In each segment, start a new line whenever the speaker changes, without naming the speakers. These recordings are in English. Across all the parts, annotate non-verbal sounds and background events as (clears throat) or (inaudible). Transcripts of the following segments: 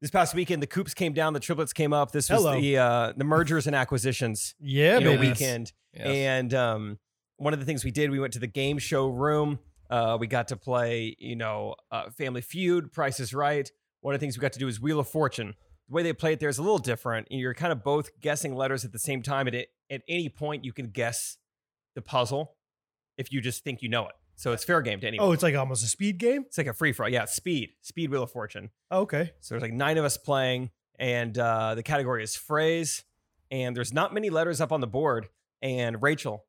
This past weekend, the coops came down, the triplets came up. This was
Hello.
the uh, the mergers and
(laughs)
acquisitions
Yeah,
you know,
baby.
weekend. (laughs)
Yes.
And um, one of the things we did, we went to the game show room. Uh, we got to play, you know, uh, Family Feud, Price is Right. One of the things we got to do is Wheel of Fortune. The way they play it there is a little different. You're kind of both guessing letters at the same time. At, it- at any point, you can guess the puzzle if you just think you know it. So it's fair game to anyone.
Oh, it's like almost a speed game.
It's like a free for all. Yeah, speed, speed, Wheel of Fortune. (laughs)
Oh, okay.
So there's like nine of us playing, and uh, the category is phrase. And there's not many letters up on the board. And Rachel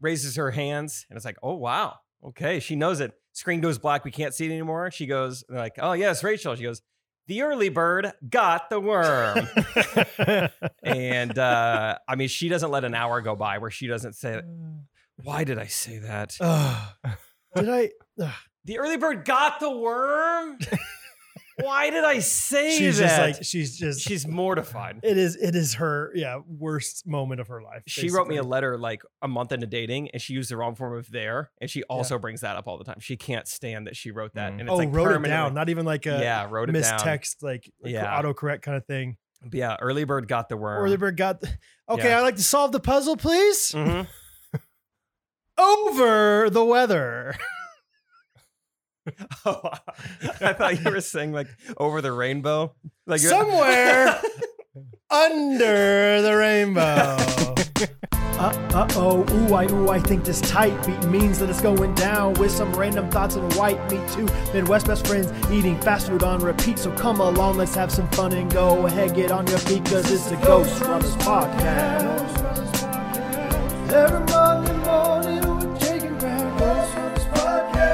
raises her hands, and it's like, oh wow, okay, she knows it. Screen goes black. We can't see it anymore. She goes they're like, oh yes, Rachel. She goes, the early bird got the
(laughs)
worm. and uh, I mean, she doesn't let an hour go by where she doesn't say, why did I say that?
Ah.
(laughs)
did I?
The early bird got the
(laughs)
worm. why did I say
She's
that?
just like she's just.
She's mortified.
it is. It is her. Yeah, worst moment of her life.
She wrote me a
basically.
letter like a month into dating, and she used the wrong form of there, and she also brings that up all the time. She can't stand that she wrote that, and
Mhm.
it's
Oh,
like
wrote it
permanently-
down. Not even like a
yeah, wrote it down.
mistext, like, like
Yeah.
autocorrect kind of thing.
But yeah, early bird got the worm. (laughs)
Orleberg got. The, okay,
Yeah.
I'd like to solve the puzzle, please. (laughs)
Mhm.
Over the weather.
Oh, I thought you were saying like over the rainbow, like you're- (laughs)
Somewhere under the rainbow. uh uh oh, ooh I ooh I think this tight beat means that it's going down with some random thoughts and white meat too. Midwest best friends eating fast food on repeat, so come along, let's have some fun and go ahead, get on your feet, cause it's the Ghost Runners Podcast. Every Monday morning we're taking ground, Ghost Runners Podcast.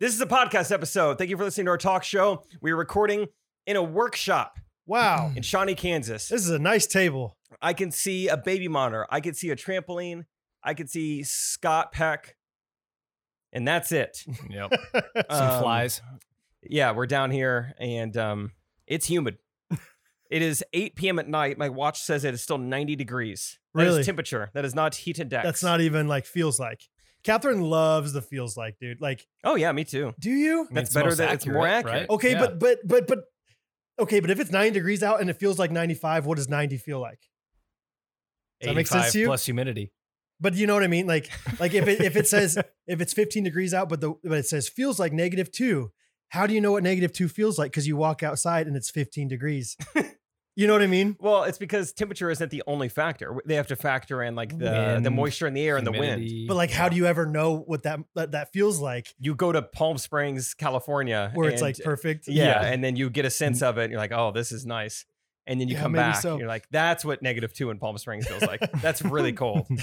This is a podcast episode. Thank you for listening to our talk show. We are recording in a workshop
Wow,
in Shawnee, Kansas.
Mm. this is a nice table.
I can see a baby monitor. I can see a trampoline. I can see Scott Peck. And that's it.
(laughs) Yep. Some
Um,
flies.
Yeah, we're down here and um, it's humid. it is 8 p.m. at night. My watch says it is still 90 degrees. That is
Really?
temperature. That is not heat index.
That's not even like feels like. Catherine loves the feels like, dude. Like,
Oh, yeah, me too.
do you?
I mean,
that's
it's
better
most
than- it's more accurate.
Okay,
Yeah.
but but but but okay, but if it's nine degrees out and it feels like ninety five, what does ninety feel like? Does that make sense
85
to you?
Plus humidity.
But you know what I mean? Like like if it if
(laughs)
it says if it's fifteen degrees out, but the but it says feels like negative two. How do you know what negative two feels like? Because you walk outside and it's fifteen degrees. you know what I mean?
Well, it's because temperature isn't the only factor. They have to factor in like the, the
Wind,
moisture in the air and the wind.
humidity.
But like, how do you ever know what that that, that feels like?
You go to Palm Springs, California,
Where it's
and-
like
(laughs)
perfect.
Yeah, and then you get a sense of it. And you're like, oh, this is nice. And then you
Yeah,
come
maybe
back.
so.
And you're like, that's what negative two in Palm Springs feels like. that's really cold.
(laughs)
(laughs)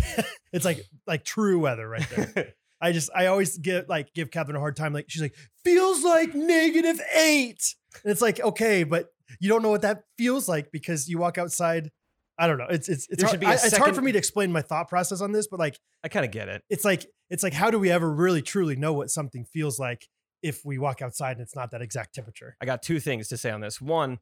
It's like like true weather right there. I just I always get like give Catherine a hard time. Like she's like feels like negative eight, and it's like okay, but you don't know what that feels like because you walk outside. I don't know. It's it's it's
There
hard.
should be a
I- it's hard for
second-
me to explain my thought process on this, but like
I kind of get it.
it's like it's like how do we ever really truly know what something feels like if we walk outside and it's not that exact temperature?
I got two things to say on this. One,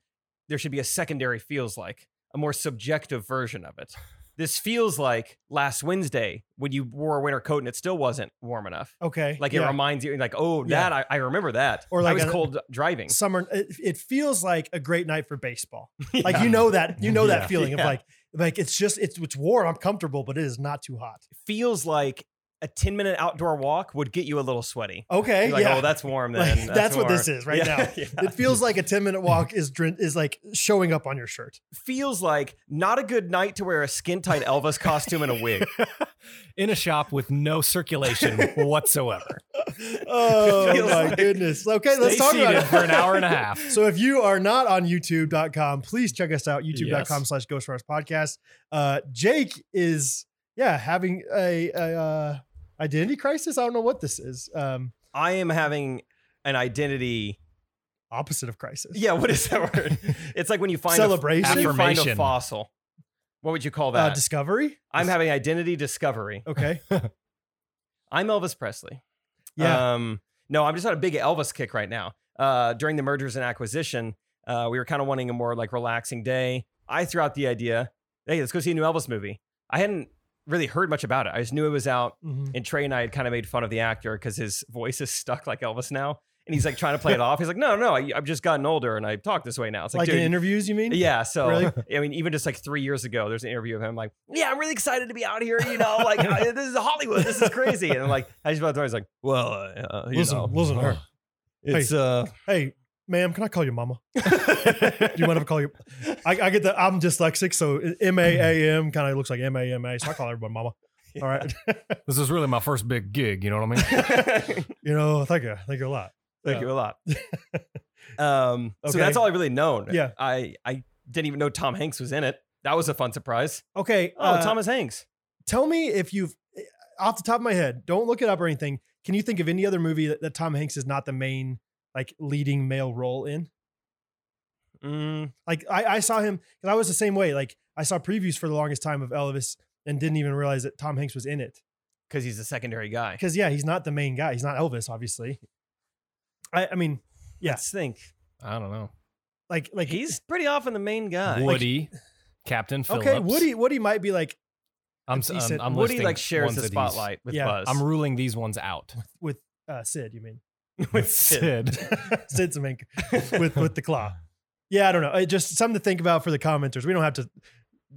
there should be a secondary feels like, a more subjective version of it. This feels like last Wednesday when you wore a winter coat and it still wasn't warm enough.
Okay,
Like it
yeah.
reminds you, like, oh,
Yeah.
that I, I remember that.
Or
Or like I
like
was
a-
cold driving.
summer. It, it feels like a great night
(laughs)
for baseball. Like
Yeah.
you know that you know
Yeah.
that feeling
Yeah.
of like like it's just it's it's warm, I'm comfortable, but it is not too hot.
feels like a 10 minute outdoor walk would get you a little sweaty.
Okay,
You're like,
Eh, yeah.
oh, that's warm then.
Like, that's what
warm."
this is right
Yeah,
now.
(laughs) yeah.
it feels like a 10 minute walk is drin- is like showing up on your shirt. (laughs)
feels like not a good night to wear a skin tight Elvis costume and a wig.
in a shop with no circulation whatsoever.
Oh
Feels
my
like-
goodness. Okay, let's
Stay
talk
seated
about
for
it.
an hour
(laughs)
and a half.
So if you are not on youtube.com, please check us out, youtube.com
Yes.
slash ghost runners podcast. Uh, Jake is, yeah, having a, a uh, identity crisis. I don't know what this is. Um,
I am having an identity.
opposite of crisis.
Yeah, what is that
(laughs)
word? It's like when you find
Celebration?
a, you find a
Affirmation.
fossil. What would you call
Uh,
that?
discovery.
I'm having identity discovery.
(laughs)
Okay.
I'm Elvis Presley.
Yeah.
Uh,
Um, no, I'm just on a big Elvis kick right now. Uh, during the mergers and acquisition, uh, we were kind of wanting a more like relaxing day. I threw out the idea, hey, let's go see a new Elvis movie. I hadn't really heard much about it. I just knew it was out.
Mhm.
And Trey and I had kind of made fun of the actor because his voice is stuck like Elvis now. And he's like trying to
(laughs)
play it off. He's like, no, no, I, I've just gotten older and I talk this way now. It's like,
Like in
dude,
interviews, you mean?
(laughs)
yeah. So
Really?
(laughs) I mean, even just like three years ago, there's an interview of him like, yeah, I'm really excited to be out here. You know, like I- this is Hollywood. This is crazy. And like (laughs) I just about to he's like, well, uh, you (laughs)
Listen,
know,
listen to her.
it's uh,
Hey, ma'am, can I call
(laughs)
you mama? Do you mind if I call you? I, I get that I'm dyslexic, so M A A M kind of looks like M A M A, so I call
(laughs)
everybody mama. All right,
This is really my first big gig. You know
(laughs)
what I mean?
thank
you know, thank you, thank you a lot.
you a
(laughs)
lot. Um, so
Okay.
that's all I really known.
Yeah.
I I didn't even know Tom Hanks was in it. That was a fun surprise.
Okay,
Oh,
Uh,
Thomas Hanks.
tell me if you've eh, off the top of my head don't look it up or anything can you think of any other movie that, that tom hanks is not the main like leading male role in
Mm,
like i, I saw him because i was the same way like i saw previews for the longest time of elvis and didn't even realize that tom hanks was in it
because he's a secondary guy.
because yeah he's not the main guy he's not elvis obviously i, I mean yeah.
Let's think.
I don't know.
like like
He's pretty often the main guy.
Woody, Uh, Captain Phillips.
okay woody woody might be like
I'm,
He
I'm,
said-
I'm
Woody
listing
like shares
ones
the
that he's-
spotlight with
Yeah.
Buzz.
I'm ruling these ones out.
with uh sid you mean (laughs)
(laughs)
with
Oh,
sid's the main with with the claw. Yeah, I don't know. It just something to think about for the commenters. We don't have to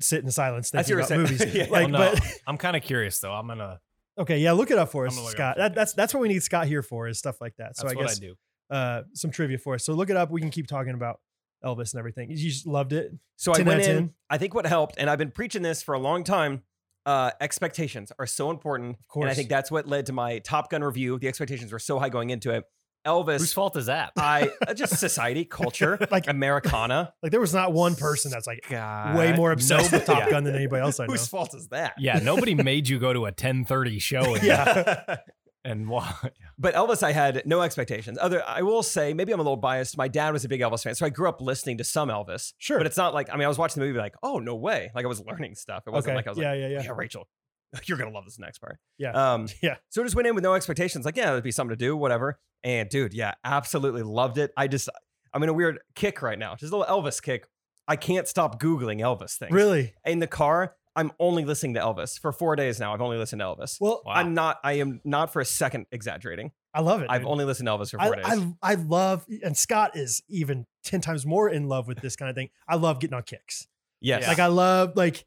sit in silence
That's
thinking
what
about
you're saying.
movies.
(laughs)
Yeah.
Like,
Well, no,
but (laughs)
I'm kind of curious though. I'm gonna.
okay, yeah, look it up for us,
I'm gonna look it up.
Scott. That, that's that's what we need Scott here for is stuff like that.
That's
So I
what
guess
I do.
uh, some trivia for us. So look it up. We can keep talking about Elvis and everything. You just loved it.
So I
10
went
out of
in.
10.
I think what helped, and I've been preaching this for a long time. Uh, expectations are so important,
Of course.
and I think that's what led to my Top Gun review. The expectations were so high going into it.
Whose
Elvis,
fault is that?
(laughs) I uh, just society, culture,
(laughs) Like-
like Americana.
like there was not one person that's like
God,
way
(laughs)
more obsessed with Top
Yeah.
Gun than anybody else I know.
Whose fault is that?
yeah, nobody made you go to a 10:30 show
(laughs)
(laughs)
and,
yeah.
and wa-
But Elvis, I had no expectations. Other, I will say, maybe I'm a little biased. My dad was a big Elvis fan, so I grew up listening to some Elvis.
Sure.
But it's not like I mean, I was watching the movie like, oh no way! Like I was learning stuff. It wasn't
okay.
like I was
yeah,
like,
yeah,
yeah,
yeah,
Rachel, (laughs) you're gonna love this next part.
Yeah.
Um,
(laughs) Yeah.
So I just went in with no expectations. Like, yeah, that'd be something to do, whatever. And dude, yeah, absolutely loved it. I just, I'm in a weird kick right now, just a little Elvis kick. I can't stop Googling Elvis things.
Really?
In the car, I'm only listening to Elvis for four days now. I've only listened to Elvis.
Well,
Wow.
I'm not, I am not for a second exaggerating.
I love it.
I've
dude.
only listened to Elvis for
I,
four days.
I I love and Scott is even ten times more in love with this kind of thing. I love getting on kicks.
yes.
Yeah.
Like I love like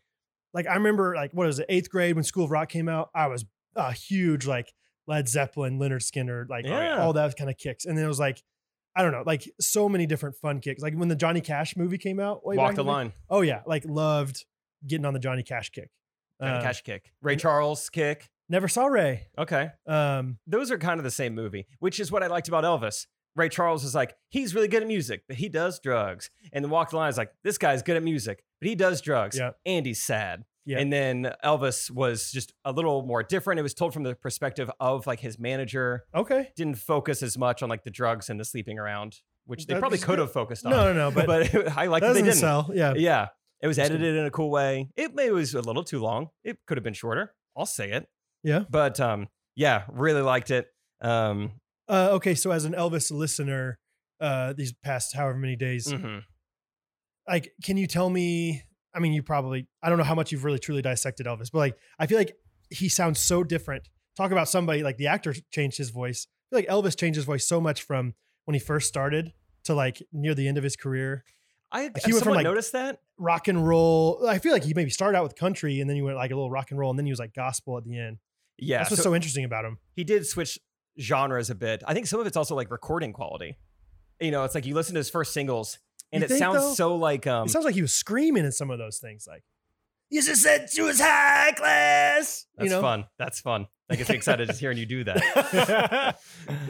like I remember like what was it eighth grade when School of Rock came out. I was a huge like Led Zeppelin, Leonard Skinner, like
Oh, Yeah.
all that kind of kicks. And then it was like I don't know, like so many different fun kicks. Like when the Johnny Cash movie came out, way back
Walk
in
the
day-
line,
Oh yeah, like loved getting on the Johnny Cash kick.
Johnny
Um,
Cash kick, Ray Charles kick.
Never saw Ray.
Okay.
Um,
those are kind of the same movie, which is what I liked about Elvis. Ray Charles is like, he's really good at music, but he does drugs. And then Walk the Line is like, this guy's good at music, but he does drugs
Yeah.
and he's sad.
Yeah.
And then Elvis was just a little more different. It was told from the perspective of like his manager,
okay.
didn't focus as much on like the drugs and the sleeping around, which they
That
probably
was
could
good.
have focused on. (laughs)
No, no, no. But,
but, I like that they
doesn't
didn't.
sell. Yeah.
Yeah. It was
That's good.
edited in a cool way. It, it was a little too long. It could have been shorter. I'll say it.
Yeah.
But um, yeah, really liked it. Um,
Uh, okay, so as an Elvis listener, uh, these past however many days,
mhm.
like, can you tell me? I mean, you probably, I don't know how much you've really truly dissected Elvis, but like, I feel like he sounds so different. Talk about somebody like the actor changed his voice. I feel like Elvis changed his voice so much from when he first started to like near the end of his career.
I
went
someone
from, like-
noticed that.
Rock and roll. I feel like he maybe started out with country and then he went like a little rock and roll and then he was like gospel at the end.
Yeah,
That's
so
what's so interesting about him.
he did switch genres a bit. I think some of it's also like recording quality. You know, it's like you listen to his first singles, and
You
it
think,
sounds
though?
so like um.
it sounds like he was screaming in some of those things, like "You just said she was high
(laughs)
class."
that's
you know?
fun. That's fun. That gets me excited just hearing you do that.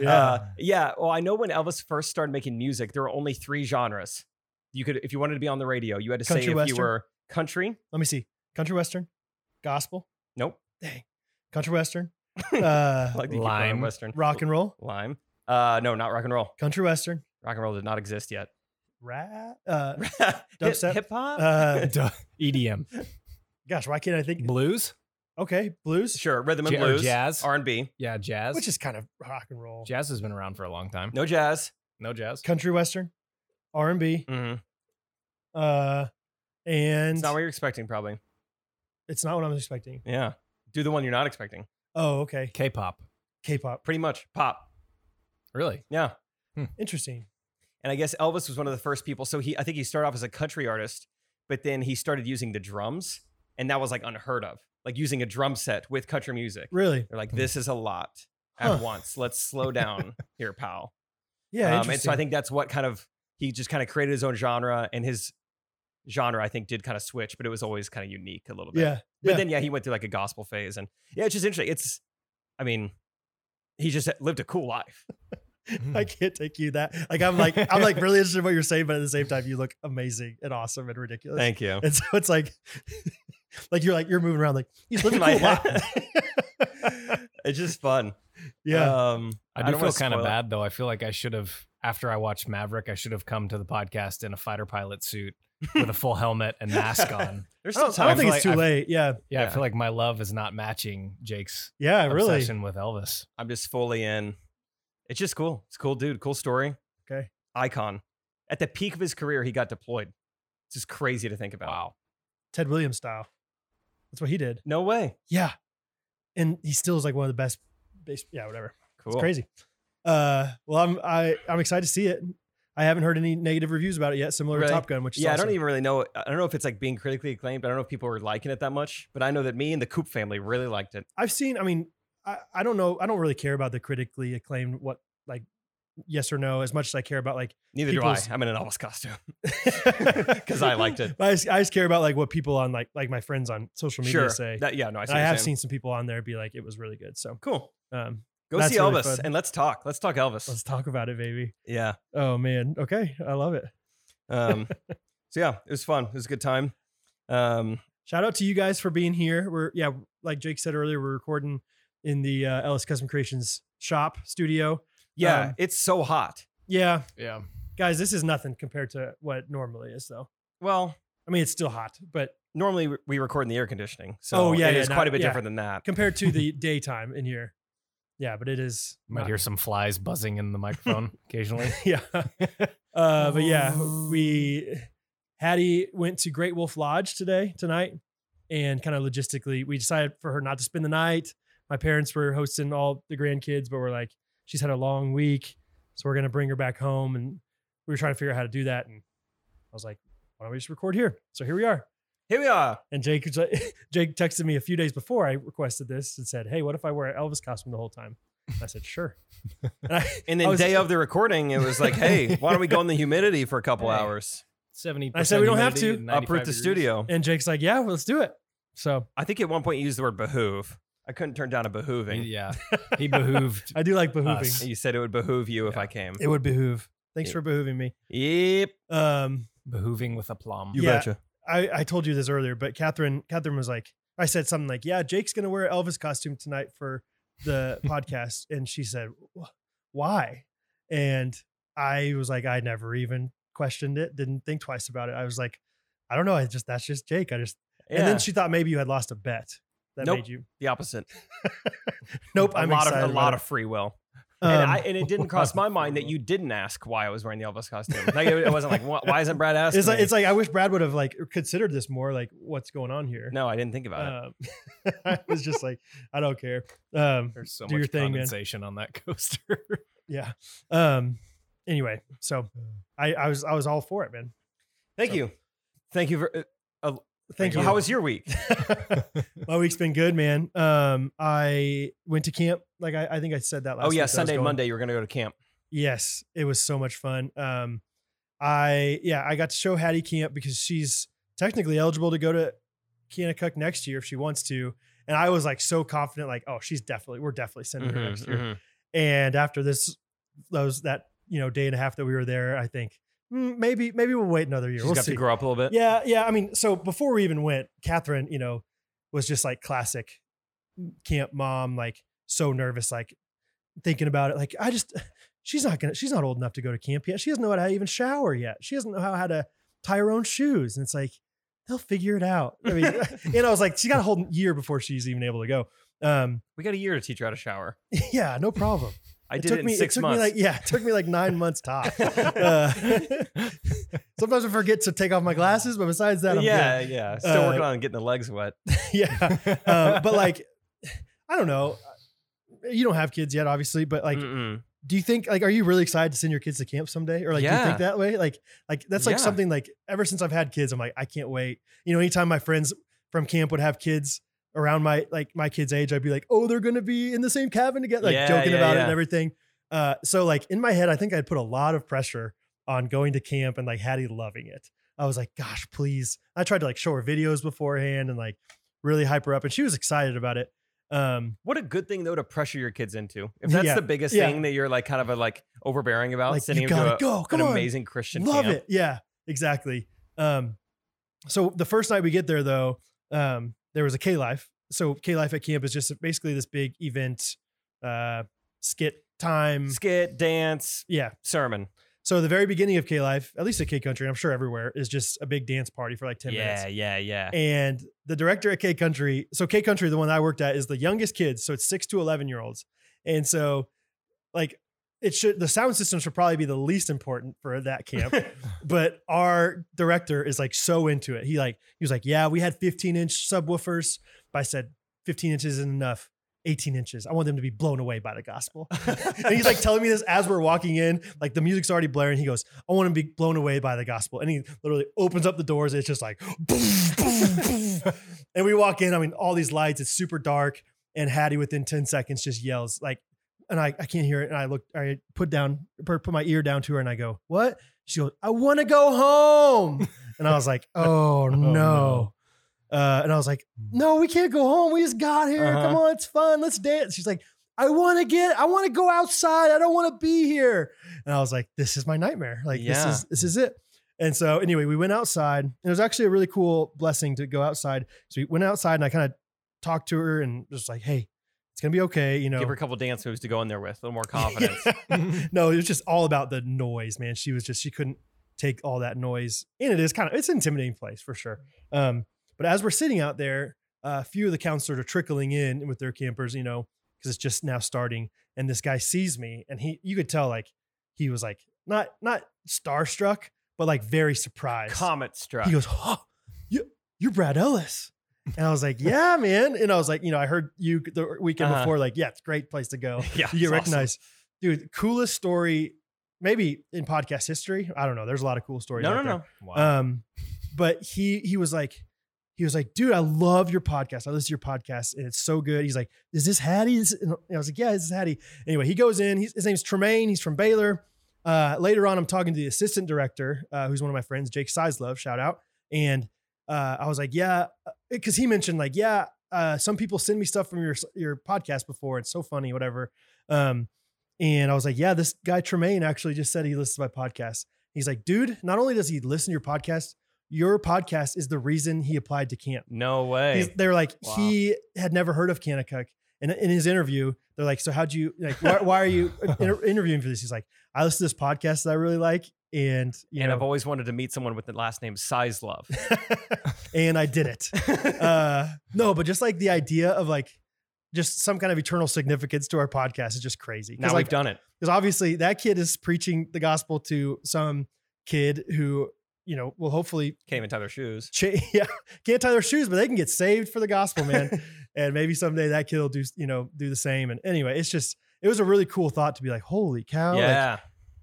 Yeah.
Uh, yeah. Well, I know when Elvis first started making music, there were only three genres. You could, if you wanted to be on the radio, you had to say
Country
if
western?
you were country.
Let me see: country western, gospel,
Nope.
country western, uh,
(laughs) I Like the
Lime.
western.
rock and roll,
lime. Uh, no, not rock and roll.
country western,
Rock and roll did not exist yet. (laughs)
rap. Uh, Dubstep?
Hip hop. (laughs)
(laughs) uh,
Duh. EDM,
gosh, why can't I think?
E blues,
Okay, blues,
Sure, rhythm and
J- or
blues,
jazz.
R and B.
yeah, jazz.
which is kind of rock and roll.
jazz has been around for a long time.
No jazz.
No jazz.
Country western, R and B,
Mm-hmm.
uh, and
It's not what you're expecting, probably.
it's not what I was expecting.
Yeah. Do the one you're not expecting.
Oh, okay.
K-pop.
K-pop.
Pretty much pop.
Really?
Yeah.
Interesting.
And I guess Elvis was one of the first people. So he, I think he started off as a country artist, but then he started using the drums, and that was like unheard of. Like using a drum set with country music.
Really?
They're like, this is a lot
hmm. Huh.
at once. Let's slow down here, pal.
(laughs) Yeah.
um, and so I think that's what kind of he just kind of created his own genre, and his genre I think did kind of switch, but it was always kind of unique a little bit.
Yeah.
But
yeah.
then yeah, he went through like a gospel phase, and yeah, it's just interesting. It's, I mean, he just lived a cool life.
Hmm.
Hmm.
I can't take you that. Like I'm like I'm like really interested in what you're saying, but at the same time, you look amazing and awesome and ridiculous.
Thank you.
(laughs) and so it's like, like you're like you're moving around like he's
(laughs)
living
My
cool
head.
life.
(laughs) It's just fun.
(laughs) yeah.
Um,
I do
don't
feel
wanna
kind of
spoil it.
bad though. I feel like I should have, after I watched Maverick, I should have come to the podcast in a fighter pilot suit with a full helmet and mask
(laughs)
on.
There's
I
still
don't, I don't
time.
think
I
it's
feel
too late. Yeah.
Yeah, I
Yeah.
feel like my love is not matching Jake's
Yeah. Really.
obsession with Elvis.
I'm just fully in. It's just cool. It's a cool, dude. Cool story.
Okay.
Icon. At the peak of his career, he got deployed. It's just crazy to think about. Wow.
Ted Williams style. That's what he did.
No way.
Yeah. And he still is like one of the best base. Yeah. Whatever.
Cool.
It's crazy. Uh. Well, I'm I I'm excited to see it. I haven't heard any negative reviews about it yet, similar
Really?
to Top Gun, which is
Yeah, I
awesome.
don't even really know. I don't know if it's like being critically acclaimed. I don't know if people are liking it that much, but I know that me and the Coop family really liked it.
I've seen. I mean, I, I don't know. I don't really care about the critically acclaimed what like yes or no as much as I care about like
Neither
People's-
do I. I'm in an Elvis
(laughs)
costume. (laughs) 'Cause I liked it.
But I just, I just care about like what people on like like my friends on social media
sure.
say.
That, yeah, no, I,
And
see
I,
what you're
have
saying.
seen some people on there be like it was really good. So
Cool.
um,
Go
That's
see
really
Elvis
fun.
and let's talk. Let's talk Elvis.
let's talk about it, baby. (laughs)
yeah.
Oh man, okay, I love it.
Um, so yeah, it was fun. It was a good time. Um,
Shout out to you guys for being here. We're yeah, like Jake said earlier, we're recording in the uh, Ellis Custom Creations shop studio.
yeah,
Um,
it's so hot.
Yeah,
Yeah.
guys, this is nothing compared to what normally is though.
Well,
I mean, it's still hot, but
normally we- we record in the air conditioning, so
Oh, yeah,
it
yeah,
is
not-
quite a bit
yeah.
different than that.
compared
(laughs)
to the daytime in here. Yeah, but it is.
Might
not-
hear some flies buzzing in the microphone occasionally.
(laughs) yeah. Uh, but yeah, we Hattie went to Great Wolf Lodge today, tonight, and kind of logistically, we decided for her not to spend the night. My parents were hosting all the grandkids, but we're like, she's had a long week, so we're gonna bring her back home, and we were trying to figure out how to do that. And I was like, why don't we just record here? So here we are.
Here we are.
And Jake, was like- (laughs) Jake texted me a few days before I requested this and said, "Hey, what if I wear an Elvis costume the whole time?" And I
(laughs)
said, "Sure." And I,
And
I
then
was-
day of the recording, it was like,
(laughs)
hey, why don't we go in the humidity for a couple
Hey.
hours?
70
I said we don't have to.
Uproot the
(laughs)
studio.
and Jake's like, "Yeah, well, let's do it." So
I think at one point you used the word behoove. I couldn't turn down a behooving.
Yeah. He behooved.
I do like behooving.
Us.
You said it would behoove you if I came.
It would behoove. Thanks
Yeah.
for behooving me.
Yep.
Um,
behooving with aplomb.
You
Yeah.
betcha.
I, I told you this earlier, but Catherine, Catherine was like, I said something like, "Yeah, Jake's gonna wear an Elvis costume tonight for the
(laughs)
podcast," and she said, "Wh- "Why?" And I was like, I never even questioned it, didn't think twice about it. I was like, I don't know. I just that's just Jake. I just and
Yeah,
then she thought maybe you had lost a bet that
Nope.
made you.
the opposite.
Nope,
A
I'm
lot
excited
of a
about
lot
it.
of free will.
Um,
and, I, and it didn't cross my mind that
free
you didn't ask why I was wearing the Elvis costume. Like, it, it wasn't like, why, why isn't Brad asking?
it's like
me?
it's like I wish Brad would have like considered this more. Like what's going on here?
no, I didn't think about it.
Um, (laughs) I was just like, I don't care. Um,
There's so
Do your
much
thing, man.
condensation
(laughs)
on that coaster.
yeah. Um, anyway, so I, I was I was all for it, man.
Thank
so-
you. Thank you for. Uh,
Thank you.
How was your week?
My week's been good, man. Um, I went to camp. Like I, I think I said that last.
oh
week that I
yeah,
was
Sunday, and
going.
Monday, you were gonna go to camp.
Yes, it was so much fun. Um, I yeah, I got to show Hattie camp because she's technically eligible to go to Keanacuck next year if she wants to. And I was like so confident, like, oh, she's definitely we're definitely sending
Mm-hmm,
her next year. And after this, those that you know day and a half that we were there, I think "Mm, maybe maybe we'll wait another year.
She's
we'll
got
see.
to grow up a little bit.
Yeah, yeah. I mean, so before we even went, Catherine, you know, was just like classic camp mom, like so nervous, like thinking about it. Like I just, (sighs) she's not gonna, she's not old enough to go to camp yet. She doesn't know how to even shower yet. She doesn't know how, how to tie her own shoes, and it's like they'll figure it out.
(laughs)
I mean, (laughs) and I was like, she got a whole year before she's even able to go. Um, (laughs)
We got a year to teach her how to shower.
yeah, no problem.
I did it in
me,
six
took
months.
Me like, yeah, it took me like
(laughs)
nine months top. Uh, (laughs) sometimes I forget to take off my glasses, but besides that, I'm good.
yeah, yeah. Still
Uh, (laughs)
working on getting the legs wet. (laughs)
yeah. Um, but like I don't know. You don't have kids yet, obviously, but like,
Mm-mm.
do you think like are you really excited to send your kids to camp someday or like do you
Yeah.
think that way like like that's like
Yeah.
something like ever since i've had kids i'm like i can't wait you know anytime my friends from camp would have kids around my like my kids age i'd be like oh they're gonna be in the same cabin together like
Yeah,
joking
yeah,
about it
yeah.
and everything uh so like in my head i think i'd put a lot of pressure on going to camp and like hattie loving it i was like gosh please i tried to like show her videos beforehand and like really hype her up and she was excited about it um
what a good thing though to pressure your kids into. If that's
Yeah,
the biggest
yeah.
thing that you're like kind of a, like overbearing about,
like
sending
you
them to
gotta
a,
go come
an
on
amazing Christian
Love
camp.
it. Yeah, exactly. Um, so the first night we get there, though, um, there was a K Life. So K Life at camp is just basically this big event, uh, skit time.
Skit, dance,
Yeah.
sermon.
So the very beginning of K Life, at least at K Country, I'm sure everywhere, is just a big dance party for like 10
yeah,
minutes.
yeah, yeah.
And the director at K Country, so K Country, the one I worked at, is the youngest kids, so it's six to eleven year olds, and so like it should the sound system should probably be the least important for that camp, but our director is like so into it. He like he was like, yeah, we had fifteen inch subwoofers, but I said fifteen inches isn't enough. 18 inches. I want them to be blown away by the gospel. (laughs) and he's like telling me this as we're walking in, like the music's already blaring. He goes, I want to be blown away by the gospel. And he literally opens up the doors. And it's just like, boom, boom, boom. and we walk in. I mean, all these lights, it's super dark. And Hattie within 10 seconds just yells like, and I, I can't hear it. And I look, I put down, put put my ear down to her and I go, what? She goes, I want to go home. And I was like, oh, no.
no.
Uh, and I was like, no, we can't go home. We just got here.
Uh-huh.
Come on, it's fun. Let's dance. She's like, I want to get, I want to go outside. I don't want to be here. And I was like, this is my nightmare. Like
Yeah.
this is this is it. And so anyway, we went outside. And it was actually a really cool blessing to go outside. So we went outside and I kind of talked to her and just like, hey, it's gonna be okay. You know,
Give her a couple dance moves to go in there with, a
(laughs)
little more confidence.
no, it was just all about the noise, man. She was just she couldn't take all that noise, and it is kind of it's an intimidating place for sure. Um, but as we're sitting out there, uh, a few of the counselors are trickling in with their campers, you know, because it's just now starting. And this guy sees me, and he you could tell like he was like not not starstruck, but like very surprised.
Comet struck. (laughs)
He goes, oh, you, you're Brad Ellis. And I was like, yeah, man. And I was like, you know, I heard you the weekend
Uh-huh.
before, like, yeah, it's a great place to go.
yeah,
"Oh,
it's
You get
awesome.
recognized. Dude, coolest story, maybe in podcast history. I don't know. There's a lot of cool stories.
No,
out
no,
there.
no.
Wow.
Um, but he he was like, he was like, dude, I love your podcast. I listen to your podcast, and it's so good. He's like, is this Hattie's? And I was like, yeah, this is Hattie. Anyway, he goes in. He's, his name's Tremaine. He's from Baylor. Uh, later on, I'm talking to the assistant director, uh, who's one of my friends, Jake Sizelove. Shout out. And uh, I was like, yeah, because he mentioned like, yeah, uh, some people send me stuff from your your podcast before. It's so funny, whatever. Um, and I was like, yeah, this guy Tremaine actually just said he listens to my podcast. He's like, dude, not only does he listen to your podcast, your podcast is the reason he applied to camp.
No
He's-
way.
They were like,
Wow.
he had never heard of Kanakuk. And in his interview, they're like, so how'd you, like, why, why
(laughs)
are you inter- interviewing for this? He's like, I listen to this podcast that I really like. And, you
and I've
know,
always wanted to meet someone with the last name Size
(laughs)
Love.
and I
(laughs)
did it. uh, no, but just like the idea of like, just some kind of eternal significance to our podcast is just crazy. 'Cause,
now
like,
we've done it.
because obviously that kid is preaching the gospel to some kid who you know will hopefully
Can't even tie their shoes.
cha- (laughs) yeah can't tie their shoes but they can get saved for the gospel man and maybe someday that kid will do you know do the same and anyway it's just it was a really cool thought to be like holy cow Oh, like,
yeah.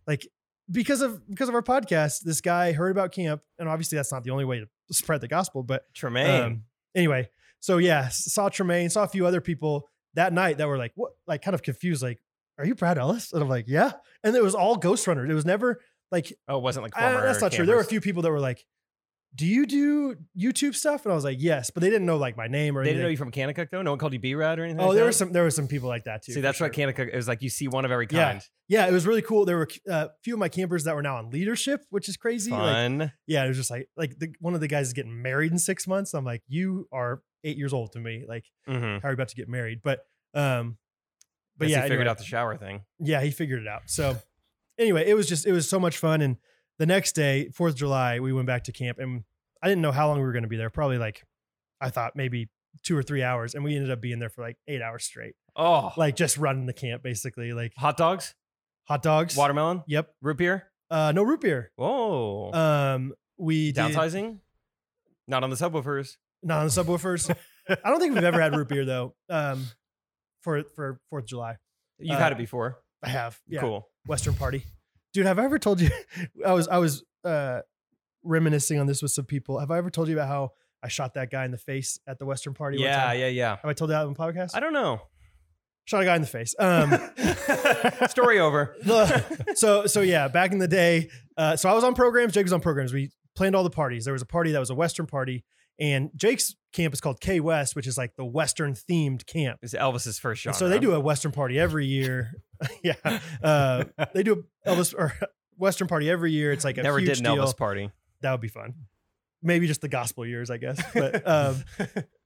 like because of because of our podcast this guy heard about camp and obviously that's not the only way to spread the gospel but
Tremaine.
um, anyway, so yeah, s- saw Tremaine, saw a few other people that night that were like, what, like kind of confused, like, are you Brad Ellis? And I'm like, yeah. And it was all Ghost Runners. It was never like,
oh, it wasn't like
I-
former
that's not true. There were a
campers.
few people that were like, do you do YouTube stuff? And I was like, yes, but they didn't know like my name or
They didn't know
anything.
you from Kanakuk though. No one called you B Rad or anything.
oh,
like
there
that?
were some, there were some people like that too.
See,
for
that's
sure.
what Kanakuk is like. You see one of every
Yeah.
kind.
Yeah, it was really cool. There were uh, a few of my campers that were now on leadership, which is crazy. Like,
Fun.
yeah, it was just like, like the, one of the guys is getting married in six months. I'm like, you are eight years old to me. Like,
Mhm.
how are you about to get married? But um, mm-hmm. but
Guess
yeah,
he figured
anyway.
out the shower thing.
yeah, he figured it out. So anyway, it was just it was so much fun. And the next day, Fourth of July, we went back to camp, and I didn't know how long we were going to be there. Probably like I thought maybe two or three hours, and we ended up being there for like eight hours straight,
Oh,
like just running the camp basically, like
hot dogs,
hot dogs,
watermelon,
Yep.
root beer.
Uh, no root beer.
Whoa,
Um, we did
downsizing. Not on the subwoofers.
not on the subwoofers. I don't think we've ever had root beer though. Um, for for Fourth of July.
You've
Uh,
had it before.
I have. Yeah.
Cool.
Western party. Dude, have I ever told you (laughs) I was I was uh reminiscing on this with some people. Have I ever told you about how I shot that guy in the face at the Western party? one
Yeah,
time?
yeah, yeah.
Have I told you that on the podcast?
I don't know.
(laughs) shot a guy in
(laughs)
the face. Um
Um, Story over.
so so yeah, back in the day, uh, so I was on programs. Jake was on programs. We planned all the parties. There was a party that was a Western party, and Jake's camp is called K West, which is like the Western themed camp.
It's Elvis's first shot.
And so they do a Western party every year. (laughs) yeah,
(laughs)
uh, they do a Elvis or Western party every year. It's like a
Never
huge
did an
deal.
Elvis party.
That would be fun. Maybe just the gospel years, I guess.
(laughs)
But um,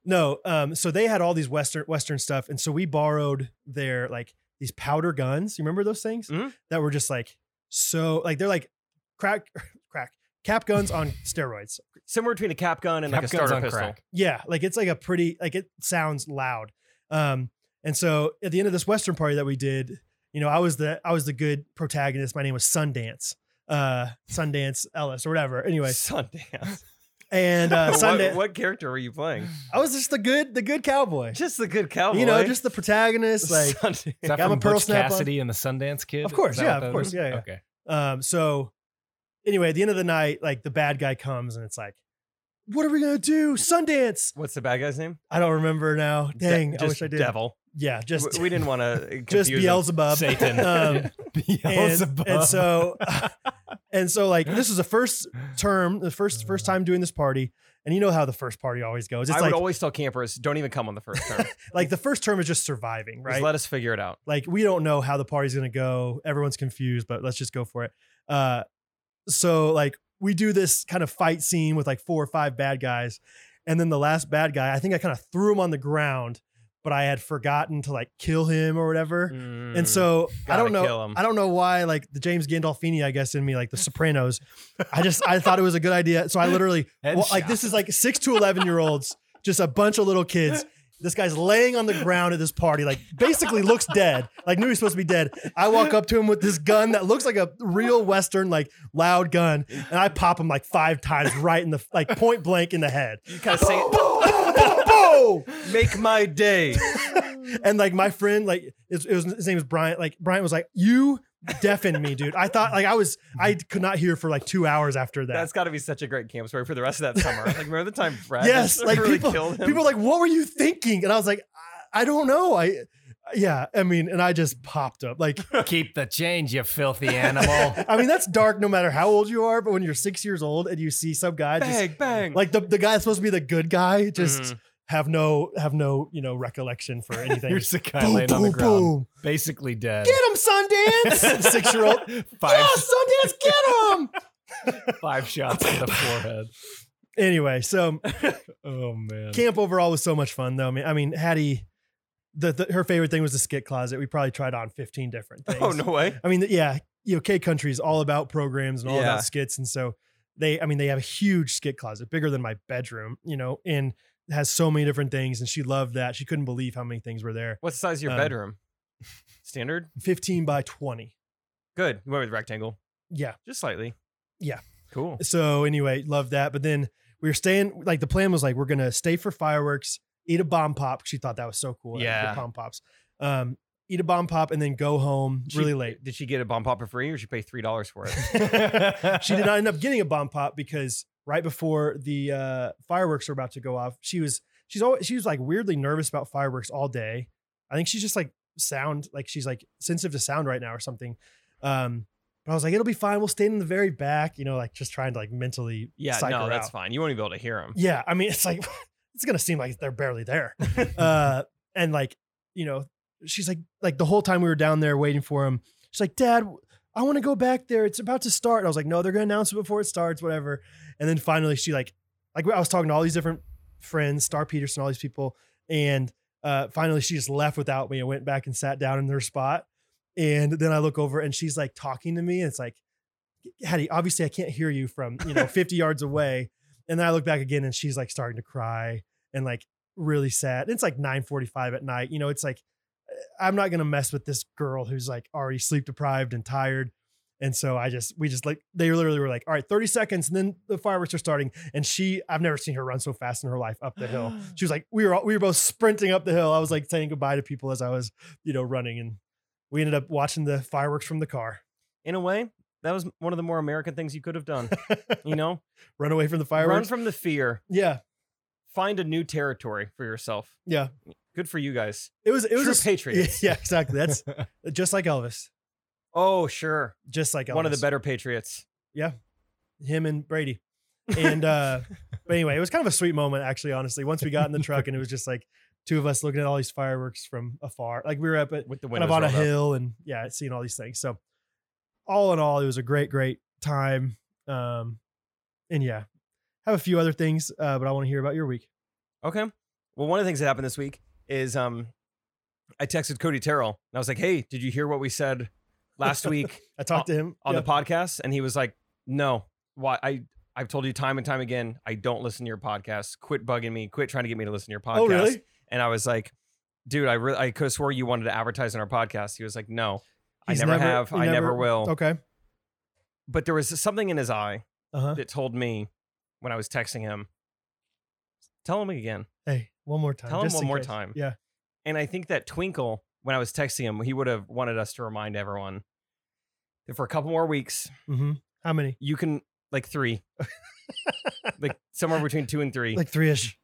no, um, so they had all these Western Western stuff, and so we borrowed their like these powder guns. You remember those things
Mhm.
that were just like so like they're like crack (laughs) crack cap guns on steroids.
Somewhere between a cap gun and like a
Cap guns
starter
on
pistol.
crack.
Yeah, like it's like a pretty like it sounds loud. Um, and so at the end of this Western party that we did, you know, I was the I was the good protagonist. My name was Sundance, uh, Sundance Ellis or whatever. Anyway,
Sundance. (laughs)
and uh, Sundance,
What, what character were you
(laughs)
playing?
I was just the good the good cowboy.
Just the good cowboy.
You
(laughs)
know, just the protagonist, like
Sundance.
Is that
Got my
from
Pearl
Butch
Snap on.
Cassidy and the Sundance Kid?
Of course,
Is that
yeah,
what
of
that
course,
is?
yeah, yeah.
Okay.
Um, so anyway, at the end of the night, like the bad guy comes and it's like, what are we gonna do? Sundance.
What's the bad guy's name?
I don't remember now.
De-
Dang, I
just
wish I did.
Devil.
Yeah, just
we, we didn't
(laughs)
want to
just Beelzebub. (laughs)
Satan.
Um, and,
(laughs) Beelzebub.
(laughs)
and so and so like this is the first term, the first first time doing this party. And you know how the first party always goes.
I
It's
would
like
always tell campers, don't even come on the first
(laughs)
term.
like the first term is just surviving,
Just
right?
let us figure it out.
like we don't know how the party's gonna go everyone's confused but let's just go for it uh so like we do this kind of fight scene with like four or five bad guys and then the last bad guy i think i kind of threw him on the ground but i had forgotten to like kill him or whatever and so i
Hmm. gotta
don't know
kill him.
i don't know why like the james gandolfini i guess in me like the sopranos i just i thought it was a good idea so i
(laughs)
literally well, like this is like six to eleven year olds, just a bunch of little kids. This guy's laying on the ground at this party, like basically looks dead, like knew he was supposed to be dead. I walk up to him with this gun that looks like a real Western, like loud gun, and I pop him like five times right in the like point blank in the head.
you kind of Mm.
(laughs)
say,
Boom!
make my
(laughs)
day.
And like my friend, like it, it was his name was Brian. Like Brian was like, "You deafened me, dude." I thought like I was I could not hear for like two hours after that.
That's got to be such a great camp story for the rest of that summer. Like, remember the time Brad
yes,
just
like
really
people,
killed him?
people are like, what were you thinking? And I was like, I, I don't know. I, yeah, I mean, and I just popped up. Like,
Keep the change, you filthy
(laughs)
animal.
I mean, that's dark no matter how old you are, but when you're six years old and you see some guy just
bang, bang.
like the, the guy that's supposed to be the good guy, just
Mhm.
have no, have no, you know, recollection for anything.
Here's the guy laying on the ground, basically dead.
Get him,
(laughs)
Sundance! six year old.
Five,
Oh, Sundance, get him!
five shots to
(laughs)
the forehead.
anyway, so
Oh man. (laughs)
camp overall was so much fun though. I mean, I mean, Hattie, the, the her favorite thing was the skit closet. We probably tried on 15 different things.
oh, no way.
I mean, yeah, you know, K Country is all about programs and all
Yeah.
about skits, and so they, I mean, they have a huge skit closet, bigger than my bedroom, you know, and it has so many different things. And she loved that. She couldn't believe how many things were there.
What's the size of your
Um,
bedroom? Standard?
15 by 20.
Good. You went with rectangle.
Yeah.
Just slightly.
Yeah.
Cool.
So anyway, loved that. But then we were staying. Like the plan was like we're gonna stay for fireworks, eat a bomb pop. She thought that was so cool.
Yeah.
bomb pops. Um, eat a bomb pop and then go home
She-
really late.
Did she get a bomb pop for free or did she pay $3 for
(laughs)
it?
she did not end up getting a bomb pop because right before the uh, fireworks were about to go off, she was she's always she was like weirdly nervous about fireworks all day. I think she's just like sound like she's like sensitive to sound right now or something. Um, but I was like, it'll be fine. We'll stand in the very back, you know, like just trying to like mentally
Yeah,
psych
no,
her
that's
out.
fine. You won't even be able to hear him.
Yeah, I mean, (laughs) it's like it's gonna seem like they're barely there. uh, and like you know, she's like like the whole time we were down there waiting for him. She's like, Dad, I want to go back there. It's about to start. And I was like, No, they're gonna announce it before it starts, whatever. And then finally, she like like I was talking to all these different friends, Star Peterson, all these people, and uh, finally she just left without me and went back and sat down in her spot. And then I look over and she's like talking to me, and it's like, Hattie, obviously I can't hear you from you know 50 yards away. And then I look back again and she's like starting to cry and like really sad. It's like 9:45 at night. You uh, know, it's like I'm not gonna mess with this girl who's like already sleep deprived and tired. And so I just, we just like, they literally were like, all right, 30 seconds. And then the fireworks are starting. And she, I've never seen her run so fast in her life up the hill. She was like, we were all, we were both sprinting up the hill. I was like saying goodbye to people as I was, you know, running. And we ended up watching the fireworks from the car,
In a way, that was one of the more American things you could have
(laughs)
done. You know,
run away from the
run
fireworks.
from the fear,
yeah.
find a new territory for yourself.
Yeah.
Good for you guys.
It was, it was
True
s-
patriots.
(laughs) Yeah,
(laughs)
exactly. That's just like Elvis,
Oh, sure.
just like Elvis.
One of the better patriots.
him
(laughs)
and Brady. And uh but anyway, it was kind of a sweet moment actually, honestly. Once we got in the truck and it was just like two of us looking at all these fireworks from afar. Like we were up at
with the
kind
windows
of on a
rolled up.
hill and yeah, seeing all these things. So all in all, it was a great, great time. Um and yeah. Have a few other things, uh, but I want to hear about your week.
Okay. Well, one of the things that happened this week is um, I texted Cody Terrell and I was like, "Hey, did you hear what we said
(laughs)
last week
I talked to him
on
yeah.
the podcast?" And he was like, "No, why? I I've told you time and time again, I don't listen to your podcast. Quit bugging me. Quit trying to get me to listen to your podcast."
Oh, really?
And I was like, "Dude, I really I could have swore you wanted to advertise on our podcast." He was like, "No,
He's
I never, have.
he
I never, will."
Okay.
But there was something in his eye
Uh huh.
that told me when I was texting him, "Tell him again."
Hey, one more time.
Tell him
just
one
in
more
case.
time.
Yeah.
And I think that Twinkle, when I was texting him, he would have wanted us to remind everyone that for a couple more weeks,
Mm-hmm. How many?
you can like
(laughs)
three, like somewhere between two and three.
Like three ish.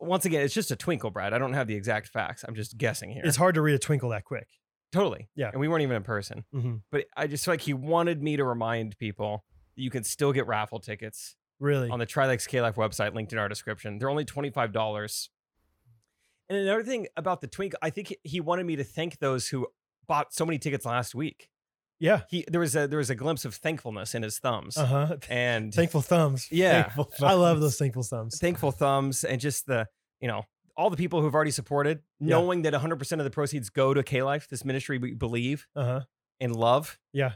Once again, it's just a twinkle, Brad. I don't have the exact facts. I'm just guessing here.
It's hard to read a twinkle that quick.
totally.
Yeah.
And we weren't even in person.
Mm-hmm.
But I just feel like he wanted me to remind people that you can still get raffle tickets
Really?
on the Trilex K Life website, linked in our description. They're only twenty five dollars. And another thing about the twink, I think he- he wanted me to thank those who bought so many tickets last week.
yeah.
He there was a there was a glimpse of thankfulness in his thumbs,
Uh huh.
and
(laughs) Thankful thumbs.
Yeah.
Thankful I love those thankful thumbs.
thankful thumbs, and just the you know all the people who've already supported,
Yeah.
knowing that one hundred percent of the proceeds go to K Life, this ministry we believe
Uh huh.
and love.
Yeah.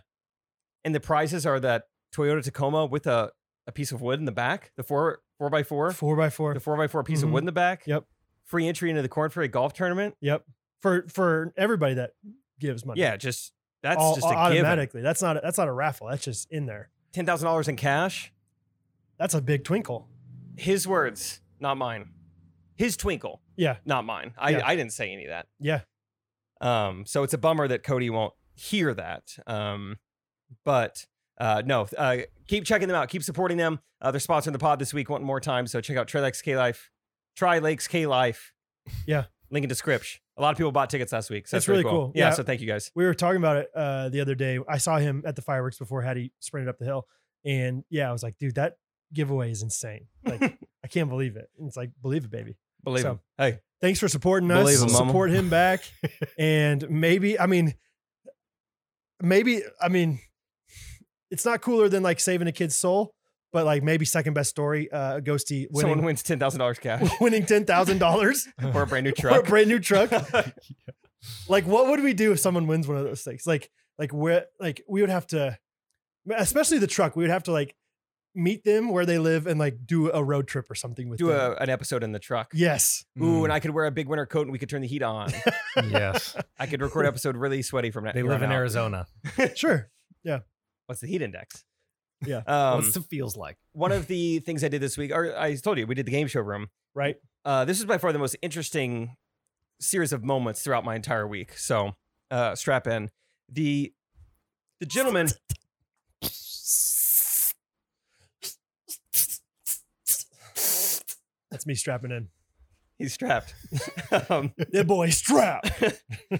and the prizes are that Toyota Tacoma with a a piece of wood in the back, the four four by four,
Four by four.
the four by four piece of wood in the back.
Mm-hmm. Yep.
Free entry into the Corn Ferry Golf Tournament.
Yep. For for everybody that gives money.
Yeah, just that's
All,
just a
all
automatic.
automatically. That's not a, that's not a raffle. That's just in there.
Ten thousand dollars in cash.
That's a big twinkle.
His words, not mine. His twinkle,
Yeah.
not mine. I,
Yeah.
I didn't say any of that.
Yeah.
Um, so it's a bummer that Cody won't hear that. Um, but uh, no, uh, keep checking them out. Keep supporting them. Uh, they're sponsoring the pod this week one more time. So check out Trilakes K Life, Tri Lakes K Life.
Yeah.
Link in description. A lot of people bought tickets last week. So
That's
that's really
really
cool.
cool.
Yeah,
Yeah.
So thank you guys.
We were talking about it uh, the other day. I saw him at the fireworks before Hattie sprinted up the hill, and yeah, I was like, dude, that giveaway is insane.
(laughs)
Like, I can't believe it. And it's like, believe it, baby.
Believe
So,
them. Hey,
Thanks for supporting us.
Believe him, mama.
Support
(laughs)
him back, and maybe I mean, maybe I mean, it's not cooler than like saving a kid's soul, but like maybe second best story, uh, Ghosty
someone
winning
wins ten thousand dollars
(laughs)
cash
winning ten thousand dollars
or a brand new
for a
truck.
brand
(laughs)
new truck. like, what would we do if someone wins one of those things? Like, like where like we would have to, especially the truck, we would have to like meet them where they live and like do a road trip or something with
do
them.
a, an episode in the truck. (laughs)
yes.
Ooh, and I could wear a big winter coat and we could turn the heat on.
(laughs) yes.
I could record episode really sweaty from now.
They live in Arizona.
Sure.
What's the heat index?
Yeah.
Um,
What's the feels like?
(laughs) one of the things I did this week, or I told you, we did the game show room.
Right.
Uh, this is by far the most interesting series of moments throughout my entire week. So uh, strap in. The the gentleman.
That's me strapping in.
He's strapped. (laughs) um,
Yeah, boy, strap.
(laughs)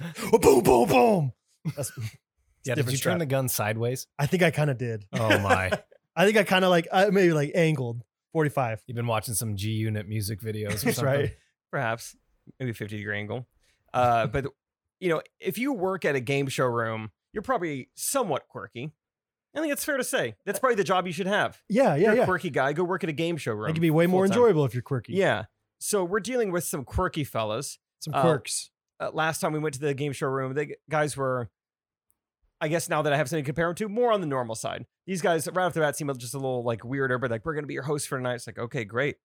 boom, boom, boom. That's,
Yeah, did
different
you
strap.
turn the gun sideways?
I think I kind of did.
(laughs) Oh my.
I think I kind of like I maybe like angled 45.
You've been watching some G Unit music videos or
That's
something.
right.
perhaps maybe 50 degree angle uh but you know if you work at a game show room you're probably somewhat quirky i think it's fair to say that's probably the job you should have
Yeah, Uh, yeah,
you're a
yeah.
quirky guy go work at a game show room
It can be way more
full-time.
enjoyable if you're quirky.
yeah so we're dealing with some quirky fellas
some
Uh,
quirks.
uh, last time we went to the game show room the g- guys were i guess now that i have something to compare them to more on the normal side these guys right off the bat seem just a little like weirder but like we're gonna be your host for tonight it's like okay great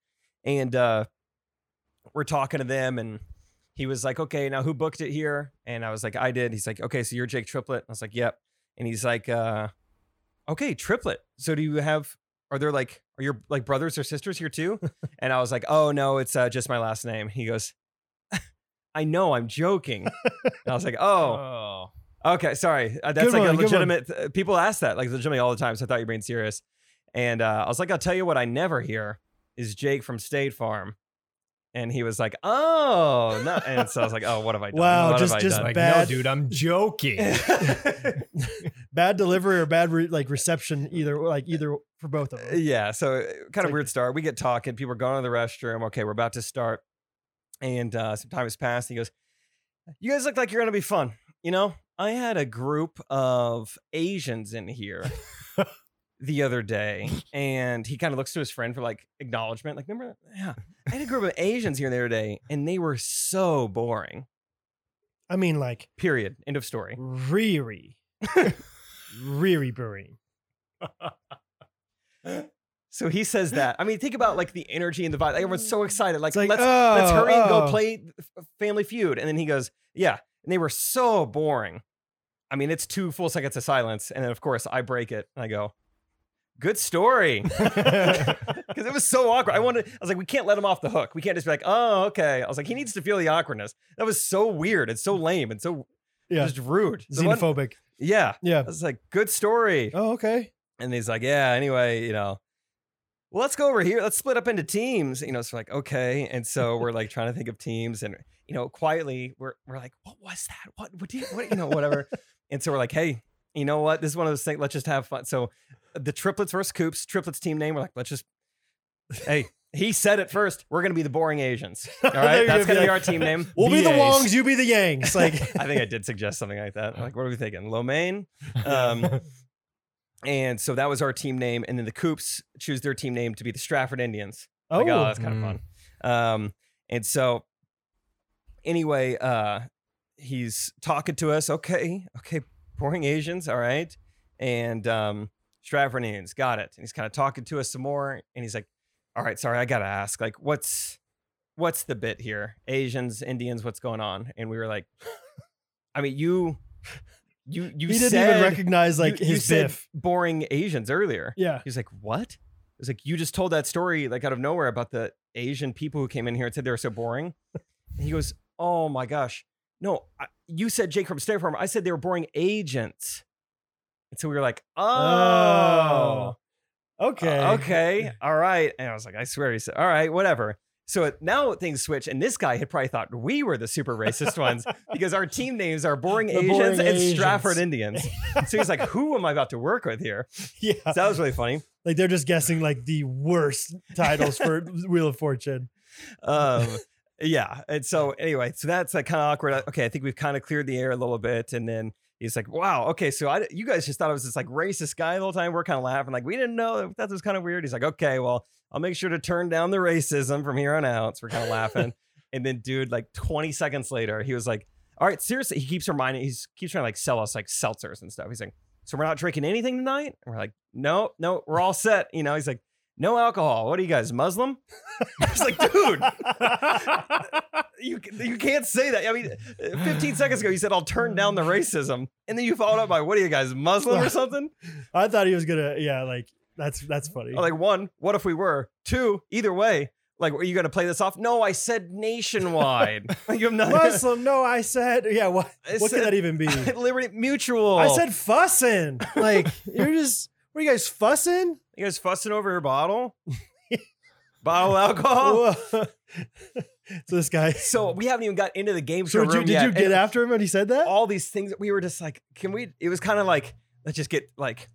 and uh we're talking to them and he was like okay now who booked it here and i was like i did he's like okay so you're jake triplet i was like yep and he's like uh okay, triplet. So do you have? Are there like are your like brothers or sisters here too? and I was like, oh no, it's uh, just my last name. He goes, (laughs) I know, I'm joking. and I was like, oh,
Oh.
okay, sorry. Uh, that's
Good
like
one,
a
good one.
legitimate. uh, people ask that like legitimately all the time. So I thought you were being serious. And uh, I was like, I'll tell you what I never hear is Jake from State Farm. And he was like, oh, no. And so I was like, oh, what have I done?
Wow,
What have
just-
I
just
done?
Like,
Bad.
no, dude, I'm joking. (laughs)
(laughs) bad delivery or bad re- like reception either like either for both of them
yeah so uh, kind of
like-
weird start we get talking people are going to the restroom okay we're about to start and uh some time has passed and he goes you guys look like you're gonna be fun you know i had a group of asians in
(laughs)
here the other day and he kind of looks to his friend for like acknowledgement like remember that? yeah i had a group of asians here the other day and they were so boring
i mean like
period end of story (laughs)
reary reary brewing
so he says that i mean think about like the energy and the vibe like, everyone's so excited like,
it's like
let's
oh,
let's hurry and go
oh.
play F- Family Feud. And then he goes, yeah. And they were so boring. I mean, it's two full seconds of silence. And then, of course, I break it and I go, good
(laughs)
story. Because it was so awkward. I wanted, I was like, we can't let him off the hook. We can't just be like, oh, okay. I was like, he needs to feel the awkwardness. That was so weird and so lame and so
yeah
just rude. The one-
xenophobic
yeah.
yeah
I was like, good story.
oh okay
And he's like, yeah, anyway, you know, well, let's go over here. Let's split up into teams. You know, it's like, okay. And so we're like trying to think of teams and, you know, quietly we're, we're like, what was that? What, what, do you, what, you know, whatever. and so we're like, hey, you know what? This is one of those things. Let's just have fun. So the triplets versus coops, triplets team name. We're like, let's just, hey, he said it first. We're going to be the boring
(laughs)
Asians. All
They're
right.
gonna
That's
be
going to be
like,
our team name.
we'll be the
VAs.
wongs you be
(laughs)
the yangs like
I think I did suggest something like that. Like, what are we thinking? Lo mein? Um, and so that was our team name. And then the Coops choose their team name to be the Stratford Indians.
oh
Like, oh, that's kind of
Mm.
fun. Um, and so anyway, uh, he's talking to us. Okay, okay, boring Asians. All right. And um, Stratford Indians, got it. And he's kind of talking to us some more. And he's like, all right, sorry, I got to ask, like, what's what's the bit here? Asians, Indians, what's going on? And we were like, I mean, you, you, you
he didn't
said,
even recognize like
you, you
his
said
biff
boring Asians earlier.
yeah
He's like, what? I was like, you just told that story like out of nowhere about the Asian people who came in here and said they were so boring. And he goes, oh my gosh, no, I, you said Jake from State Farm. I said they were boring agents. And so we were like, oh,
okay
uh, okay, all right. And I was like, I swear he said, all right, whatever. So it, now things switch, and this guy had probably thought we were the super racist ones because our team names are boring
The
Asians
boring
and
Asians.
Stratford Indians. So he's like, who am I about to work with here?
(laughs) yeah
So that was really funny.
like they're just guessing like the worst
(laughs)
titles for wheel of fortune
um yeah and so anyway so that's like kind of awkward I- okay i think we've kind of cleared the air a little bit and then he's like wow okay so i you guys just thought i was this like racist guy the whole time we're kind of laughing like we didn't know that was kind of weird he's like okay well i'll make sure to turn down the racism from here on out so we're kind of laughing and then dude like 20 seconds later he was like all right seriously he keeps reminding he's keeps trying to like sell us like seltzers and stuff he's like so we're not drinking anything tonight and we're like no no we're all set you know he's like no alcohol what are you guys muslim (laughs) i was like dude you you can't say that. I mean, 15 seconds ago you said I'll turn down the racism, and then you followed up by what are you guys Muslim or something?
i thought he was gonna yeah like that's that's funny
Or like (laughs) one, what if we were two? Either way, like are you going to play this off? No, I said nationwide.
(laughs)
Like, you have nothing.
Muslim, no, I said, yeah, what,
(laughs) I
what could
said-
that even
(laughs)
be?
Liberty Mutual.
I said
(laughs)
fussing. Like, you're just, what are you guys fussing?
you guys fussing over your bottle,
(laughs)
bottle of alcohol.
Whoa. (laughs) so this guy,
So we haven't even got into the game show
so did you,
room
did
yet,
you get
and
after him when he said that?
all these things that we were just like, can we? It was kind of like, let's just get like,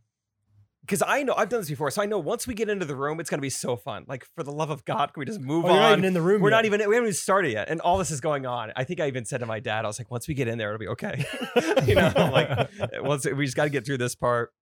because I know I've done this before, so I know once we get into the room, it's gonna be so fun. Like for the love of God, can we just move
Oh, you're
on?
not even in the room.
we're
yet.
not even we haven't even started yet, and all this is going on. I think I even said to my dad, I was like, once we get in there, it'll be okay. (laughs)
(laughs)
you know, like once we just got to get through this part.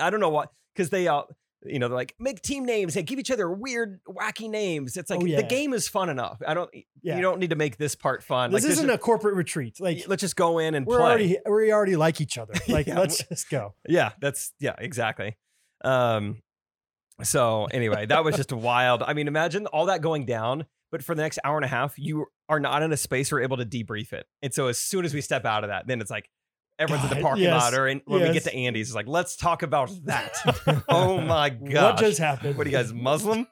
I don't know why, because they all. You know, they're like, make team names and give each other weird, wacky names. It's like
Oh, yeah.
the game is fun enough. I don't,
Yeah.
you don't need to make this part fun.
This
like,
isn't a corporate retreat. Like,
let's just go in and
we're
play.
already, we already like each
(laughs)
other. Like,
Yeah.
let's just go.
Yeah, that's yeah, exactly. Um, so anyway, that was just wild. I mean, imagine all that going down, but for the next hour and a half, you are not in a space where you're able to debrief it. And so as soon as we step out of that, then it's like Everyone's at the
God,
parking
yes,
lot, or in, when we get
yes.
to Andy's, it's like, let's talk about
(laughs)
that. oh my
What
gosh.
just happened?
What are you guys, Muslim?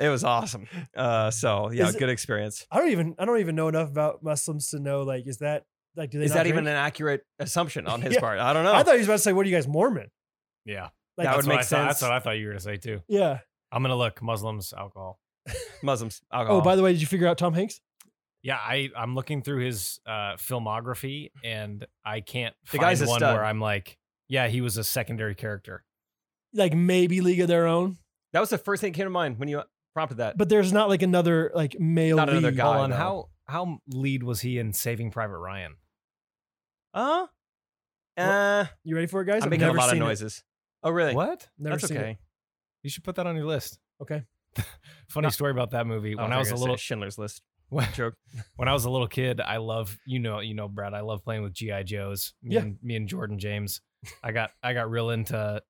It was awesome. Uh, so yeah,
Is it-
good experience.
I don't even I don't even know enough about Muslims to know like is that like do they
Is
not
that
drink?
even an accurate assumption on his
Yeah.
part? I don't know.
I thought he was about to say, "What are you guys Mormon?"
yeah,
That
Like,
that's
would
what
make
I thought-
sense.
That's what I thought you were gonna say too.
yeah.
I'm gonna look Muslims alcohol.
Muslims, alcohol.
Oh, by the way, did you figure out Tom Hanks?
Yeah, I I'm looking through his uh, filmography and I can't
The
find
guy's a
one
stud.
where I'm like, yeah, he was a secondary character.
Like maybe League of Their Own,
that was the first thing that came to mind when you prompted that.
but there's not like another like male.
Not another
lead.
guy.
Hold
I
on,
know.
how how lead was he in Saving Private Ryan?
Uh, uh,
You ready for it, guys?
I'm
I've
making a
never
lot of
seen it.
noises. Oh really?
What?
Never
That's
seen
okay.
It.
You should put that on your list. (laughs)
Okay.
Funny story about that movie.
Oh,
When I
thought
was
you
a
were gonna
little
say Schindler's List
(laughs) when,
(laughs) joke.
when I was a little kid, I love you know you know Brad. I love playing with GI Joes. Me
Yeah.
and me and Jordan James. I got I got real into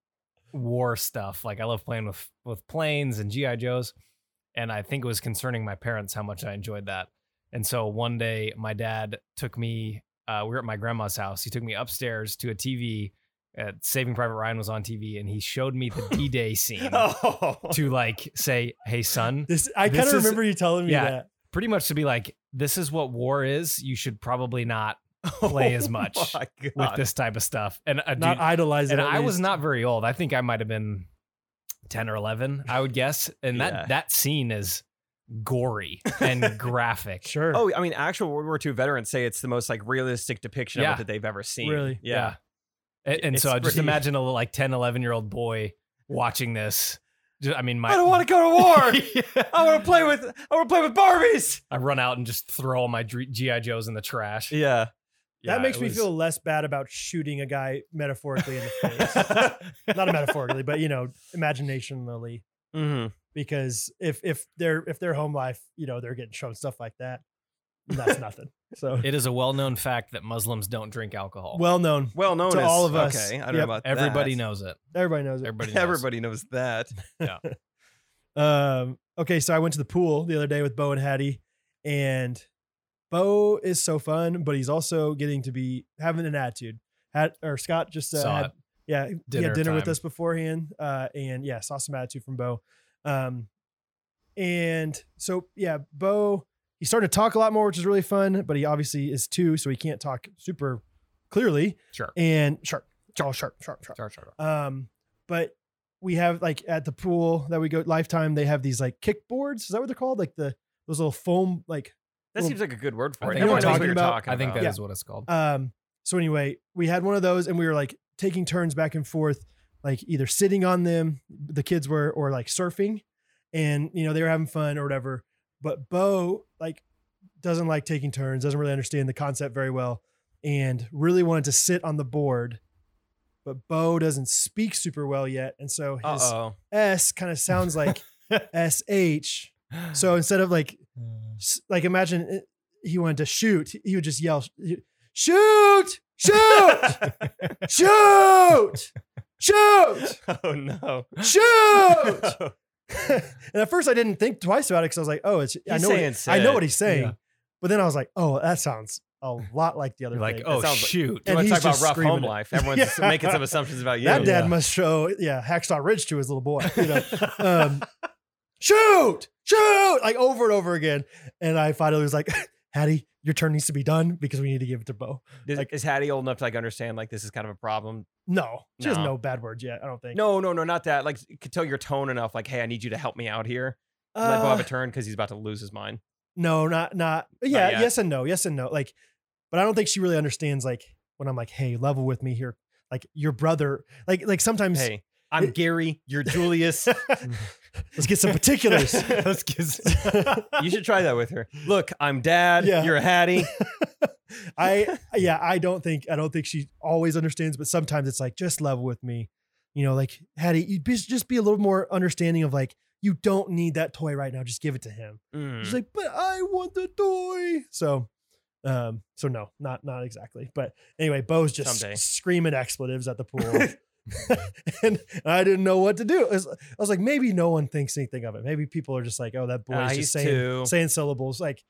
war stuff. Like I love playing with with planes and GI Joes. And I think it was concerning my parents how much I enjoyed that. And so one day my dad took me. Uh, we were at my grandma's house. He took me upstairs to a TV. Uh, Saving Private Ryan was on TV, and he showed me the D-Day scene
Oh,
to like say, "Hey, son,
This I
This
kind of
is-
remember you telling me
yeah.
that.
pretty much to be like, this is what war is. You should probably not play as
(laughs)
much
my
with
God.
this type of stuff. And uh,
Not
dude,
idolize it.
and
at
I was
least.
not very old. I think I might have been ten or eleven, I would guess. And that
Yeah.
that scene is gory and graphic.
sure.
Oh, I mean, actual World War II veterans say it's the most like realistic depiction of
Yeah.
it that they've ever seen.
Really?
Yeah.
A- And,
It's
so I just
pretty-
imagine a little, like 10, 11 year old boy watching this. Ju- I mean, my
I don't
(laughs)
want to go to war. I
I,
want to play with. I want to play with Barbies.
run out and just throw all my dr- GI Joes in the trash.
Yeah. (laughs)
that
Yeah,
makes
it
me
was-
feel less bad about shooting a guy metaphorically in the face.
(laughs)
not metaphorically, but you know, imaginationally.
hmm
Because if if their if their home life, you know, they're getting shown stuff like that, that's nothing.
(laughs)
So
(laughs) It is a well-known fact that Muslims don't drink alcohol.
well known.
Well known
To
as-
all of us.
Okay, I don't know
Yep.
about that.
everybody knows it.
Everybody knows
(laughs)
it.
Everybody knows.
Everybody knows that.
Um, okay, so I went to the pool the other day with Bo and Hattie, and Bo is so fun, but he's also getting to be having an attitude. Hat or Scott just uh,
Saw
had,
it.
yeah, he had
Dinner
dinner with
time.
us beforehand, uh, and yeah, saw some attitude from Bo. Um, and so yeah, Bo he started to talk a lot more, which is really fun, but he obviously is two, so he can't talk super clearly.
Sure.
And sharp, all sharp, sharp, sharp.
Char, char, char.
Um, but we have like at the pool that we go lifetime, they have these like kickboards. Is that what they're called? Like the those little foam like
That
Well,
seems like a good word for
I
it.
think
Everyone
that's
knows
what
what you're
you're talking
talking
I think that
about.
is
Yeah.
what it's called.
um so anyway, we had one of those and we were like taking turns back and forth, like either sitting on them, the kids were, or like surfing, and you know, they were having fun or whatever. But Bo like doesn't like taking turns, doesn't really understand the concept very well, and really wanted to sit on the board. But Bo doesn't speak super well yet. And so his
Uh oh.
S kind of sounds
(laughs)
like SH. So instead of like, s- like imagine it- he wanted to shoot, he would just yell, shoot, shoot,
(laughs)
(laughs)
shoot, shoot,
(laughs)
Oh no. (laughs)
shoot. (laughs) and at first I didn't think twice about it because I was like, oh, it's, I
He's
know,
saying
what, I know
said.
what he's saying.
Yeah.
But then I was like, oh, that sounds a lot like the other
You're like,
thing.
oh
sounds like-
shoot!
You
And
want to talk
he's
about
just
rough
screaming
home
it.
life? Everyone's
(laughs)
just
Yeah.
making some assumptions about you.
that dad
Yeah.
must show, yeah, Hacksaw Ridge to his little boy,
(laughs)
you (laughs)
(laughs)
know. um, shoot, shoot, like over and over again. And I finally was like, (laughs) Hattie, your turn needs to be done because we need to give it to Bo.
Is,
like-
is Hattie old enough to like understand like this is kind of a problem?
No, she doesn't
No.
know bad words yet. I don't think.
No, no, no, not that. Like, you could tell your tone enough. Like, hey, I need you to help me out here. Let Bo
Uh,
have a turn because he's about to lose his mind.
no, not not. Yeah,
yet.
yes and no, yes and no. Like, but I don't think she really understands. Like when I'm like, hey, level with me here. Like your brother. Like like sometimes. (laughs)
Hey, I'm Gary. You're Julius.
Let's get
(laughs)
some particulars. (laughs)
Let's get-
you should try that with her. Look, I'm Dad.
Yeah.
You're
(laughs)
Hattie.
I yeah, I don't think I don't think she always understands, but sometimes it's like just level with me, you know, like Hattie, you be, just be a little more understanding of like you don't need that toy right now, just give it to him.
Mm.
She's like, but I want the toy. So, um, so no, not not exactly. But anyway, Bo's just
Someday.
screaming expletives at the pool.
(laughs)
(laughs) and I didn't know what to do. I was, I was like, maybe no one thinks anything of it. Maybe people are just like, oh, that boy's
Ah,
just
he's (laughs)
saying
two.
saying syllables. Like,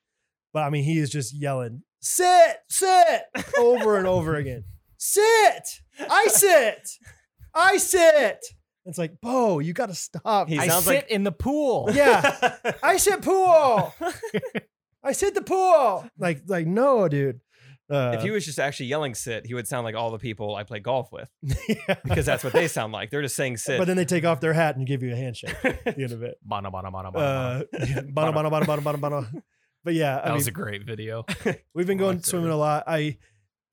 But I mean, he is just yelling, sit, sit, over and over again. Sit, I sit, I sit. It's like, Bo, you got to stop.
He
I
sounds
sit
like-
in the pool.
yeah, I sit pool. I sit the pool. Like, like no, dude. Uh, (laughs)
if he was just actually yelling sit, he would sound like all the people I play golf with because that's what they sound like. They're just saying sit.
but then they take off their hat and give you a handshake at the end of it.
(laughs) (laughs) Bana, bana, bana,
Uh,
bana, bana.
(laughs) yeah, bono, bono, bono, bono, bono, bono. But yeah,
that
I mean,
was a great video.
we've been
I
going
liked it.
swimming a lot. I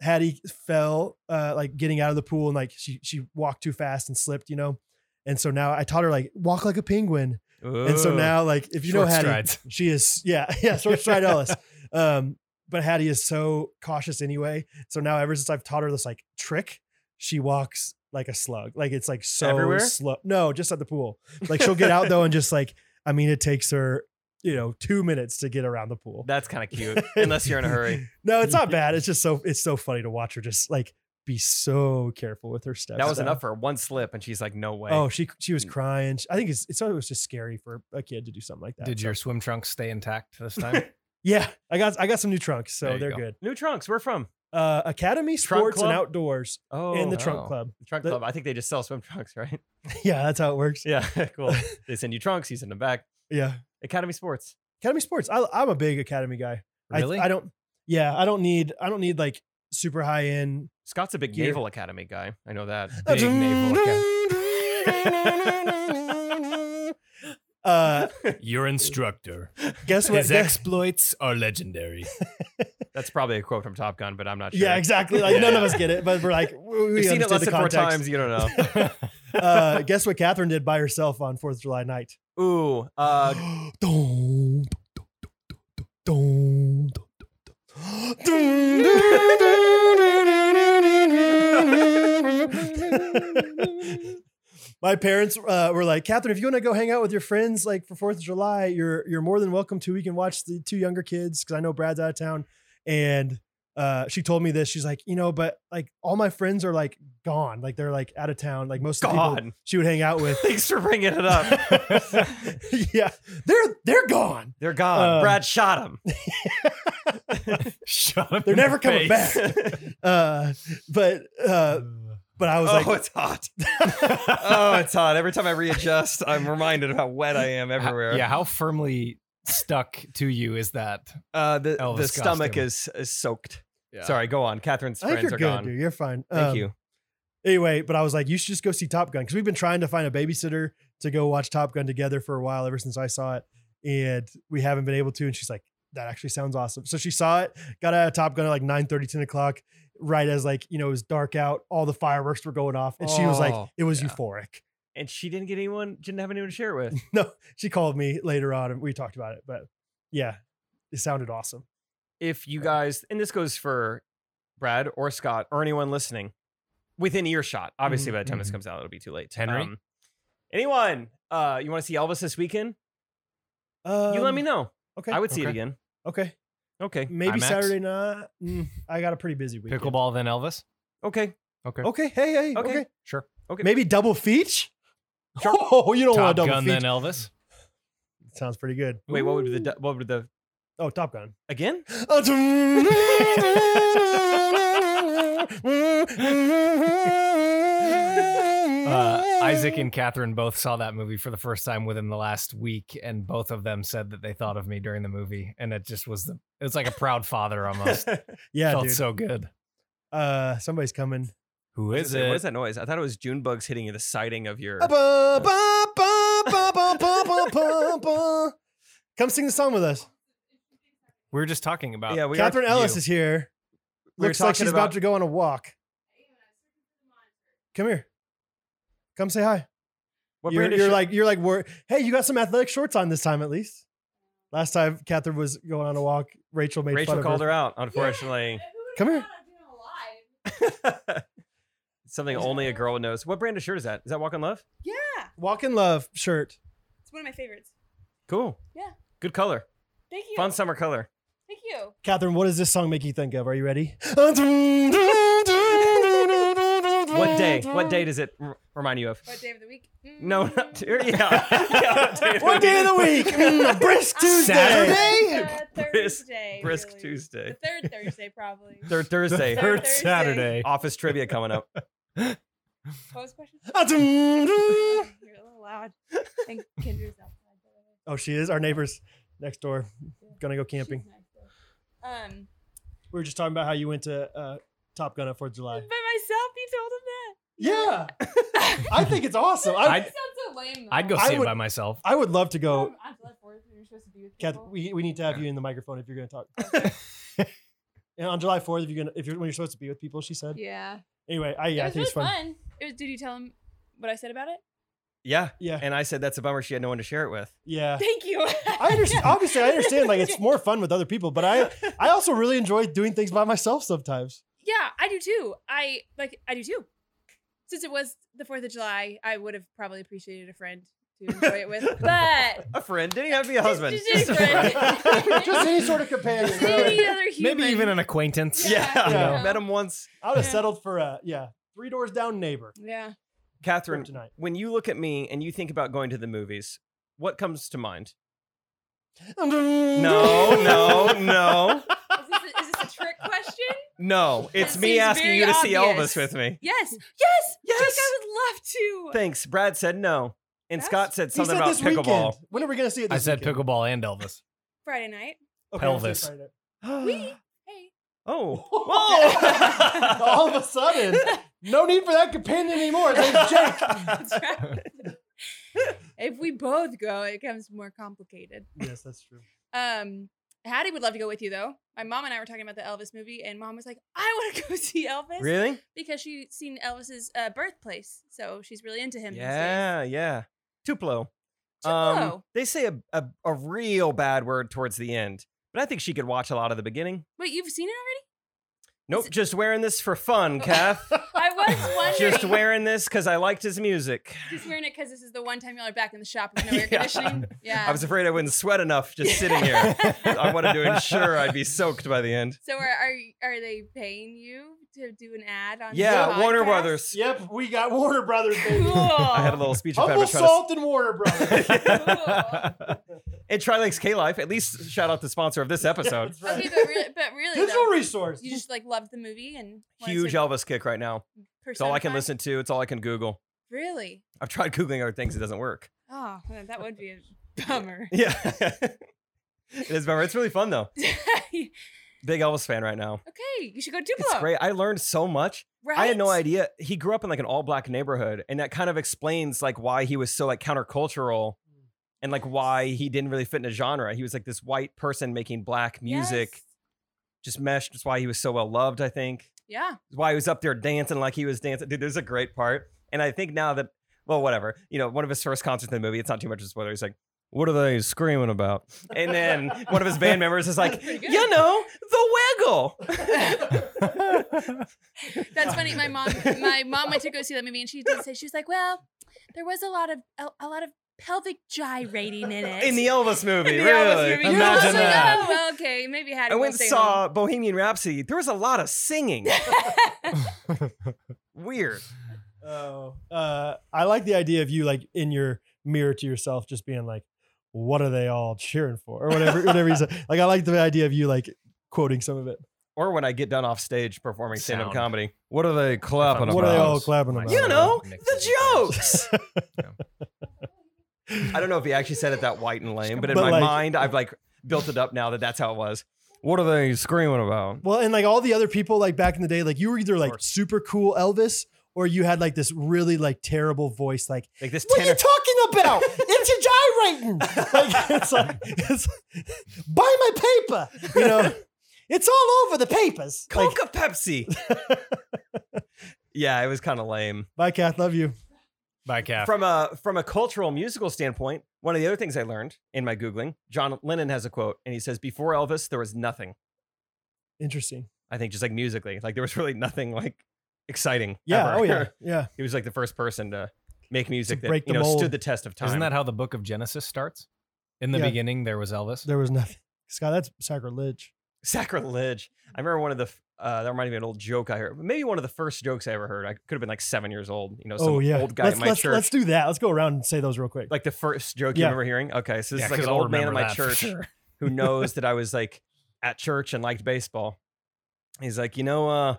Hattie fell uh, like getting out of the pool and like she she walked too fast and slipped, you know. And so now I taught her like walk like a penguin. And so
Ooh.
now like if you know
Short
Hattie,
strides.
she is yeah (laughs) yeah short stride Ellis. Um, but Hattie is so cautious anyway. So now ever since I've taught her this like trick, she walks like a slug. Like it's like so
Everywhere?
slow. No, just at the pool. Like she'll get out though and just like I mean it takes her you know two minutes to get around the pool.
that's kind of cute,
(laughs)
unless you're in a hurry.
No, it's not bad.
(laughs)
It's just so it's so funny to watch her just like be so careful with her steps.
That was
now.
enough for her. one slip, and she's like, no way.
Oh, she she
Mm.
was crying. I think it's, it's it was just scary for a kid to do something like that.
Did
so-
your swim trunks stay intact
(laughs)
this time?
Yeah, I got I got some new trunks, so
There you
they're
go.
good.
New trunks. Where from?
Uh, Academy
Trunk
Sports and
Club?
Outdoors
Oh,
and the Trunk
oh.
Club. (laughs)
the trunk
the-
club. I think they just sell swim trunks, right?
(laughs) Yeah, (laughs) that's how it works.
Yeah, cool. (laughs) they send you trunks. You send them back.
Yeah,
Academy Sports.
Academy Sports. I, I'm a big Academy guy. I-
really?
I, don't. Yeah, I don't need I don't need like super high end.
Scott's a big
Gear.
Naval Academy guy. I know that.
Big naval
(laughs) Uh,
Your instructor. (laughs)
guess what? guess-
exploits are (laughs) legendary.
That's probably a quote from Top Gun, but I'm not sure.
Yeah, exactly. Like
Yeah.
none of us get it, but we're like we, we
You've seen it
understood
less than four
the context.
times. You don't know.
(laughs) uh, guess what Catherine did by herself on Fourth of July night?
Ooh, uh,
(laughs) Dun, dun, dun, dun, dun, dun, dun. (laughs) My parents uh, were like, Catherine, if you want to go hang out with your friends like for Fourth of July, you're you're more than welcome to. We can watch the two younger kids because I know Brad's out of town. And uh, she told me this. She's like, you know, but like all my friends are like gone, like they're like out of town. Like most of the people
God.
she would hang
(laughs)
out with
Thanks for bringing it
(laughs)
up.
yeah, they're they're gone.
They're gone.
Um,
Brad shot him.
Shut up.
They're
in the
never coming
face.
back. Uh, but (laughs) uh, but I
(laughs)
was
oh,
like, (laughs)
it's hot. oh, it's hot. Every time I readjust, I'm reminded of how wet I am
How-
everywhere.
yeah, how firmly stuck to you is that?
Uh, the
Elvis
the stomach
costume.
is, is soaked.
Yeah.
Sorry, go on. Catherine's
I think
(laughs) friends are
you're
gone.
good, dude. You're fine.
Thank
Um,
you.
Anyway, but I was like, you should just go see Top Gun because we've been trying to find a babysitter to go watch Top Gun together for a while ever since I saw it, and we haven't been able to. And she's like, that actually sounds awesome. So she saw it, got out of Top Gun at like 9 10 o'clock, right as like you know it was dark out, all the fireworks were going off, and she was like,
Oh,
it was
yeah.
euphoric.
And she didn't get anyone. Didn't have anyone to share it with.
no, she called me later on and we talked about it, but yeah, it sounded awesome.
if you guys, and this goes for Brad or Scott or anyone listening within earshot. Obviously,
Mhm,
by the time this
mhm.
comes out, it'll be too late. Um,
Henry?
anyone, uh, you want to see Elvis this weekend? you let me know.
Um, Okay. Mm.
I would see it
okay.
again.
okay.
Okay.
Maybe
IMAX?
Saturday night. Mm, I got a pretty busy week.
Pickleball then Elvis?
Okay.
Okay.
Okay. Hey, hey. Okay.
Okay.
Sure.
Maybe double feat. (laughs) Oh, you don't want
Top
to double
Gun
feat.
then Elvis?
Sounds pretty good.
Wait, what would be the du- what would the
Oh, Top Gun.
(gasps) again?
Uh, Isaac
(laughs)
and Catherine both saw that movie for the first time within the last week, and both of them said that they thought of me during the movie, and it just was the it was like a proud father almost.
yeah,
Felt
dude.
so good.
uh, somebody's coming.
Who is
What is
it?
that noise? I thought it was June bugs hitting the siding of your.
Come sing the song with us.
We were just talking about. (laughs)
Yeah, we
Catherine
are,
Ellis
you.
is here.
We were
Looks like
talking
she's about,
about-
to go on a walk. Come here. Come say hi.
What
you're
brand is
you're
your-
like you're like wor- hey, you got some athletic shorts on this time at least. Last time Catherine was going on a walk, Rachel made
Rachel
fun
called
of her.
her
(laughs)
out. Unfortunately, (laughs)
Come here.
something only a girl knows. What brand of shirt is that? Is that Walk in Love?
Yeah,
Walk in love shirt.
it's one of my favorites.
Cool.
Yeah.
Good color.
Thank you.
Fun summer color.
Thank you.
Catherine, what does this song make you think of? Are you ready?
What What day? What
(laughs)
day does it r- remind you of?
What day of the week? Mm.
No, (laughs) not yeah. yeah (laughs) what
What day of the
(laughs)
week? Mm, brisk Tuesday.
Saturday? Uh, (laughs)
Brisk-
Thursday.
Brisk
really.
Tuesday.
The third Thursday, probably.
Third Thursday.
(laughs)
Third
Third Saturday.
Office trivia coming up.
What was the question?
Ah-dum-dum.
You're a little loud. Thank Kendra's outside. by the way.
Oh, she is our neighbors next door. Gonna go camping.
She's nice, though. Um,
We were just talking about how you went to uh, Top Gun on Fourth of
by
July.
myself, you told him that.
Yeah, (laughs) I think it's
(laughs)
awesome.
That
I
sounds so lame. Though.
I'd go
I
see
would-
it by myself.
I would love to go.
Um, on July Fourth, when you're supposed to be with
Kath,
people.
we, we need to have you in the microphone if you're gonna talk. And on July Fourth, if you're gonna if you're when you're supposed to be with people, she said.
yeah.
Anyway, I yeah, I
it was
think
really
it's fun.
fun. It was. Did you tell him what I said about it?
Yeah.
Yeah,
And I said that's a bummer. She had no one to share it with.
(laughs) yeah.
Thank you.
I understand. Obviously, I understand. Like it's more fun with other people, but I I also really enjoy doing things by myself sometimes.
(laughs) Yeah, I do too. I like. I do too. Since it was the Fourth of July, I would have probably appreciated a friend to enjoy it with. But
(laughs) A friend didn't have to be a
Just-
husband.
just any
(laughs)
friend.
Just any sort of companion. Really.
any other human,
Maybe even an acquaintance.
(laughs) Yeah.
Yeah.
Yeah.
Met him once.
I would have
Yeah.
settled for a yeah three doors down neighbor
yeah.
for
Catherine,
(laughs)
tonight.
when you look at me and you think about going to the movies, what comes to
(laughs)
mind? No,
No,
no, no,
Is this, a, is this a trick question?
no. It's
That
me
seems
asking
very
you to see
obvious.
Elvis with me.
Yes, yes,
Yes.
Jake, I would love to.
Thanks. Brad said no. And
That's-
Scott said
He
something
said
about
this weekend.
pickleball. (gasps)
When are we gonna see it?
I
This
said
weekend?
pickleball and Elvis.
Friday night.
Okay, we'll see it
Pelvis.
Friday.
We hey.
Oh.
(laughs) Whoa.
(laughs) All of a sudden, no need for that companion anymore. His name's Jake.
(laughs) That's right. if we both go, it becomes more complicated.
Yes, that's true.
Um, Hattie would love to go with you though. My mom and I were talking about the Elvis movie, and mom was like, "I want to go see Elvis
Really?
because she's seen Elvis's uh, birthplace, so she's really into him." these days."
Yeah, yeah. Tuplo.
Tupelo.
they say a, a, a real bad word towards the end, but I think she could watch a lot of the beginning.
Wait, you've seen it
Nope, just wearing this for
(laughs)
fun, Kath. (laughs)
already? I (laughs) was wondering.
just wearing this because I liked his music.
Just wearing it because this is the one time y'all are back in the shop with no air
(laughs) Yeah.
conditioning. Yeah.
I was afraid I wouldn't sweat enough just sitting
(laughs)
here. I wanted to ensure
(laughs)
I'd be soaked by the end.
so are, are are they paying you to do an ad on?
Yeah,
the
Warner
podcast?
Brothers.
Yep, we got Warner Brothers.
(laughs) Cool. (laughs)
Baby.
I had a little speech
Humble
impediment. trying to-
Salt and Warner
(laughs)
Brothers.
(laughs) and Trilex K Life, at least shout out the sponsor of this episode.
That's right.
Okay, but really, but really
Digital
though,
resource.
you just like loved the movie and wanted
Huge
To
Elvis kick right now. It's all I can
personify-
listen to, it's all I can Google.
Really?
I've tried Googling other things, it doesn't work. (laughs)
Oh, well, that would be a bummer. (laughs)
Yeah. it is bummer. It's really fun though.
okay,
Big Elvis fan right now.
you should go Duplo.
It's great. I learned so much.
Right?
I had no idea. He grew up in like an all black neighborhood, and that kind of explains like why he was so like countercultural and like why he didn't really fit in a genre. He was like this white person making black music,
Yes.
just meshed. That's why he was so well loved, I think.
Yeah.
It's why he was up there dancing like he was dancing. Dude, there's a great part. And I think now that, well, whatever, you know, one of his first concerts in the movie, it's not too much of a spoiler. He's like, what are they screaming about? And then one of his band members is like,
(laughs) pretty good.
you know, the
(laughs)
wiggle.
(laughs)
That's funny. My mom,
(laughs)
my mom went to go see that movie, and she did say she was like, "Well, there was a lot of a, a lot of pelvic gyrating in it."
in the Elvis movie,
In the
really.
Elvis movie. (laughs)
Imagine
I was like,
that.
Oh, well, okay, maybe Hattie.
I
will
went and
stay
saw
home.
Bohemian Rhapsody. There was a lot of singing.
(laughs)
Weird.
Oh, uh, I like the idea of you like in your mirror to yourself, just being like, "What are they all cheering for?" or whatever, (laughs) whatever you say. Like, I like the idea of you like quoting some of it.
Or when I get done off stage performing stand-up
Sound.
comedy, what are they clapping
What are they
about?
all clapping about?
You know,
Mix
the
it with
jokes.
(laughs)
I don't know if he actually said it that white and lame, but in
But
my
like-
mind, I've like built it up now that that's how it was. What are they screaming about?
Well, and like all the other people, like back in the day, like you were either like
course.
super cool Elvis, or you had like this really like terrible voice, like
Like this
What are you
tenor.
talking (laughs) about? it's a gyrating. Like, it's like, it's, (laughs) buy my paper. You know, it's all over the papers. Like,
Coca Pepsi. (laughs) yeah, it was kind of lame.
(laughs) bye, Kath. Love you.
Bye, Cap.
From a from a cultural musical standpoint, one of the other things I learned in my googling, John Lennon has a quote, and he says, "Before Elvis, there was nothing."
Interesting.
I think just like musically, like there was really nothing like exciting.
Yeah.
ever.
Oh yeah. Yeah.
(laughs) he was like the first person to make music that
break
you
the
know
mold.
stood the test of time.
Isn't that how the book of Genesis starts? In the
Yeah.
beginning, there was Elvis.
(laughs) There was nothing. Scott, that's sacrilege.
sacrilege. I remember one of the f- Uh, that reminded me of an old joke I heard. Maybe one of the first jokes I ever heard. I could have been like seven years old. You know, some
oh yeah.
old guy
let's,
at my
let's,
church.
let's do that. Let's go around and say those real quick.
like the first joke you
Yeah.
remember hearing. Okay, so this
Yeah,
is like
'cause
an
I'll
old man at
remember
my
that for
church
(laughs)
sure.
who knows that I was like at church and liked baseball. He's like, you know, uh,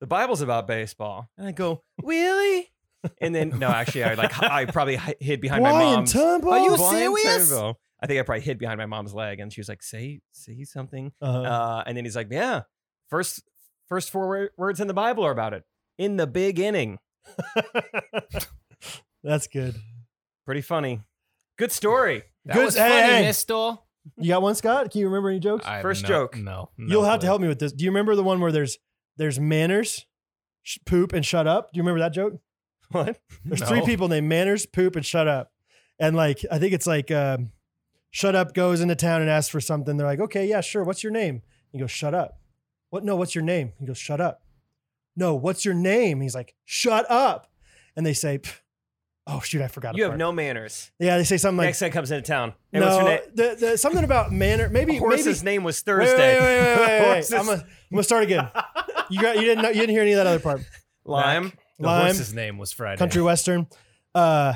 the Bible's about baseball, and I go, really? And then no, actually, I like I probably hi- hid behind my
Brian
mom's.
Turnbull?
Brian Turnbull. I think I probably hid behind my mom's leg, and she was like, say say something.
Uh-huh.
Uh, and then he's like, yeah, first first four wo- words in the Bible are about it. In the beginning, Uh,
(laughs) That's good.
pretty funny, good story.
That
Good-
was
hey,
funny,
hey.
Mistel.
You got one, Scott? Can you remember any jokes?
I have
First
no-
joke.
No, no
You'll have to
clue.
help me with this. Do you remember the one where there's there's manners, sh- poop, and shut up? Do you remember that joke?
(laughs) What?
(laughs) There's
No.
three people named Manners, Poop, and Shut Up. And like, I think it's like, um, Shut Up goes into town and asks for something. They're like, okay, yeah, sure. What's your name? He goes, Shut Up. What? No, what's your name? He goes, Shut Up. No, what's your name? He's like, Shut Up. And they say, "Pff, oh, shoot, I forgot. a
You have
part."
no manners.
Yeah, they say something like,
Next guy comes into town. Hey, what's your
no,
name?
the, the, something about manner. Maybe, maybe
Horse's name was
Wait, wait,
Thursday.
Wait,
(laughs)
wait, wait, wait, wait.
Horses-
I'm, gonna, I'm gonna start again. You got you didn't know, you didn't hear any of that other part.
Lime.
The
Lime.
horse's name was Friday.
Country western. Uh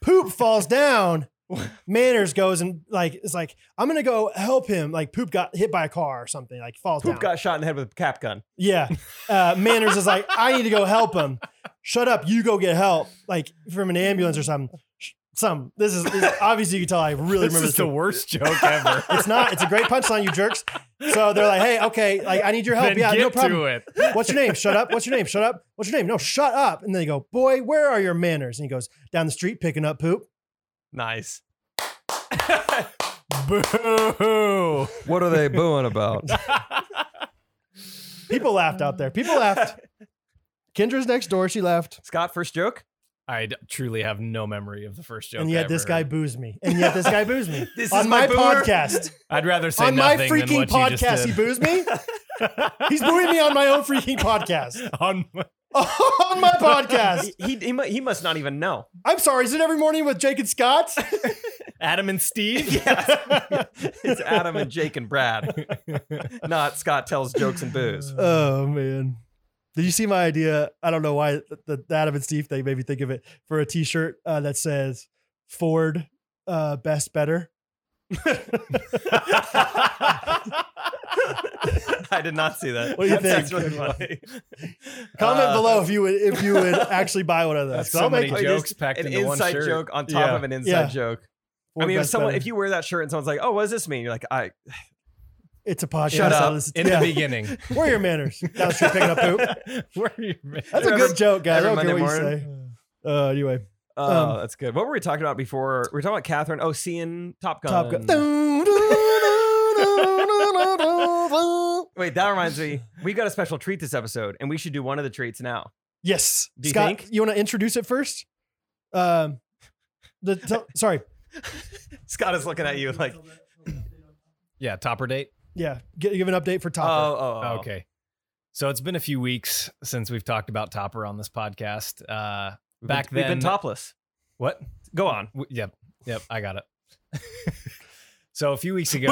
poop falls down. Manners goes and like it's like I'm gonna go help him. Like poop got hit by a car or something. Like falls
Poop
down.
got shot in the head with a cap gun.
yeah. Uh, Manners is like I need to go help him. Shut up. You go get help. Like from an ambulance or something. Sh- Some. This is, this is- obviously you can tell I really
(laughs) This
remember
is
this.
the
joke. (laughs)
worst joke ever.
it's not. It's a great punchline, you jerks. So they're like, hey, okay, like I need your help.
Then
yeah,
get
no problem.
to it. (laughs)
What's your name? Shut up. What's your name? Shut up. What's your name? No, shut up. And they go, Boy, where are your manners? And he goes, Down the street picking up poop.
Nice.
Boo!
What are (laughs) they booing about?
People laughed out there. People (laughs) laughed. Kendra's next door. She laughed.
Scott, first joke.
(laughs) I d- truly have no memory of the first joke.
and
I
yet
ever
this guy
heard.
boos me. And yet this guy boos
(laughs)
me.
This
On
is my booer.
podcast.
I'd rather say
on my
nothing than
freaking
what you just
podcast, he
did.
boos me.
(laughs)
He's booing me on my own freaking podcast. (laughs)
on
on
(laughs)
my podcast.
He, he, he, mu- he must not even know.
I'm sorry. Is it every morning with Jake and Scott?
Adam and (laughs) Steve.
Yes. it's Adam and Jake and
(laughs)
Brad, not Scott tells jokes and booze.
Oh man. Did you see my idea? I don't know why the, the the Adam and Steve thing made me think of it for a T-shirt uh, that says Ford uh, best better.
I did not see that.
What do you
That's
think?
really funny.
Comment
Uh,
below if you would if
(laughs)
you would actually buy one of those.
That's
'cause
so many
it.
Wait,
jokes packed
An
into one
inside
shirt.
joke on top
Yeah.
of an inside
Yeah.
joke. I
Ford
mean, if
Best
someone,
Better.
if you wear that shirt and someone's like, "Oh, what is this mean?" You're like, "I."
it's a podcast.
Shut
I'll
up.
listen to-
In
yeah.
the beginning.
Where are
(laughs)
your manners? Down the street picking up poop.
(laughs) Where are you? man?
That's a
Every-
good joke, guys. I
every
don't care what
Monday
you say. Uh, anyway,
Oh,
Um,
that's good. What were we talking about before? We were talking about Catherine. Oh, seeing Top Gun.
Top (laughs) Gun.
Wait, that reminds me. We got a special treat this episode, and we should do one of the treats now. (laughs)
Yes,
Do you
Scott,
think?
you want to introduce it first? Um, the tell sorry,
Scott is looking at you like,
Yeah, topper date.
Yeah, gi- give an update for
"Oh,
Topper.
oh, oh.
Okay. So it's been a few weeks since we've talked about Topper on this podcast. Uh,
We've
Back
been, we've
then-
been topless.
what?
Go on.
W- Yep. Yep. I got it. (laughs) so a few weeks (laughs) ago,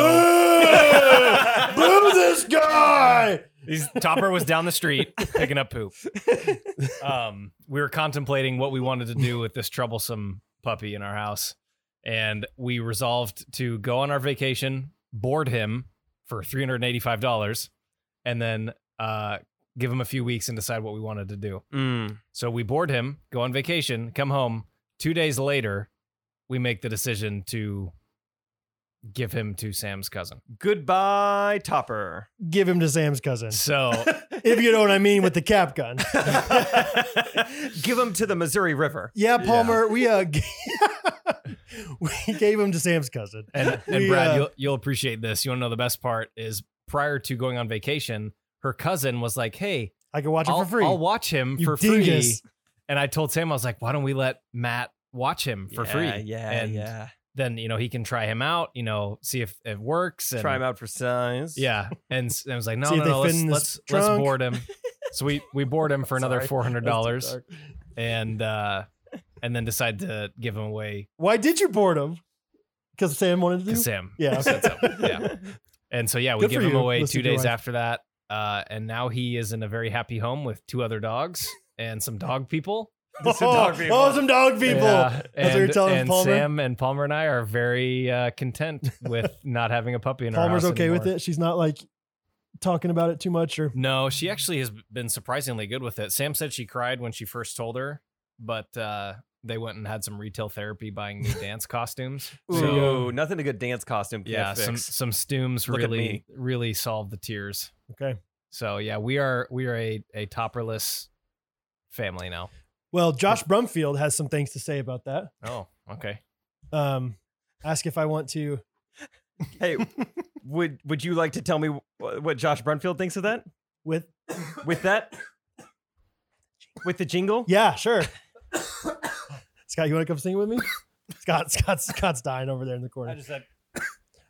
(laughs)
Boo! Boo this guy!
these, Topper was down the street picking up poop. Um, we were contemplating what we wanted to do with this troublesome puppy in our house. And we resolved to go on our vacation, board him for $385, and then uh, give him a few weeks and decide what we wanted to do.
Mm.
So we board him, go on vacation, come home. Two days later, we make the decision to give him to Sam's cousin.
Goodbye,
(laughs)
Topper.
Give him to Sam's cousin.
So
If you know what I mean with the cap gun.
Give him to the Missouri River.
Yeah, Palmer, we uh (laughs) g- we gave him to Sam's cousin.
and,
(laughs)
and
We,
Brad,
uh,
you'll, you'll appreciate this. You want to know the best part is prior to going on vacation, her cousin was like, "Hey,
I can watch
I'll,
it for free.
I'll watch him
You
for
dingus.
free." And I told Sam, I was like, "Why don't we let Matt watch him for
Yeah,
free?
Yeah,
and
yeah.
Then you know he can try him out. You know, see if it works. And
Try him out for size.
Yeah, and, s- and I
(laughs)
was like, no,
See if
no,
they
no,
fit
let's
in this
let's, let's
trunk." (laughs)
board him. So we we board him for another
Sorry.
four hundred
That's
dollars,
too dark.
and uh, and then decide to give him away
Why did you board him? Because Sam wanted to
to
do
Sam.
Yeah. (laughs)
Said so. yeah. And so yeah, we
Good
give
for
him
you,
away
listen
two
to your
days
wife.
after that. Uh, and now he is in a very happy home with two other dogs and some dog people.
Some dog people.
Oh, some dog people.
Yeah,
That's what you're telling
and
Palmer?
Sam and Palmer and I are very uh,
(laughs)
content with not having a puppy in
Palmer's
our house
okay with
anymore.
it. She's not like talking about it too much or
No, she actually has been surprisingly good with it. Sam said she cried when she first told her, but uh, they went and had some retail therapy buying
(laughs)
new dance costumes.
Ooh, nothing a good dance costume can
um, Yeah, some
fix.
some stooms
Look at
really
me.
really solved the tears.
okay.
So yeah, we are we are a a topperless family now.
Well, Josh Brumfield has some things to say about that.
Oh, okay.
Um, ask if I want to.
hey, would would you like to tell me wh- what Josh Brunfield thinks of that?
With
With that, with the jingle?
yeah, sure. Scott, you want to come sing with me? Scott, Scott, Scott's dying over there in the corner.
just said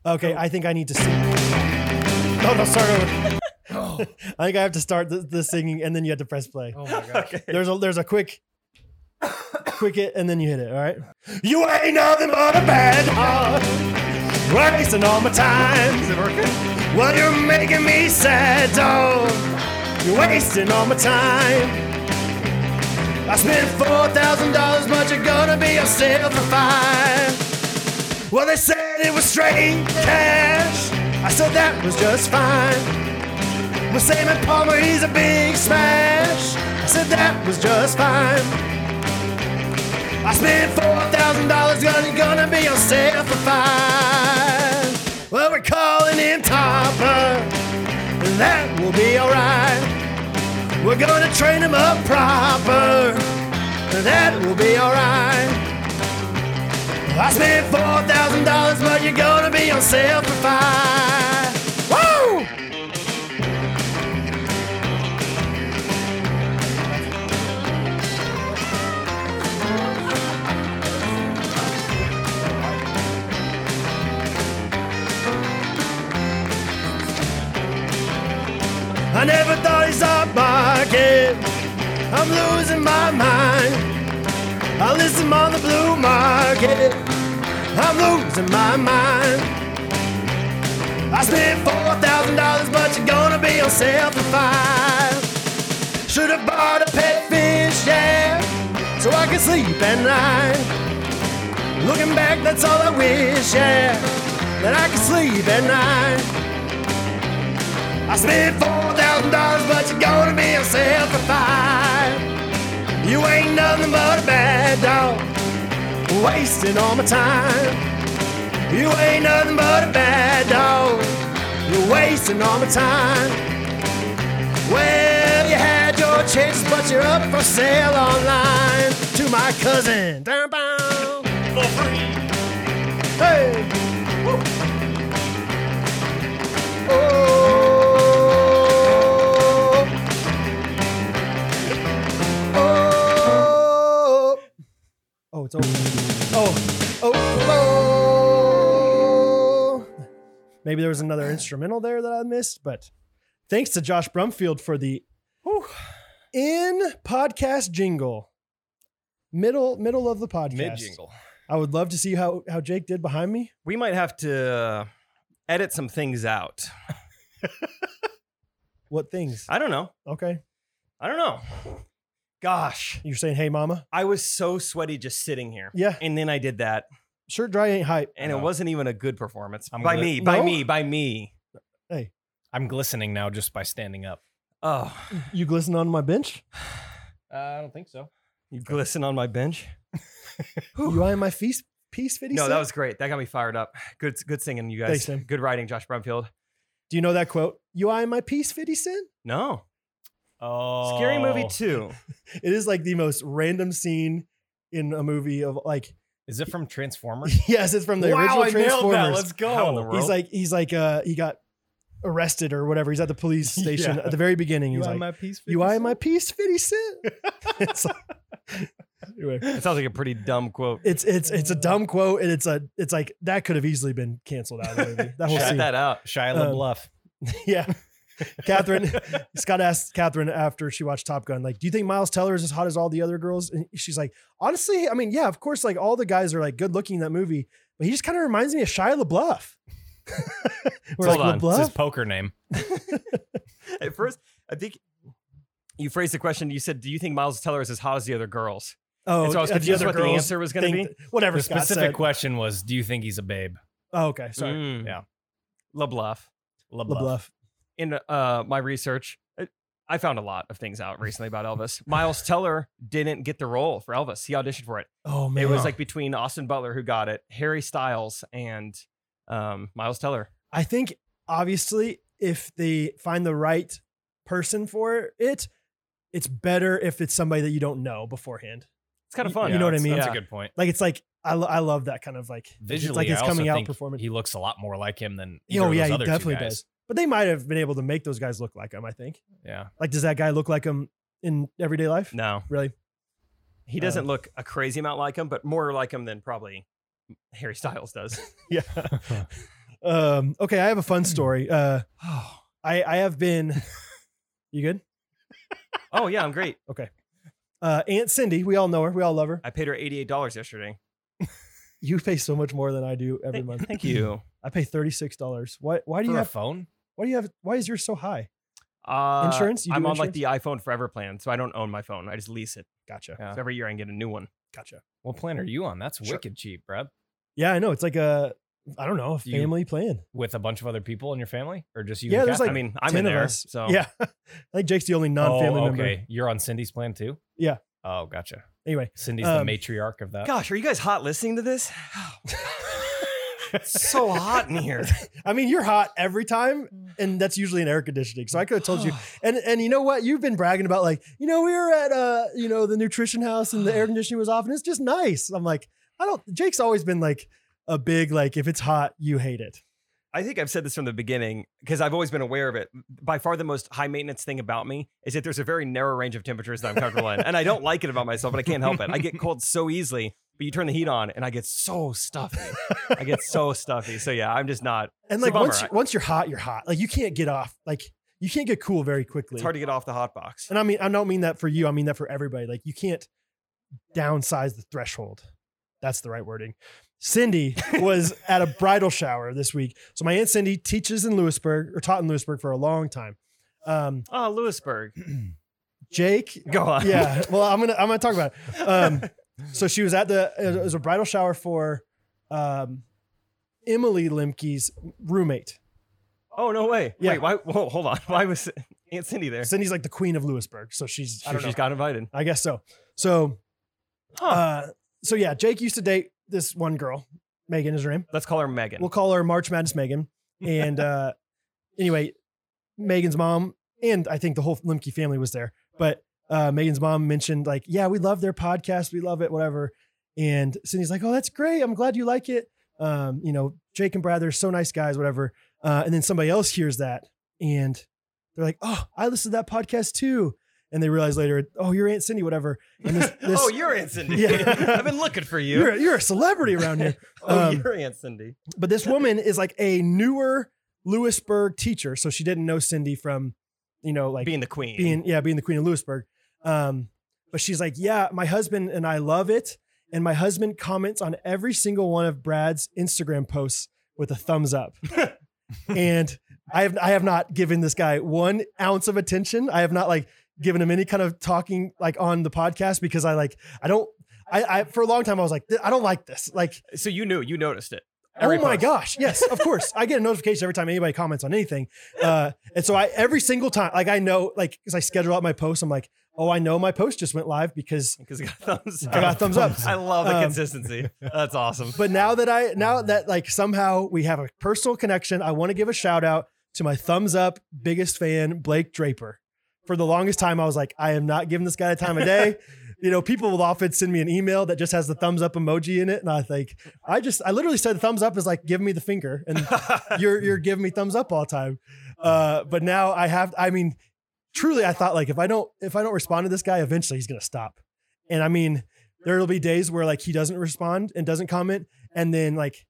Okay, I think I need to sing. No, no, start
(laughs)
over. (laughs) I think I have to start the, the singing, and then you have to press play.
Oh my gosh.
Okay.
There's a there's a quick, quick it, and then you hit it. All right. You ain't nothing but a bad heart, wasting all my time.
Is it working?
Well, you're making me sad, dog. You're wasting all my time. I spent four thousand dollars, but you're gonna be a sale for five. Well, they said it was straight cash. I said that was just fine. Well, Sam and Palmer, he's a big smash. I said that was just fine. I spent four thousand dollars, gonna gonna be on sale for five. Well, we're calling him Topper, and that will be alright. We're gonna train him up proper, and that will be alright. I spent four thousand dollars, but you're gonna be on sale for five. Woo! I never thought he's on market. I'm losing my mind. I list him on the blue market. I'm losing my mind. I spent four thousand dollars, but you're gonna be on sale for five. Should've bought a pet fish, yeah, so I could sleep at night. Looking back, that's all I wish, yeah, that I could sleep at night. I spent four thousand dollars, but you're gonna be a sale for five. You ain't nothing but a bad dog, wasting all my time. You ain't nothing but a bad dog, you're wasting all my time. Well, you had your chances, but you're up for sale online. To my cousin, down for free. Hey. Oh. Oh. Oh, it's over. Oh. Oh. Oh. Maybe there was another instrumental there that I missed, but thanks to Josh Brumfield for the in podcast jingle. Middle middle of the podcast.
Mid jingle.
I would love to see how how Jake did behind me.
We might have to uh, edit some things out.
What things?
I don't know.
Okay.
I don't know. Gosh,
You're saying, hey mama.
I was so sweaty just sitting here.
Yeah.
And then I did that,
Shirt dry ain't hype.
and it
No.
wasn't even a good performance.
I'm
by
gonna-
me, by
No?
me, by me.
I'm glistening now just by standing up.
Oh,
You glisten on my bench.
Uh, I don't think so.
you glisten on my bench.
You eye my feast piece, Fitty.
No,
Sip?
that was great. That got me fired up. Good, good singing, you guys.
Thanks, Tim.
Good writing, Josh Brumfield.
Do you know that quote? You eye my piece, Fitty Sin.
No,
Oh,
scary movie two.
It is like the most random scene in a movie of like.
Is it from Transformers?
(laughs) Yes, it's from the
(laughs) wow,
original
I nailed that.
Transformers.
Let's go.
How in the world?
He's like, he's like, uh, he got arrested or whatever. He's at the police station
(laughs) Yeah.
at the very beginning. He's like,
piece.
you eye my piece, Fitty
(laughs)
Sin. it's like, anyway.
It sounds like a pretty dumb quote.
It's it's it's
Uh,
a dumb quote and it's a it's like that could have easily been canceled out of the movie. That whole
Shut
scene.
that out.
Shia
Um,
LaBeouf.
Yeah. Catherine, Scott asked Catherine after she watched Top Gun, like, do you think Miles Teller is as hot as all the other girls? And she's like, honestly, I mean, yeah, of course, like all the guys are like good looking in that movie, but he just kind of reminds me of Shia LaBeouf. (laughs) We're
Hold
like,
on.
It's his
(laughs) LaBeouf?
poker name.
At first, I think you phrased the question. You said, "Do you think Miles Teller is as hot as the other girls?"
Oh,
and so I was
uh,
confused
other
what the
girls
answer was going to be.
think- Whatever
The
Scott
specific
said.
question was, do you think he's a babe?
Oh, okay, sorry.
Mm.
Yeah.
LeBluff. Mm,
The bluff.
In uh, my research, I- I found a lot of things out recently about Elvis. Miles Teller didn't get the role for Elvis. He auditioned for it.
Oh man,
It was like between Austin Butler, who got it, Harry Styles, and um, Miles Teller.
I think obviously if they find the right person for it, it's better if it's somebody that you don't know beforehand.
It's kind of
You-
fun.
you know what I
that's-
mean?
That's
Yeah.
a good point.
Like it's like I, lo- I love that kind of like it's
Visually,
like it's
I also
coming out
think
performance.
He looks a lot more like him than either
Oh
of
yeah,
those
he
other two
definitely
guys.
does. But they might have been able to make those guys look like him. I think.
Yeah,
Like, does that guy look like him in everyday life?
No,
(laughs)
Really?
he doesn't
Um,
look a crazy amount like him, but more like him than probably Harry Styles does.
(laughs) Yeah. um, okay, I have a
Hmm.
fun story.
(sighs)
Uh, I I have been. You good?
oh yeah, I'm great.
Uh, Aunt Cindy, we all know her. We all love her.
I paid her eighty eight dollars yesterday.
You pay so much more than I do every
Thank-
month. (laughs)
Thank you.
I pay thirty six dollars. Why? Why do
for
you
a
have?
phone.
Why do you have? Why is yours so high?
Uh,
Insurance? You do
I'm on like the iPhone Forever plan, so I don't own my phone. I just lease it.
Gotcha.
Yeah.
So every year I can get a new one.
Gotcha.
What plan are you on? That's
Sure.
wicked cheap, Brad.
Yeah, I know. It's like a, I don't know, a
Do you-
family plan.
With a bunch of other people in your family, or just you?
Yeah,
and
there's,
I
like,
Catherine?
mean, I'm
Ten
in
of
there,
us.
so
Yeah, (laughs) I think Jake's the only non-family
oh,
member.
Okay, you're on Cindy's plan too.
Yeah.
Oh, gotcha.
Anyway,
Cindy's
Um,
the matriarch of that.
Gosh, are you guys hot listening to
(laughs)
this? it's so hot in here.
I mean, you're hot every time, and that's usually in air conditioning. So (laughs) I could have
(gasps)
told you. And and you know what? You've been bragging about like, you know, we were at uh, you know, the nutrition house and
(gasps)
the air conditioning was off, and it's just nice. I'm like, I don't. Jake's always been like a big like, if it's hot, you hate it.
I think I've said this from the beginning because I've always been aware of it. By far, the most high maintenance thing about me is that there's a very narrow range of temperatures that I'm comfortable in, and I don't like it about myself, but I can't help it. I
(laughs)
get cold so easily. But you turn the heat on, and I get so stuffy. I get so stuffy. So yeah, I'm just not.
And
It's a
like
bummer.
once you, once you're hot, you're hot. Like you can't get off. Like you can't get cool very quickly.
It's hard to get off the hot box.
and I mean, I don't mean that for you. I mean that for everybody. Like you can't downsize the threshold. That's the right wording. Cindy
(laughs)
was at a bridal shower this week. So my aunt Cindy teaches in Lewisburg or taught in Lewisburg for a long time. Um,
Oh, Lewisburg.
Jake,
(laughs) Go on.
yeah. Well, I'm gonna I'm gonna talk about it. Um, so she was at the it was a bridal shower for um, Emily Limke's roommate.
(laughs) Oh no way.
Yeah.
Wait. Why? Whoa. Hold on. Why was (laughs) Aunt Cindy there?
Cindy's like the queen of Lewisburg, so she's I
Sure,
don't know.
she's got invited.
I guess so. So,
Huh.
uh, so yeah, Jake used to date this one girl. Megan is her name.
Let's call her Megan.
We'll call her March Madness Megan. And uh, anyway, Megan's mom and I think the whole Limke family was there. But uh, Megan's mom mentioned like, yeah, we love their podcast, we love it, whatever. And Cindy's like, oh, that's great. I'm glad you like it. Um, you know, Jake and Brad, they're so nice guys, whatever. Uh, and then somebody else hears that and they're like, oh, I listened to that podcast too. And they realize later, oh, you're Aunt Cindy, whatever. And this, this
(laughs) oh, you're Aunt Cindy.
(laughs) Yeah.
I've been looking for you.
you're, a- you're a celebrity around here.
oh,
um,
you're Aunt Cindy.
But this woman is like a newer Lewisburg teacher, so she didn't know Cindy from, you know, like being,
Being the queen.
yeah, being the queen of Lewisburg. Um, but she's like, yeah, my husband and I love it, and my husband comments on every single one of Brad's Instagram posts with a thumbs
(laughs)
up. and I have I have not given this guy one ounce of attention. I have not like given him any kind of talking like on the podcast because I like I don't. I, I for a long time I was like I don't like this like
So you knew. You noticed it. Every
Oh my
post.
gosh! Yes, of course. I get a notification every time anybody comments on anything, uh, and so I every single time, like I know, like because I schedule out my posts, I'm like, oh, I know my post just went live because.
because
(laughs)
I got thumbs up.
I got thumbs up.
I love the
Um,
consistency. That's awesome. (laughs)
But now that I now that like somehow we have a personal connection, I want to give a shout out to my thumbs up biggest fan, Blake Draper. For the longest time, I was like, I am not giving this guy the time
(laughs)
of day. You know, people will often send me an email that just has the thumbs up emoji in it, and I think I just I literally said thumbs up is like give me the finger, and you're you're giving me thumbs up all the time. Uh, but now I have, I mean, truly, I thought like if I don't if I don't respond to this guy, eventually he's gonna stop. And I mean, there'll be days where like he doesn't respond and doesn't comment, and then like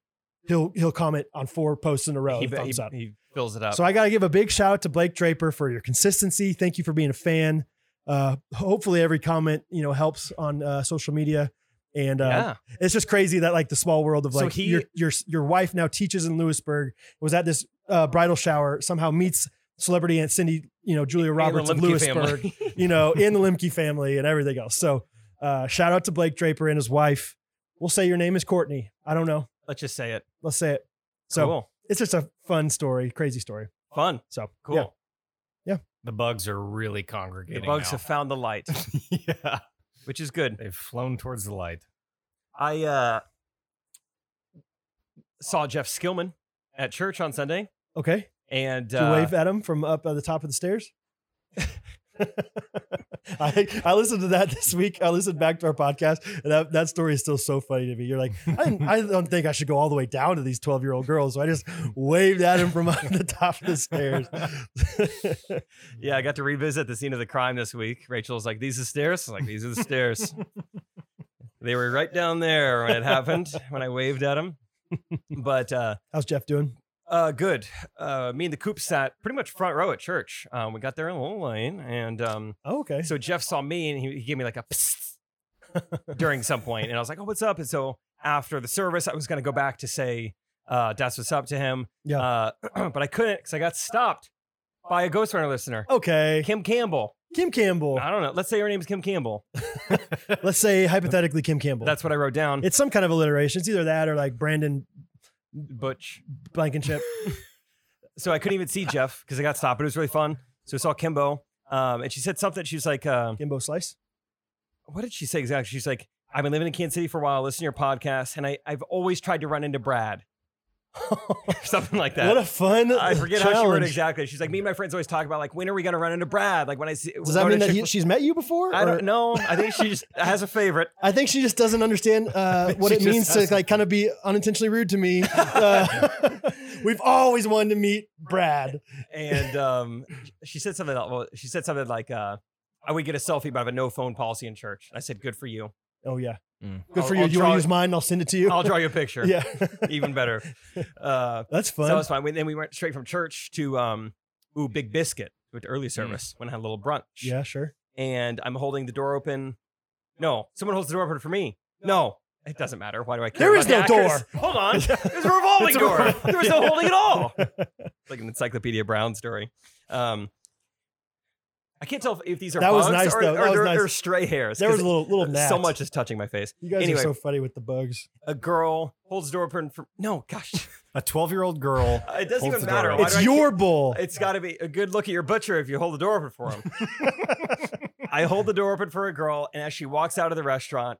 he'll he'll comment on four posts in a row.
he,
with thumbs
he-
up.
he fills it up.
So I gotta give a big shout out to Blake Draper for your consistency. Thank you for being a fan. Uh, hopefully every comment you know helps on uh, social media. And uh,
yeah.
it's just crazy that like the small world of
So
like
he-
your your your wife now teaches in Lewisburg was at this uh, bridal shower somehow meets celebrity Aunt Cindy, you know, Julia Roberts of Lewisburg, (laughs) you know, in the Limke family and everything else. So uh, shout out to Blake Draper and his wife. We'll say your name is Courtney. I don't know.
(laughs) Let's just say it.
Let's say it. So
cool.
it's just a fun story, crazy story.
Fun.
So
Cool.
yeah.
The bugs are really
The
congregating.
bugs
now.
have found the
(laughs)
light,
yeah,
which is good.
they've flown towards
(laughs)
the light.
I uh, saw Jeff Skillman at church on Sunday,
Okay.
and
Did you
uh,
wave at him from up at the top of the stairs? (laughs) I I listened to that this week. I listened back to our podcast, and that, that story is still so funny to me. You're like, I, didn't- I don't think I should go all the way down to these 12 year old girls. So I just waved at him from up the top of the stairs. (laughs)
yeah, I got to revisit the scene of the crime this week. Rachel's like, "These are the stairs." I'm like, "These are the stairs." they were right down there when it happened. When I waved at them, but uh,
How's Jeff doing?
Uh, good. Uh, me and the coop sat pretty much front row at church. Um, we got there in a little lane, and um,
Oh, okay.
so Jeff saw me, and he, he gave me like a psst during some point, and I was like, "Oh, what's up?" And so after the service, I was gonna go back to say, uh, "That's what's up" to him.
Yeah.
Uh, (clears throat) but I couldn't because I got stopped by a Ghost Runner listener,
Okay.
Kim Campbell.
Kim Campbell.
I don't know. Let's say her name is Kim Campbell.
Let's say hypothetically Kim Campbell.
That's what I wrote down.
it's some kind of alliteration. It's either that or like Brandon
Butch.
Blankenship.
so I couldn't even see Jeff because I got stopped. But it was really fun. So I saw Kimbo, um, and she said something. She was like. Um,
Kimbo Slice. (laughs)
what did she say exactly? She's like, I've been living in Kansas City for a while, listen to your podcast, and I, I've always tried to run into Brad. (laughs) Something like that.
What a fun.
I forget
challenge.
how she wrote it exactly. She's like, me and my friends always talk about like, when are we gonna run into Brad? Like when I see
Does that
go to
mean that he,
Chick-fil-
she's met you before?
I
or-
don't know. I think she just has a favorite.
I think she just doesn't understand
(laughs)
uh, what
She
it
just
means to
doesn't.
like kind of be unintentionally rude to
(laughs)
me. Uh, (laughs) we've always wanted to meet Brad.
And um, she said something. Like, well, she said something like, uh, "I would get a selfie, but I have a no phone policy in church." And I said, "Good for
(laughs)
you.
Oh yeah,
Mm.
good
I'll- I'll
for you. you want
draw-
to use mine? I'll send it to you.
I'll draw you a picture. (laughs)
(laughs) yeah,
even better."
(laughs)
Uh,
that's
So
fun.
that was fine. We- Then we went straight from church to um, ooh, Big Biscuit with the early
Mm.
service when I had a little brunch.
yeah, sure.
And I'm holding the door open. No, someone holds the door open for me. No, it doesn't matter. Why do I care?
There
about
is
the
no
actors? Hold
(laughs)
on. There's a revolving
It's a
door.
revol-
There was no holding at
(laughs)
all. It's like an Encyclopedia Brown story. Um, I can't tell if, if these are
That was
bugs
nice,
or,
though. That
or
was
they're,
nice.
they're stray hairs.
There was
'cause
a little little gnat.
so much is touching my face.
You guys
Anyway.
are so funny with the bugs.
A girl holds the door open for no. Gosh, (laughs)
A twelve-year-old girl.
it doesn't
Holds
even
the door
matter.
open.
Why do
it's
I
your bull. (laughs)
It's got to be a good look at your butcher if you hold the door open for him. I hold the door open for a girl, and as she walks out of the restaurant,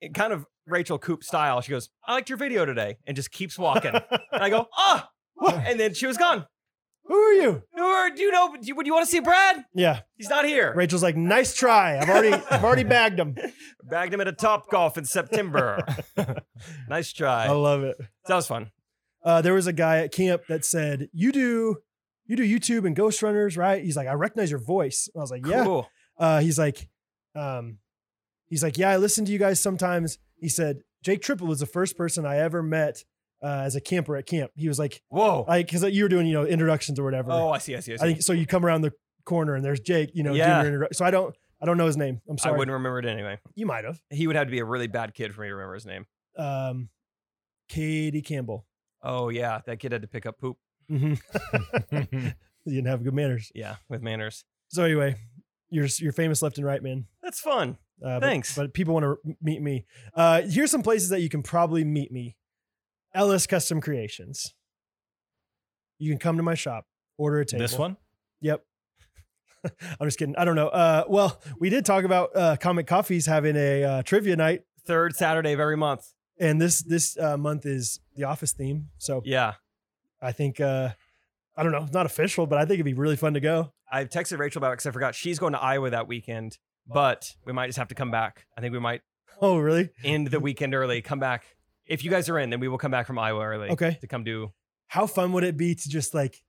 in kind of Rachel Coop style, she goes, "I liked your video today," and just keeps walking. and I
(laughs)
go, "Ah!" And then she was gone.
Who are you?
"No, or Do you know? Do you, would you want to see Brad?
Yeah,
He's not here.
Rachel's like, nice try. I've already I've already
(laughs)
bagged him.
Bagged him at a Top Golf in
(laughs)
September. nice try.
I love it.
That was fun.
uh, there was a guy at camp that said, "You do, you do YouTube and Ghost Runners, right?" He's like, "I recognize your voice." I was like, "Yeah."
Cool.
Uh, he's like, um, he's like, "Yeah, I listen to you guys sometimes." He said, "Jake Triple was the first person I ever met uh, as a camper at camp." He was like,
Whoa.
"I," because you were doing, you know, introductions or whatever.
oh, I see. I see. I see.
I think so. You come around the corner and there's Jake, you know,
Yeah.
doing your introdu- so I don't, I don't know his name. I'm
I
sorry.
wouldn't remember it anyway.
You might have.
He would have to be a really bad kid for me to remember his name.
Um, Katie Campbell.
Oh yeah, that kid had to pick up poop.
Mm-hmm. (laughs) you didn't have good manners.
Yeah, with manners.
So anyway, you're you're famous left and right, man.
That's fun.
Uh, but-
Thanks.
But, people want to meet me. Uh, here's some places that you can probably meet me. Ellis Custom Creations. You can come to my shop, order a table.
this one.
Yep. (laughs) I'm just kidding. I don't know. Uh, well, we did talk about uh, Comic Coffees having a uh, trivia night,
Third Saturday of every month.
and this this uh, month is the office theme. So
Yeah.
I think uh, I don't know, not official, but I think it'd be really fun to go.
I texted Rachel about it because I forgot she's going to Iowa that weekend, but we might just have to come back. I think we might
Oh, really?
end the weekend early, come back. If you guys are in, then we will come back from Iowa early
Okay.
to come do.
how fun would it be to just like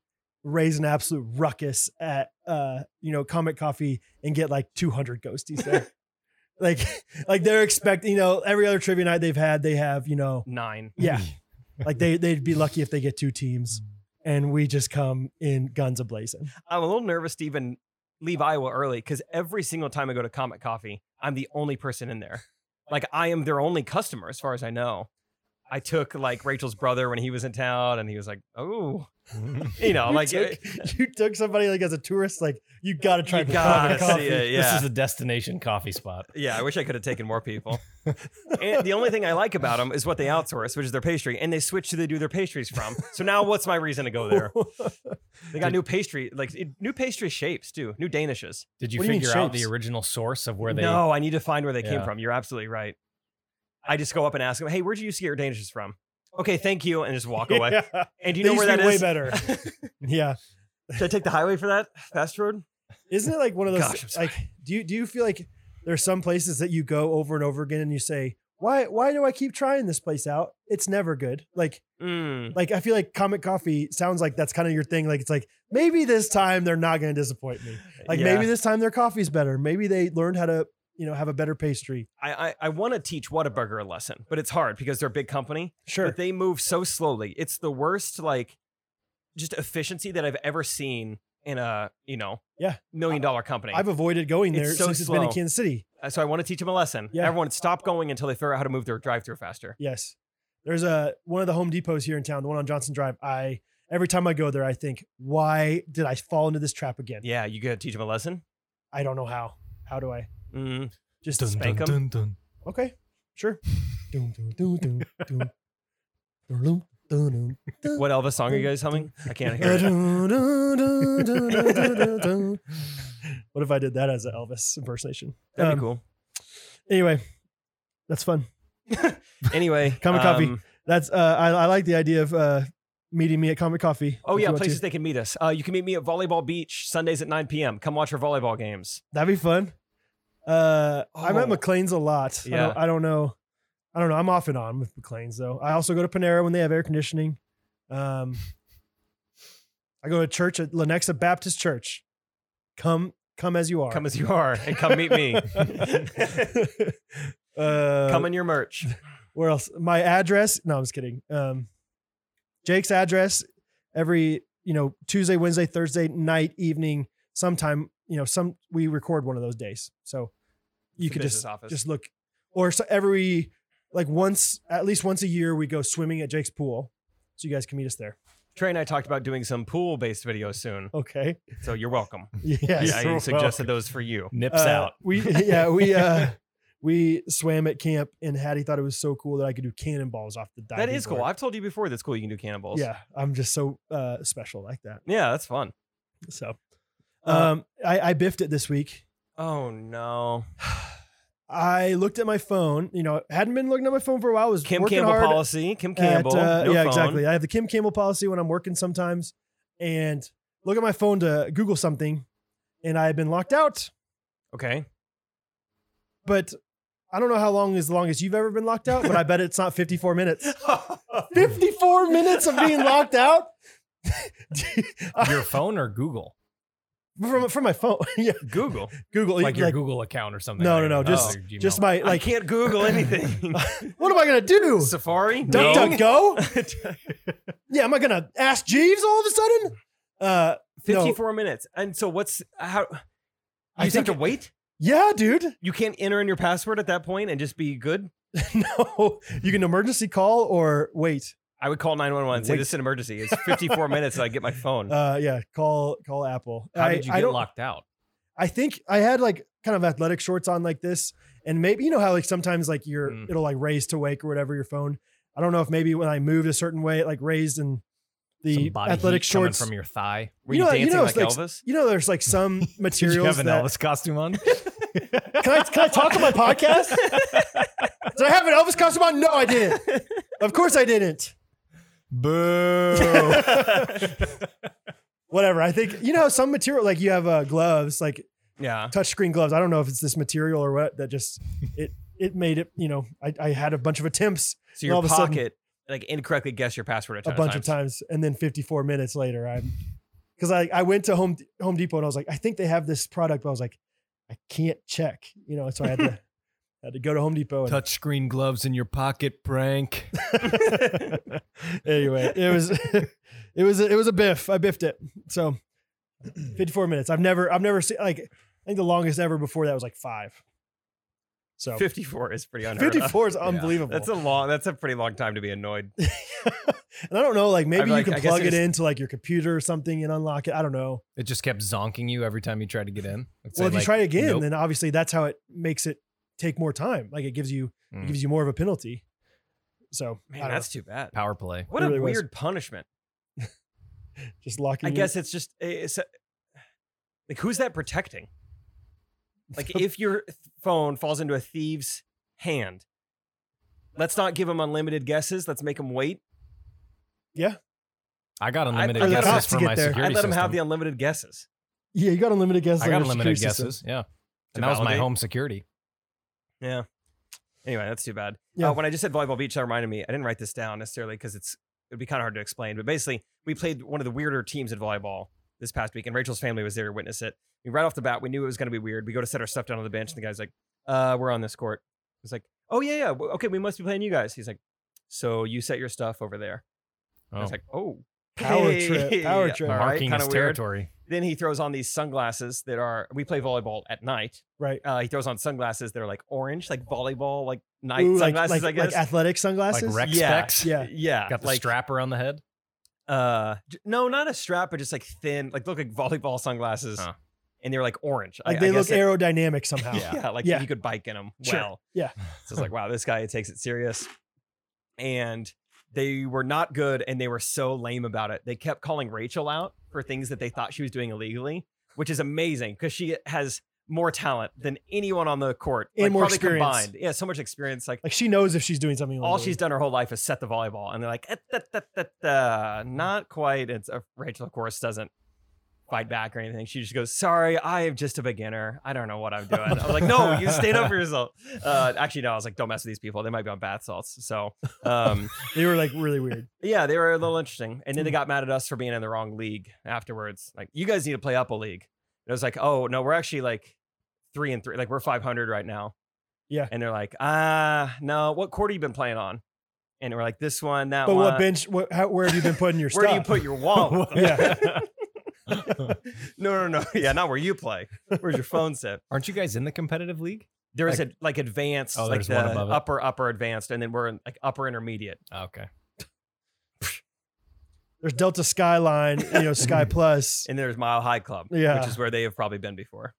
raise an absolute ruckus at uh you know comic coffee and get like 200 ghosties
(laughs)
there like like they're expecting you know every other trivia night they've had they have you know
nine.
yeah
(laughs)
like they they'd be lucky if they get two teams and we just come in guns
(laughs)
ablazing
I'm a little nervous to even leave Iowa early because every single time I go to Comic Coffee, I'm the only person in there. Like I am their only customer as far as I know. I took like Rachel's brother when he was in town, and he was like, "Oh,
(laughs)
you know,
You
Oh, like
took-
it-
(laughs) you took somebody like as a tourist, like you gotta try
You
the
gotta
Coffee Coffee.
see
(laughs)
it, yeah.
This is a destination coffee spot.
yeah." I wish I could have taken more
(laughs)
people. and the only thing I like about them is what they outsource, which is their pastry, and they switch who they do their pastries from. So now, what's my reason to
(laughs)
go there? They got new pastry, like it- new pastry shapes too, new danishes.
Did you
What do you mean
figure out the
shapes?
original source of where they?
No, I need to find where they came
Yeah.
from. You're absolutely right. I just go up and ask them, "Hey, where'd you used to get your danishes from?" Okay, thank you, and just walk away.
(laughs) Yeah.
And do you
They
know where
used to
that
be
is?
way
(laughs)
better. yeah.
Should I take the highway for that fast road?
Isn't it like one of those
Gosh, I'm sorry.
like do you do you feel like there's some places that you go over and over again and you say, Why why do I keep trying this place out? It's never good. Like
Mm.
like I feel like Comic Coffee sounds like that's kind of your thing. Like it's like maybe this time they're not gonna disappoint me. Like
Yeah.
maybe this time their coffee's better. Maybe they learned how to, you know, have a better pastry.
I I, I want to teach Whataburger a lesson, but it's hard because they're a big company.
Sure.
But they move so slowly. It's the worst like just efficiency that I've ever seen in a you know
Yeah.
million dollar company.
I've avoided going there
It's so
since it's been in
slow.
Kansas City.
Uh, so I want to teach them a lesson.
Yeah.
Everyone stop going until they figure out how to move their drive through faster.
Yes. There's a one of the Home Depots here in town, the one on Johnson Drive. I every time I go there, I think, why did I fall into this trap again?
Yeah, you gotta teach them a lesson.
I don't know how. How do I
Mm.
just
Dun,
spank
dun,
'em?
dun,
Okay, sure. (laughs) Dun, dun, dun, dun, dun. Dun, dun, dun, dun.
What Elvis song are you guys humming? I can't hear it.
Dun, dun, dun, dun, dun, dun, dun. (laughs) What if I did that as an Elvis impersonation?
That'd be
Um,
cool.
Anyway, that's fun.
Anyway,
(laughs) Comic Coffee.
um,
That's uh, I, I like the idea of uh, meeting me at Comic Coffee.
Oh
if
yeah,
you want to.
places they can meet us. Uh, you can meet me at Volleyball Beach Sundays at 9 p.m. Come watch our volleyball games.
That'd be fun. Uh, I'm
Oh.
at McLean's a lot. I,
Yeah.
don't, I don't know. I don't know. I'm off and on with McLean's though. I also go to Panera when they have air conditioning. Um, I go to church at Lenexa Baptist Church. Come, come as you are.
Come as you are and come meet
(laughs)
me. (laughs)
uh,
come in your
(laughs)
merch.
where else? My address? No, I'm just kidding. Um, Jake's address every you know Tuesday, Wednesday, Thursday night, evening, sometime you know some we record one of those days, so you
the
could
business
just
office.
just look or so every like once at least once a year we go swimming at Jake's pool, so you guys can meet us there.
Trey and I talked about doing some pool based videos soon.
(laughs)
Okay.
So you're welcome.
Yes.
yeah,
(laughs)
I suggested those for you.
Nips
Uh,
out.
We yeah
(laughs)
we uh we swam at camp and Hattie thought it was so cool that I could do cannonballs off the diving
That is cool.
board.
I've told you before that's cool. You can do cannonballs.
Yeah, I'm just so uh special like that.
Yeah, that's fun.
So,
Uh,
um, I, I biffed it this week.
Oh no.
I looked at my phone. You know, hadn't been looking at my phone for a while. I was
Kim
working
Campbell
hard
policy. Kim
at,
Campbell.
uh,
no
yeah,
phone.
exactly. I have the Kim Campbell policy when I'm working sometimes, and look at my phone to Google something, and I have been locked out.
Okay.
But I don't know how long is the longest you've ever been locked
(laughs)
out, but I bet it's not 54 minutes. 54 minutes of being locked out.
(laughs)
(laughs)
Your phone or Google?
from from my phone, (laughs) yeah,
Google.
Google,
Like your Google account or something?
No,
like
no, no,
that.
just-
Your Gmail.
just my
I
like.
can't Google
(laughs)
anything. (laughs)
What am I gonna
(laughs)
do?
Safari.
Duck,
Bing?
duck, go.
(laughs)
Yeah, am I gonna ask Jeeves all of a sudden? Uh, No.
54 minutes. And so what's how you
I
just have to
think-
wait?
yeah, dude. (laughs)
You can't enter in your password at that point and just be good?
no, you can emergency call or wait.
I would call 911 and say
Wait.
this is an emergency. It's 54
(laughs)
minutes and I get my phone.
Uh, yeah, call call Apple.
How
I,
did you
I
get
don't-
locked out?
I think I had like kind of athletic shorts on like this, and maybe you know how like sometimes like your
Mm.
it'll like raise to wake or whatever your phone. I don't know if maybe when I moved a certain way, it like raised and the
Some body
athletic
heat coming
shorts.
from your thigh.
Were
you
you,
know- you
dancing
know,
like
it's
Elvis?
you know, there's like some
Did (laughs) you
materials
have an
that.
Elvis
(laughs)
costume on?
Can I, can I talk on my podcast? Did I have an Elvis costume on? No, I didn't. Of course, I didn't. (laughs)
Boo!
whatever. I think you know some material like you have uh, gloves, like
Yeah.
touchscreen gloves. I don't know if it's this material or what that just it it made it. You know, I, I had a bunch of attempts,
So your
all of a
pocket
sudden-
like incorrectly guessed your password a,
a
ton
bunch
times.
of times, and then 54 minutes later, I'm because I I went to Home Home Depot and I was like, I think they have this product, but I was like, I can't check. You know, so I had to had to go to Home Depot. And,
Touchscreen gloves in your pocket prank.
(laughs) anyway, it was (laughs) it was a, it was a biff. I biffed it. So 54 minutes. I've never I've never seen like I think the longest ever before that was like five. So
54 is pretty unheard of.
54 is unbelievable.
That's a long. That's a pretty long time to be annoyed.
(laughs) and I don't know, like maybe
I'd
you
like-
can
I guess
plug
it
it
is-
into like your computer or something and unlock it. I don't know.
It just kept zonking you every time you tried to get in. It'd say,
well, if
like,
you try again,
nope.
then obviously that's how it makes it take more time. Like it gives you it
Mm.
gives you more of a penalty. So I
Man,
don't know.
that's too bad.
power play.
What
It
a
really was.
weird punishment.
just locking.
I
you-
guess it's just it's like who's that protecting?
(laughs)
Like if your th- phone falls into a thief's hand, let's not give them unlimited guesses. Let's make them wait.
yeah,
I got
I
unlimited
let 'em have
guesses
to
for
get
my
there.
I
security
let them have the
system.
unlimited guesses.
yeah. You got unlimited guesses.
I got
on your
unlimited
security system.
guesses. Yeah,
to
and that was my
validate.
home security.
Yeah. Anyway, that's too bad.
Yeah.
Uh, when I just said volleyball beach, that reminded me. I didn't write this down necessarily because it's it'd be kind of hard to explain. But basically, we played one of the weirder teams in volleyball this past week, and Rachel's family was there to witness it. I mean, right off the bat, we knew it was going to be weird. We go to set our stuff down on the bench, and the guy's like, "Uh, we're on this court." It's like, "Oh yeah, yeah, w- okay, we must be playing you guys." He's like, "So you set your stuff over there?" I
Oh.
was like, "Oh."
Power trip, power
Yeah,
trip.
all right,
marking
kinda
his
weird.
territory.
(laughs) Then he throws on these sunglasses that are we play volleyball at night.
Right.
Uh, he throws on sunglasses that are like orange, like volleyball, like night
Ooh, like,
sunglasses.
like,
I guess
like athletic sunglasses.
Like rec
Yeah.
specs.
yeah.
yeah
Got the
like,
strap around the head.
uh j- no not a strap but just like thin like look like volleyball sunglasses
Huh.
and they're like orange I-
Like
I
they look
guess it-
aerodynamic somehow.
(laughs) yeah. like
Yeah.
you could bike in them
Sure.
well
(sighs)
Yeah.
so it's like wow this guy takes it serious and they were not good and they were so lame about it they kept calling rachel out for things that they thought she was doing illegally which is amazing because she has more talent than anyone on the court
And
like,
more
probably
experience.
combined yeah so much experience like
(laughs) Like she knows if she's doing something.
all
illegal.
she's done her whole life is set the volleyball, and they're like, "Eh, da, da, da, da." not quite. It's uh, Rachel, of course, doesn't fight back or anything. She just goes, "Sorry, I am just a beginner. I don't know what I'm doing." I was like, "No, you stayed up for yourself." Uh, actually, no. I was like, "Don't mess with these people. They might be on bath salts." So, um,
(laughs) They were like
(laughs)
really weird.
yeah, they were a little interesting. And then they got mad at us for being in the wrong league afterwards. Like, you guys need to play up a league. And I was like, "Oh no, we're actually like three and three. Like we're 500 right now."
Yeah.
And they're like, "Ah, no. What court have you been playing on?" And we're like, "This one, that
But
one."
what bench? What, how, where have you been putting your
Uh, (laughs) where
stuff?
do you
(laughs)
put your wallet? (laughs)
Yeah. (laughs)
no, no, no. Yeah, not where you play. Where's your phone set?
Aren't you guys in the competitive league?
There is a like advanced,
Oh,
like
there's one
the
above it.
upper, upper advanced, and then we're in like upper intermediate.
Okay.
There's Delta Skyline, you
(laughs)
know, Sky Plus.
And there's Mile High Club,
Yeah.
which is where they have probably been before.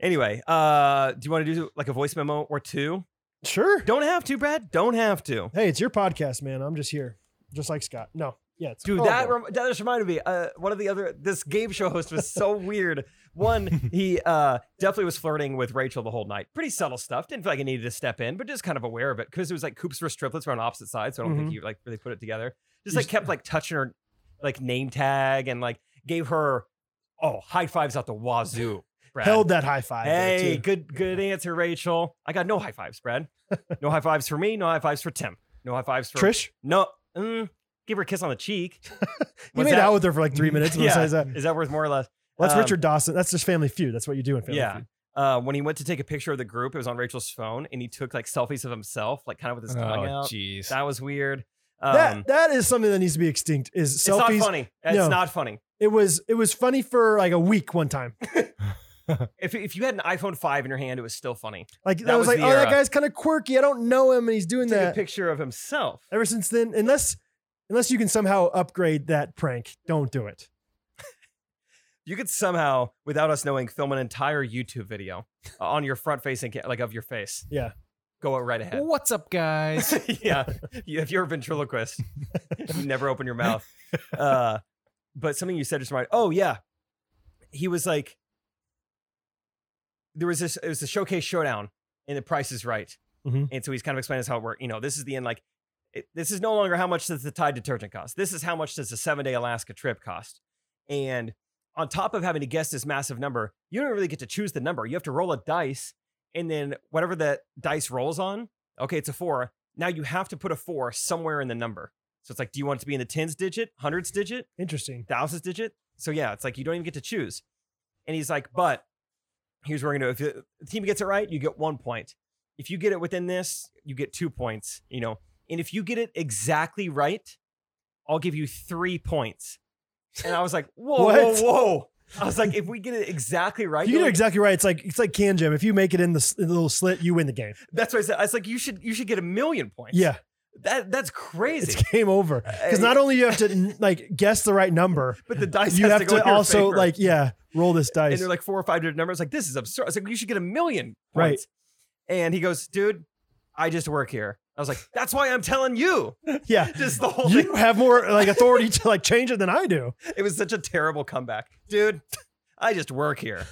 anyway, uh, do you want to do like a voice memo or two?
Sure.
Don't have to, Brad. Don't have to.
Hey, it's your podcast, man. I'm just here, just like Scott. No, yeah, it's
Dude,
horrible.
that, rem- that just reminded me. Uh, one of the other this game show host was
(laughs)
so weird. One, he uh, definitely was flirting with Rachel the whole night. Pretty subtle stuff. Didn't feel like he needed to step in, but just kind of aware of it because it was like Coops versus triplets were on opposite sides, so I don't
Mm-hmm.
think he like really put it together. Just like kept like touching her like name tag and like gave her oh high fives out the
(laughs)
wazoo. Brad.
held that high five. there,
Hey,
too.
good good answer, Rachel. I got no high fives, Brad. No high fives for me. No high fives for Tim. No high fives for
Trish,
No, mm, give her a kiss on the cheek.
you
Was
made
that-
out with her for like
(laughs)
three minutes. and
Yeah.
besides that-
Is that worth more or less?
That's
Um,
Richard Dawson. That's just Family Feud. That's what you do in Family
Yeah.
Feud.
Uh, when he went to take a picture of the group, it was on Rachel's phone, and he took like selfies of himself, like kind of with his tongue
Oh,
out.
jeez.
That was weird. Um,
that that is something that needs to be extinct. Is
it's
selfies?
not funny. It's
No.
not funny.
It was it was funny for like a week one time.
If, if you had an iPhone five in your hand, it was still funny.
Like
That
I
was
was, like,
the
oh, that
era.
guy's kind of quirky. I don't know him, and he's doing
He took a
that.
picture of himself.
Ever since then, unless unless you can somehow upgrade that prank, don't do it.
You could somehow, without us knowing, film an entire YouTube video uh, on your front facing, ca- like of your face.
Yeah.
Go right ahead.
What's up,
(laughs)
guys?
(laughs) yeah. You- If you're a ventriloquist, you never open your mouth. Uh, but something you said just right. Oh yeah, he was like, there was this. It was the showcase showdown, and the Price is Right,
Mhm.
and so he's kind of explaining us how it worked. You know, this is the end. Like, it, this is no longer how much does the Tide detergent cost. This is how much does the seven day Alaska trip cost, and on top of having to guess this massive number, you don't really get to choose the number. You have to roll a dice, and then whatever that dice rolls on, okay, it's a four. Now you have to put a four somewhere in the number. So it's like, do you want it to be in the tens digit, hundreds digit,
Interesting.
thousands digit? So yeah, it's like you don't even get to choose. And he's like, but here's what we're gonna do. If the team gets it right, you get one point. If you get it within this, you get two points, you know. And if you get it exactly
(laughs)
right, I'll give you three points. And I was like, whoa,
What?
whoa, whoa. I was like, if we get it
(laughs)
exactly right,
You
you're
get it
like-
exactly right. It's like it's like can jam. If you make it in the, s- in the little slit, you win the game.
that's what I said. I was like, you should you should get a million points.
Yeah,
that that's
it's
crazy.
(laughs)
Uh,
game over. Because not only you have to n- like guess the
(laughs)
right number,
but the dice
you
has
have
to,
to,
go in your
also
favor.
like yeah, roll this
and
dice.
they're like four or five different numbers. Like this is absurd. I was like, you should get a million
Right.
points. And he goes, dude, I just work here. I was like, that's why I'm telling you. (laughs)
yeah,
Just the whole thing.
you have more
(laughs)
like authority to like change it than I do.
It was such a terrible comeback, dude. I just work here.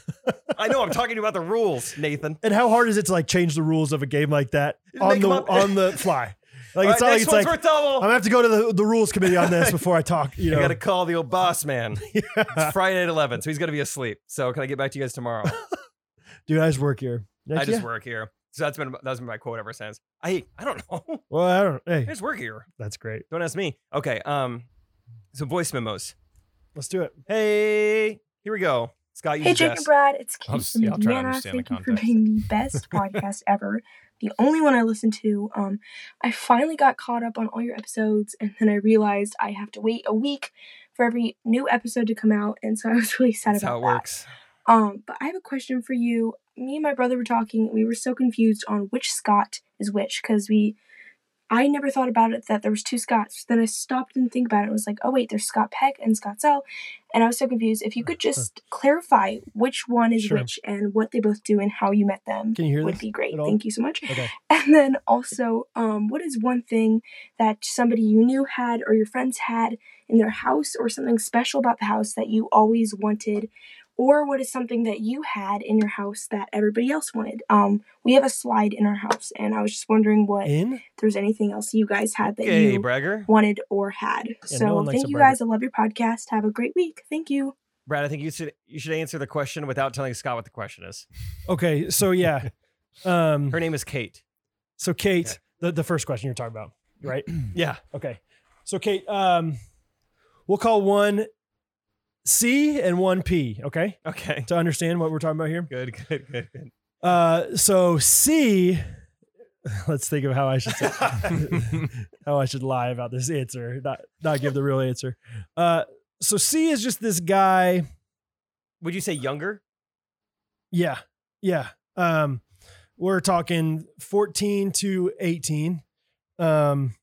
I know I'm talking to you about the rules, Nathan.
And how hard is it to like change the rules of a game like that
Make
on
'em
the
up. (laughs)
on the fly? Like
All right,
it's not like
next
it's
one's
like
worth double.
I'm gonna have to go to the, the rules committee on this before I talk. You
(laughs)
know,
I got to call the old boss
(laughs)
man. It's Friday at 11, so he's going to be asleep. So can I get back to you guys
(laughs)
tomorrow?
dude, I just work here. Like,
I just
yeah.
work here. So that's been that's been my quote ever since. I I don't know. (laughs)
Well, I don't.
I
Hey,
just work here.
that's great.
Don't ask me. Okay. Um. So voice memos.
Let's do it.
Hey, here we go. Scott, you
Hey, Jake
suggest.
and Brad, it's Kate
I'll
from
s- yeah, I'll try to
Indiana.
understand the
Thank you for
context.
being the
(laughs)
best podcast ever, the only one I listen to. Um, I finally got caught up on all your episodes, and then I realized I have to wait a week for every new episode to come out, and so I was really sad
That's
about
how it
that.
works.
Um, but I have a question for you. Me and my brother were talking, and we were so confused on which Scott is which because we, I never thought about it that there was two Scotts. Then I stopped and think about it and was like, oh wait, there's Scott Peck and Scott Zell, and I was so confused. If you could just clarify which one is
Sure.
which and what they both do and how you met them,
Can you hear
would
this
be great.
at all?
Thank you so much.
Okay.
(laughs) And then also, um, what is one thing that somebody you knew had or your friends had in their house or something special about the house that you always wanted? Or what is something that you had in your house that everybody else wanted? Um, we have a slide in our house, and I was just wondering what if
In
there's anything else you guys had that
Okay,
you
bragger.
wanted or had. so
no one likes a
thank you
bragger.
guys. I love your podcast. Have a great week. Thank you.
Brad, I think you should you should answer the question without telling Scott what the question is.
okay,
(laughs)
so yeah, um,
Her name is Kate.
so Kate, the, the first question you're talking about, right?
Yeah.
Okay, so Kate, um, we'll call one C and one P. Okay,
Okay. (laughs)
to understand what we're talking about here.
Good. Good. Good. Good.
Uh, so C, (laughs) let's think of how I should say, how I should lie about this answer, not not give the real answer. Uh, so C is just this guy.
Would you say younger?
Yeah. Yeah. Um we're talking 14 to 18. Um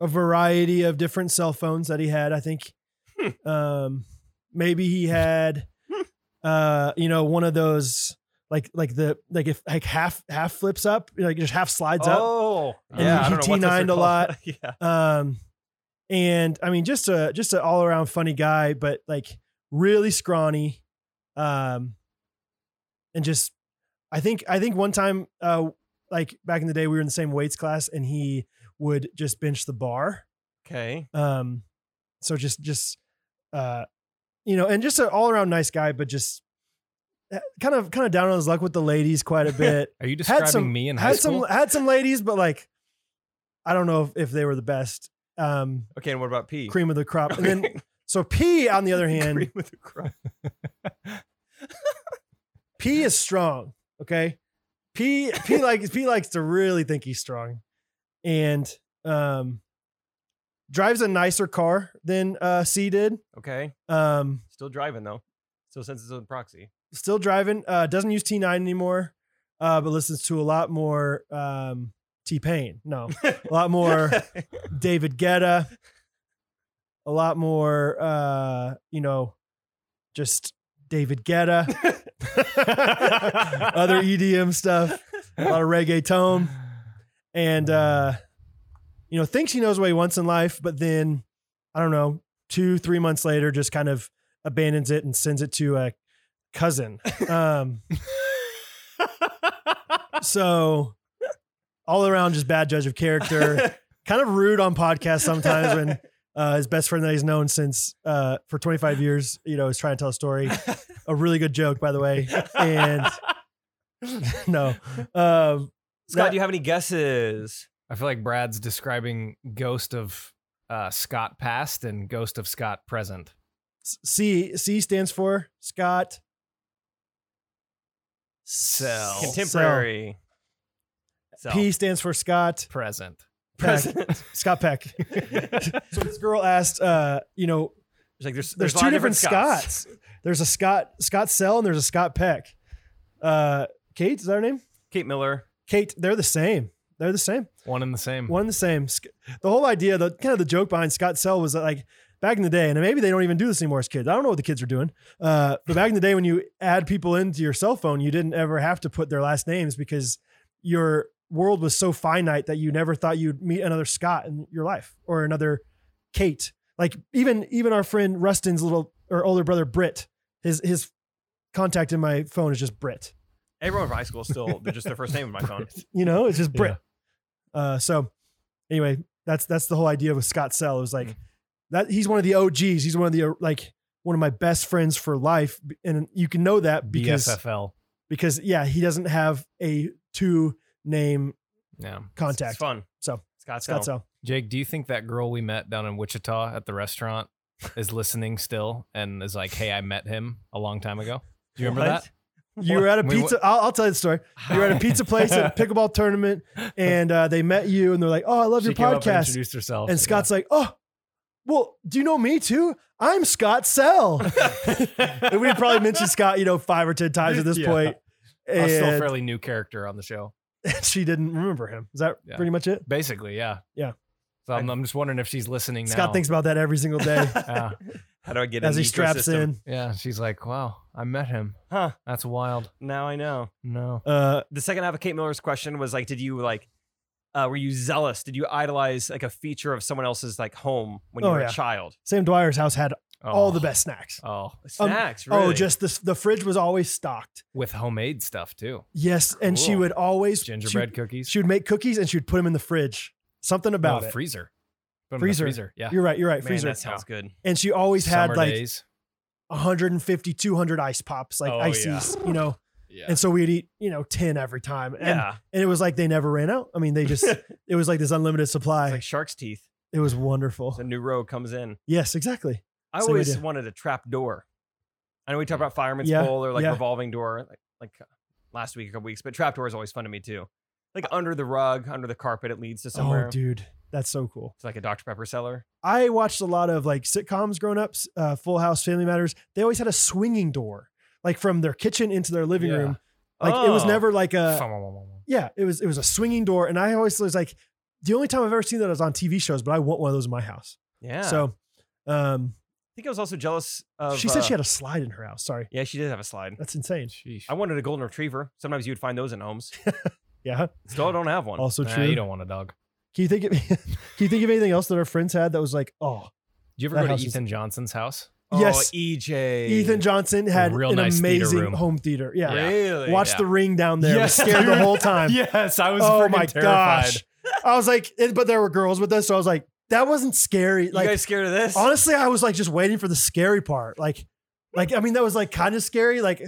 a variety of different cell phones that he had, I think. um maybe he had uh you know one of those like like the like if like half half flips up, like just half slides up.
Oh,
And
yeah.
he
I don't know what those are
T9'd a
called.
lot.
(laughs) yeah.
Um and I mean just a just an all-around funny guy, but like really scrawny. Um and just I think I think one time uh like back in the day we were in the same weights class and he would just bench the bar.
Okay.
Um so just just uh you know and just an all-around nice guy but just uh, kind of kind of down on his luck with the ladies quite a bit.
Are you
some-
describing me in high
had
school?
some had some ladies but like I don't know if, if they were the best. Um
Okay. And what about P?
cream of the crop. And then
Okay.
so P on
(laughs)
the other hand,
Cream with the crop.
P is strong. Okay. P
(laughs)
P like P likes to really think he's strong. And um drives a nicer car than uh C did.
Okay.
Um
Still driving though. Still sends his own proxy.
still driving, uh doesn't use T9 anymore, uh, but listens to a lot more um T Pain. No, a
(laughs)
lot more David Guetta, a lot more uh, you know, just David Guetta. other EDM stuff, a lot of reggaeton, and uh, you know thinks he knows what he wants in life, but then I don't know two three months later just kind of abandons it and sends it to a cousin. Um, so all around just bad judge of character, kind of rude on podcasts sometimes when.
(laughs)
Uh, his best friend that he's known since uh, for 25 years, you know, is trying to tell a story. A really good joke, by the way. And (laughs) no. Um,
Scott,
That-
do you have any guesses?
I feel like Brad's describing Ghost of uh, Scott Past and Ghost of Scott Present.
C C stands for Scott.
Cell.
Cell.
Contemporary. So,
P stands for Scott.
Present.
Peck. (laughs)
Present.
Scott Peck. so this girl asked, uh, you know,
She's like, there's,
There's,
a lot
two
of
different Scots. There's a Scott Scott Sell and there's a Scott Peck. Uh, Kate is that her name?
Kate Miller.
Kate. They're the same. They're the same.
One and the same.
One and the same. Sc- The whole idea, the kind of the joke behind Scott Sell was that like back in the day, and maybe they don't even do this anymore as kids. I don't know what the kids are doing. Uh, but back in the day, when you add people into your cell phone, you didn't ever have to put their last names because your world was so finite that you never thought you'd meet another Scott in your life or another Kate. Like even even our friend Rustin's little or older brother Britt, his his contact in my phone is just Britt.
Everyone from high school is still just their first name in my phone.
You know, it's just Brit. Uh, so anyway, that's that's the whole idea with Scott Sell. It was
Mm-hmm.
like that he's one of the OGs. He's one of the uh, like one of my best friends for life, and you can know that because
BSFL.
because yeah, he doesn't have a two name
Yeah.
It's
(laughs) contact.
fun.
So,
Scott
Scott
Scott.
Sell.
Jake, do you think that girl we met down in Wichita at the restaurant
(laughs)
is listening still and is like, "Hey, I met him a long time ago." Do you remember
What?
that?
You were at a
(laughs) We wa-
pizza. I'll, I'll tell you the story. You were at a pizza place
(laughs)
at a pickleball tournament, and uh, they met you, and they're like, "Oh, I love
She
your
came up and uh,
podcast."
introduced herself,
And Scott's like, "Oh, well, do you know me too? I'm Scott Sell."
(laughs)
and we probably mentioned Scott, you know, five or ten times at this
Yeah.
point.
a still a
And
fairly new character on the show,
(laughs) she didn't remember him. Is that
Yeah.
pretty much it?
basically. Yeah.
Yeah.
So I'm, I'm just wondering if she's listening now.
Scott thinks about that every single day
(laughs) Yeah.
How do I get
as
in
he
the
straps
ecosystem?
in.
yeah. She's like, "Wow, I met him.
Huh.
That's wild."
Now I know.
No.
Uh,
the second half of Kate Miller's question was like, did you like, uh, were you zealous? Did you idolize like a feature of someone else's like home when you
Oh,
were
yeah.
a child?
Sam Dwyer's house had
Oh.
all the best snacks.
Oh,
Um,
Snacks, really?
Oh, just the the fridge was always stocked.
with homemade stuff too.
Yes, and she
Cool.
would always
Gingerbread
She,
cookies.
she would make cookies and she would put them in the fridge. Something
No,
about it.
freezer. Put 'em in the
Freezer.
freezer. Yeah.
You're right. You're right.
man,
freezer.
that sounds good.
And she always had
Summer
like
days.
150, 200 ice pops, like
Oh,
ices,
yeah.
you know.
(laughs) Yeah.
And so we'd eat, you know, 10 every time. And,
Yeah,
and it was like they never ran out. I mean, they
(laughs)
just, it was like this unlimited supply.
it's like shark's teeth.
it was wonderful.
The new row comes in.
Yes, exactly.
I
Same
always
idea. Mm.
wanted a trap door. I know we talked about fireman's
Yeah,
pole or like
yeah.
revolving door like, like uh, last week, a couple weeks, but trap door is always fun to me too. Like under the rug, under the carpet, it leads to somewhere.
Uh Oh, dude, that's so cool.
It's like a Dr. Pepper cellar.
I watched a lot of like sitcoms growing up, s- uh, Full House, Family Matters. They always had a swinging door, like from their kitchen into their living
Yeah.
room. Like it was
Oh.
never like a,
Fum-um-um-um-um.
yeah, it was, it was a swinging door. And I always was like, the only time I've ever seen that was on TV shows, but I want one of those in my house.
Yeah. So I
So, um,
think I was also jealous of.
she said she
uh,
had Uh, a slide in her house. Sorry.
Yeah, she did have a slide.
That's insane.
Sheesh.
I wanted a golden retriever. Sometimes you'd find those in
(laughs)
homes.
Yeah.
Still don't have one.
Also
Nah,
true.
you don't want a dog.
Can you think of (laughs) can you think of anything else that our friends had that was like, oh,
Do you ever
That
go
house
to
is-
Ethan Johnson's house?
Oh,
Yes.
EJ.
Ethan Johnson had
real
an
nice theater
amazing
room.
home theater. Yeah.
Yeah.
Really?
Watch
Yeah.
the ring down there. I was
Yes,
scared the
dude.
whole
(laughs)
time.
Yes, I was.
oh
freaking
my
terrified.
gosh. I was like, it- but there were girls with us, so I was like, that wasn't scary.
You
Like
guys scared of this?
honestly, I was like just waiting for the scary part. Like, like I mean, that was like kind of scary. Like,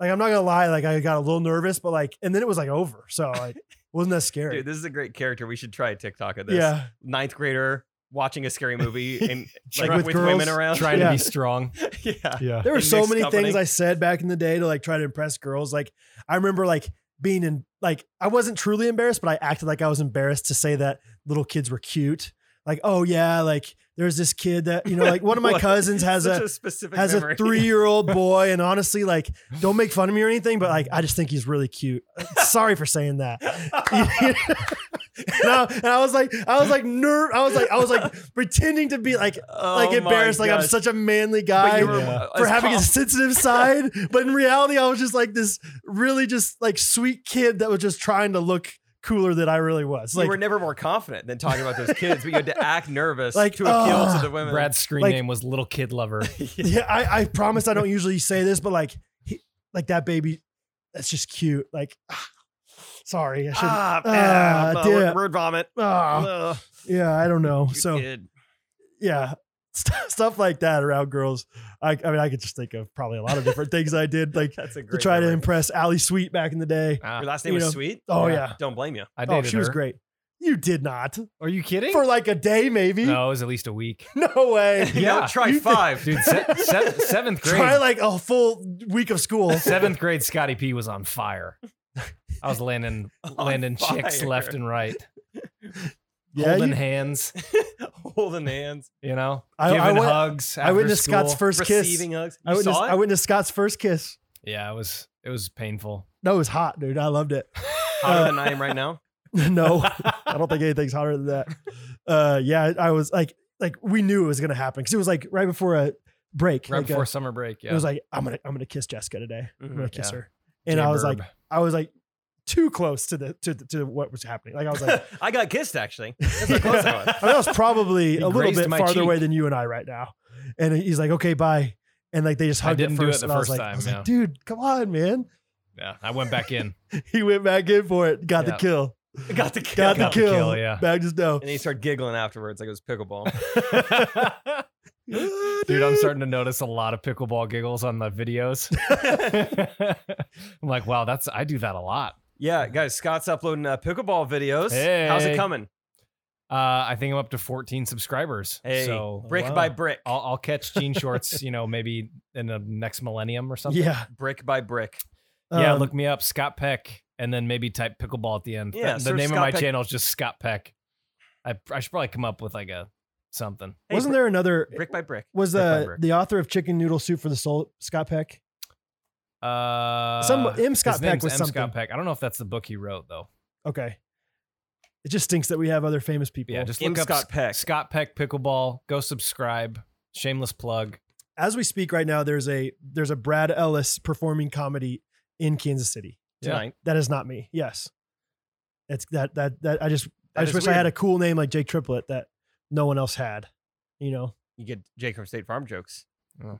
like I'm not gonna lie, like I got a little nervous, but like, and then it was like over. So like wasn't that scary.
Dude, this is a great character. We should try a TikTok of this.
Yeah.
Ninth grader watching a scary
(laughs)
movie and like
Like with
with, women
girls
around.
Trying
Yeah.
to be strong.
(laughs) yeah.
Yeah.
There were
in
so
mixed
many
company.
things I said back in the day to like try to impress girls. Like I remember like being in like I wasn't truly embarrassed, but I acted like I was embarrassed to say that little kids were cute. Like, oh yeah, like there's this kid that you know, (laughs) like one
(laughs)
of my
What?
cousins has
Such
a,
specific
has
memory.
a
(laughs)
three year old boy, and honestly, like don't make fun of me or anything, but like I just think he's really cute. Uh, Sorry for saying
(laughs)
that. (laughs) and, I, and I was like, I was like nerve, I was like, I was like pretending to be like
(laughs) Oh
like
my
embarrassed, like I'm
gosh.
such a manly
But
guy
you were,
Yeah.
uh,
for
as
having a
calm-
sensitive side, but in reality, I was just like this really just like sweet kid that was just trying to look cooler than I really was.
you
Like,
were never more confident than talking about those kids, but you had to act nervous
Like,
to appeal
uh,
to the women.
Brad's screen
Like-
name was Little Kid Lover.
yeah, I, I promise I don't usually say this, but like, he, like that baby, that's just cute. Like, (sighs) ah, sorry, I should.
ah,
Ah. Ah,
ah, uh,
damn.
word vomit. Ugh,
yeah, I don't know.
cute
So
kid.
yeah, st- stuff like that around girls. I, I mean, I could just think of probably a lot of different things I
(laughs)
did, like
that's a great.
to try to
memory.
impress Allie Sweet back in the day.
Ah,
Your last name
you
was
know.
Sweet.
Oh
Yeah.
yeah,
Don't
(laughs)
blame you. (laughs)
I
oh
dated
she
her.
was great. You did not
Are you kidding?
for like a day, maybe.
no, it was at least a week.
(laughs) No
(laughs)
way.
Yeah.
Don't try
You think-
five.
Dude,
(laughs)
se- se- seventh grade.
Try like a full week of
(laughs)
school.
seventh grade Scotty P was on fire. I
(laughs)
was landing
(laughs) On
landing chicks
fire.
left and right,
Yeah,
holding
you,
hands.
(laughs) holding hands,
You know,
I- I
giving
went-
hugs.
I
after
witnessed Scott's
school.
first kiss.
receiving hugs. You
I witnessed,
saw it?
I witnessed Scott's first kiss.
Yeah, it was it was painful.
That was hot, dude. I loved it. (laughs)
Hotter
uh,
than I am right now.
no, (laughs) I don't think anything's hotter than
(laughs)
that. Uh, yeah, I was like, like we knew it was gonna happen because it was like right before a break.
Right
like, uh,
before summer break. Yeah, Mm-hmm,
It was like I'm gonna I'm gonna kiss Jessica today. I'm gonna
Mhm,
kiss
yeah.
her, and I was like
Jaybird.
I was like too close to the to to what was happening. Like I was like
(laughs) I got kissed
(laughs)
actually. That's how close I was.
I mean, that was probably
(laughs) He
a little
grazed
bit
my
farther away
cheek.
than you and I right now. And he's like, okay, bye. And like they just
I
hugged
didn't
at
do it
first,
the
and I was
first
like, I
time,
was
yeah.
like, dude, come on, man. (laughs)
yeah, I went back in. (laughs)
He went back in for it, got
Yeah.
the kill,
got the kill.
got, the,
Got the
kill,
kill, yeah.
bagged his dough.
And he started giggling afterwards like it was pickleball.
(gasps) Dude,
(gasps)
I'm starting to notice a lot of pickleball giggles on
(laughs)
the videos. (laughs) I'm like, wow, that's I do that a lot.
yeah, guys, Scott's uploading uh, pickleball videos. How's it
Hey.
coming?
Uh, I think I'm up to 14 subscribers.
Hey,
So
brick
wow.
by brick,
I'll, I'll catch Gene Shorts, you know, maybe in the next millennium or something.
Yeah,
brick by brick.
Yeah,
Um,
look me up, Scott Peck, and then maybe type pickleball at the end.
Yeah,
the, the
search
name
Scott
of my
Peck.
channel is just Scott Peck. I I should probably come up with like a something.
Hey,
wasn't
brick,
there another?
brick by brick?
was
Brick by
the
brick.
the author of Chicken Noodle Soup for the Soul, Scott Peck?
Uh,
Some M Scott
his
Peck
name's
was
M.
something.
Scott Peck. I don't know if that's the book he wrote though.
Okay, it just stinks that we have other famous people.
Yeah, just
M.
look up
Scott Peck.
Scott Peck pickleball. Go subscribe. Shameless plug.
as we speak right now, there's a there's a Brad Ellis performing comedy in Kansas City.
Yeah.
Tonight.
That is not me. Yes, it's that that that I just
That
I just
is
wish I had a
weird.
cool name like Jake Triplett that no one else had. You know,
You get Jake from State Farm jokes.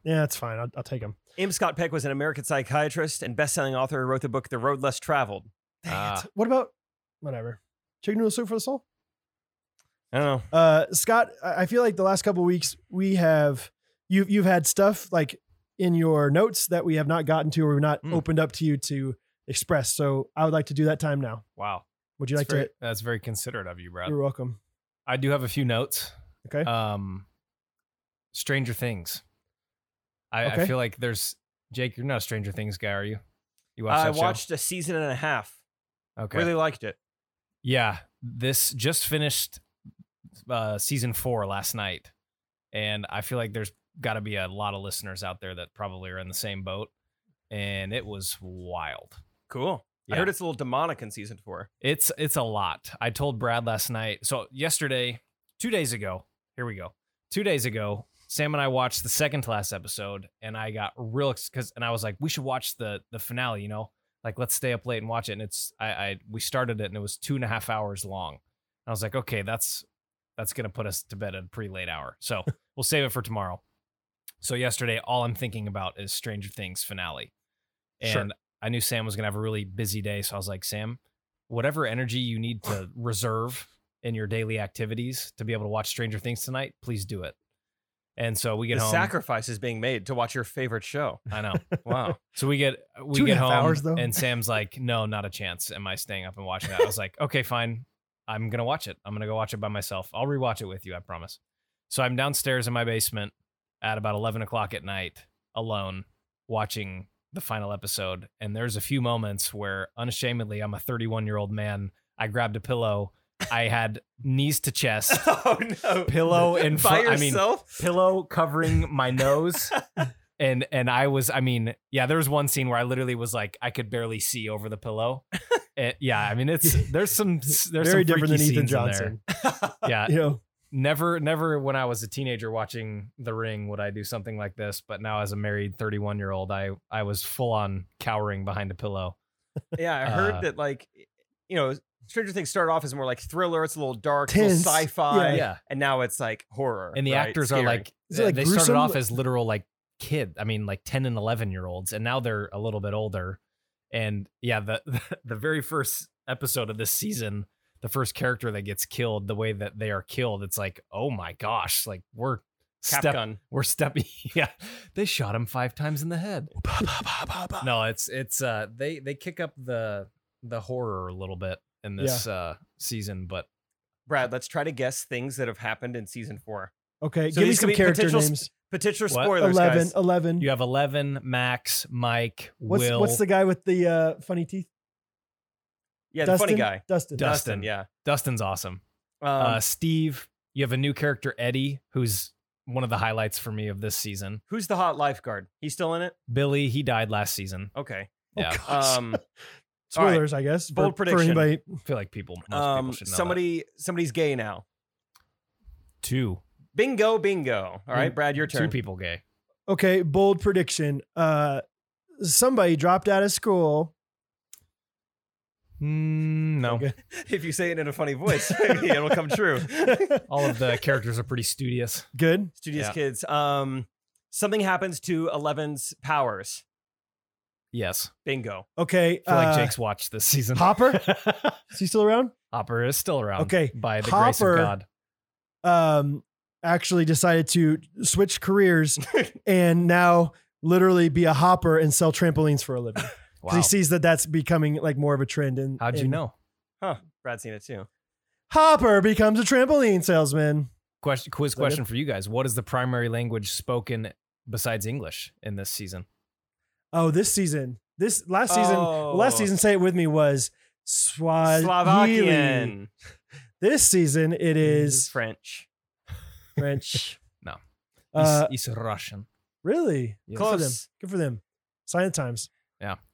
yeah, it's fine. I'll, I'll take him.
M. Scott Peck was an American psychiatrist and best-selling author who wrote the book The Road Less Traveled.
Dang
Ah.
it. What about whatever chicken noodle soup for the soul?
I don't know.
Uh, Scott, I I feel like the last couple weeks we have you've you've had stuff like in your notes that we have not gotten to or we've not
Hmm.
Mm.
opened up to you to express. So I would like to do that time now.
Wow.
Would you
that's
like
very,
to?
That's very considerate of you, Brad.
You're welcome.
I do have a few notes.
Okay.
Uh,
Um, Stranger Things. I,
Okay.
I feel like there's Jake. You're not a Stranger Things guy, are you? You watch
I
that show?
watched a season and a half.
Okay.
Really liked it.
Yeah, this just finished uh, season four last night, and I feel like there's got to be a lot of listeners out there that probably are in the same boat, and it was wild.
Cool.
Yeah.
I heard it's a little demonic in season four.
It's it's a lot. I told Brad last night. So yesterday, two days ago, here we go. Two days ago, Sam and I watched the second to last episode, and I got real because and I was like, we should watch the the finale. You know, like let's stay up late and watch it. And it's I, I we started it and it was two and a half hours long. I was like, okay, that's that's gonna put us to bed at a pretty late hour. So we'll save it for tomorrow. So yesterday, all I'm thinking about is Stranger Things finale, and
Sure.
I knew Sam was gonna have a really busy day. So I was like, Sam, whatever energy you need to reserve in your daily activities to be able to watch Stranger Things tonight, please do it. And so we get
the
home.
sacrifice is being made to watch your favorite show.
I know.
Wow.
So we get we
Two and a
get
half
home,
hours, though.
and Sam's like, "No, not a chance. Am I staying up and watching that?" I was like, "Okay, fine. I'm gonna watch it. I'm gonna go watch it by myself. I'll rewatch it with you. I promise." So I'm downstairs in my basement at about 11 o'clock at night, alone, watching the final episode. And there's a few moments where, unashamedly, I'm a 31 year old man. I grabbed a pillow. I had knees to
(laughs)
chest,
(laughs) oh no.
(laughs) Pillow in
By
front- I mean,
yourself?
pillow covering
(laughs)
my nose and and I was I mean yeah there was one scene where I literally was like I could barely see over
(laughs)
the pillow Eh, yeah I mean it's there's some there's
Very
some
different than
freaky
Ethan
scenes in there.
Johnson. (laughs)
yeah
You know,
never never when I was a teenager watching The Ring would I do something like this but now as a married 31 year old I I was full on cowering behind a pillow
(laughs) yeah, I heard
Uh,
that like you know, Stranger Things started off as more like thriller, it's a little dark, it's a little
Tense.
sci-fi.
Yeah.
And now it's like horror.
and the
right?
actors
Scary.
are like,
Is it, like,
they
gruesome?
started off as literal like kid i mean like 10 and 11 year olds and now they're a little bit older and yeah the (laughs) the very first episode of this season the first character that gets killed the way that they are killed it's like oh my gosh like we're
cap
step,
gun.
we're stepping (laughs) yeah they shot him five times in the head no it's it's uh they they kick up the the horror a little bit in this uh season but
Brad, let's try to guess things that have happened in season four.
okay,
So
give me
these could
some
be
character
potential
names.
Potential
What? Oh,
spoilers,
11,
guys.
11.
you have 11 max mike
what's,
will
what's the guy with the uh, funny teeth?
Yeah, the
Dustin?
funny guy.
Dustin.
Dustin.
yeah.
Dustin's awesome.
Um,
uh, Steve, You have a new character, Eddie, who's one of the highlights for me of this season.
Who's the hot lifeguard? He's still in it?
Billy, he died last season. (laughs)
Okay.
Yeah.
Oh, gosh.
Um, all right.
Spoilers, I guess. for-
Bold
for
prediction.
anybody-
I feel like people, most
um,
people should know. that.
somebody, somebody's gay now.
two,
Bingo, bingo. All
Mm,
right,
Bing-
Brad, your
two
turn.
people gay.
Okay, bold prediction. Uh, somebody dropped out of school.
Mm, no,
Okay.
(laughs) If you say it in a funny voice, (laughs) maybe it'll come
(laughs)
true.
all of the characters are pretty studious.
Good.
Studious
Yeah.
kids. Um, something happens to Eleven's powers.
Yes,
Bingo.
Okay.
I feel like
uh,
Jake's watched this season.
Hopper? Is he still around?
(laughs) Hopper is still
Um,
around.
Okay,
by the grace of
Hopper-
God.
Um, actually decided to
(laughs)
switch careers and now literally be a hopper and sell trampolines for a living.
Wow,
Because he sees that that's becoming like more of a trend. And
how'd you know?
Brad's seen it too.
Hopper becomes a trampoline salesman.
Question, quiz
that good?
question for you guys: What is the primary language spoken besides English in this season?
Oh, this season, this last season,
Oh.
last season, uh, say it with me was Swahili.
Slovakian.
This season, it is
French. (laughs)
French.
No.
Uh,
it's, it's Russian.
really?
Yes.
Good for them.
Close.
Good for them. Sign
(laughs)
of times.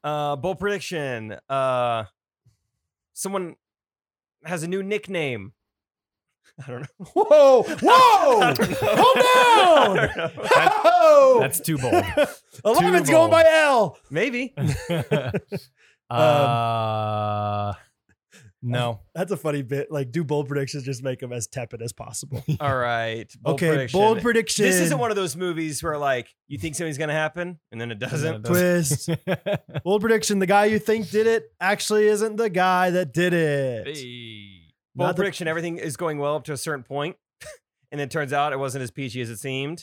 Uh, bold prediction. Uh, someone has a new nickname. I don't know.
(laughs) Whoa! Whoa!
(laughs) I don't know. (laughs)
Calm
I
down!
don't know.
(laughs) Whoa!
That's too bold.
(laughs) Eleven's
too
going
bold.
by L.
Maybe.
(laughs)
(laughs) Um,
uh, no.
(laughs) That's a funny bit. Like, do bold predictions just make them as tepid
(laughs)
as possible?
All right. Bold
okay,
prediction.
bold prediction.
This isn't one of those movies where like you think something's gonna happen and then it doesn't.
And then
twist. bold prediction: the guy you think did it actually isn't the guy that did it.
Bold
Not the-
prediction. Everything is going well up to a certain point, (laughs) and it turns out it wasn't as peachy as it seemed.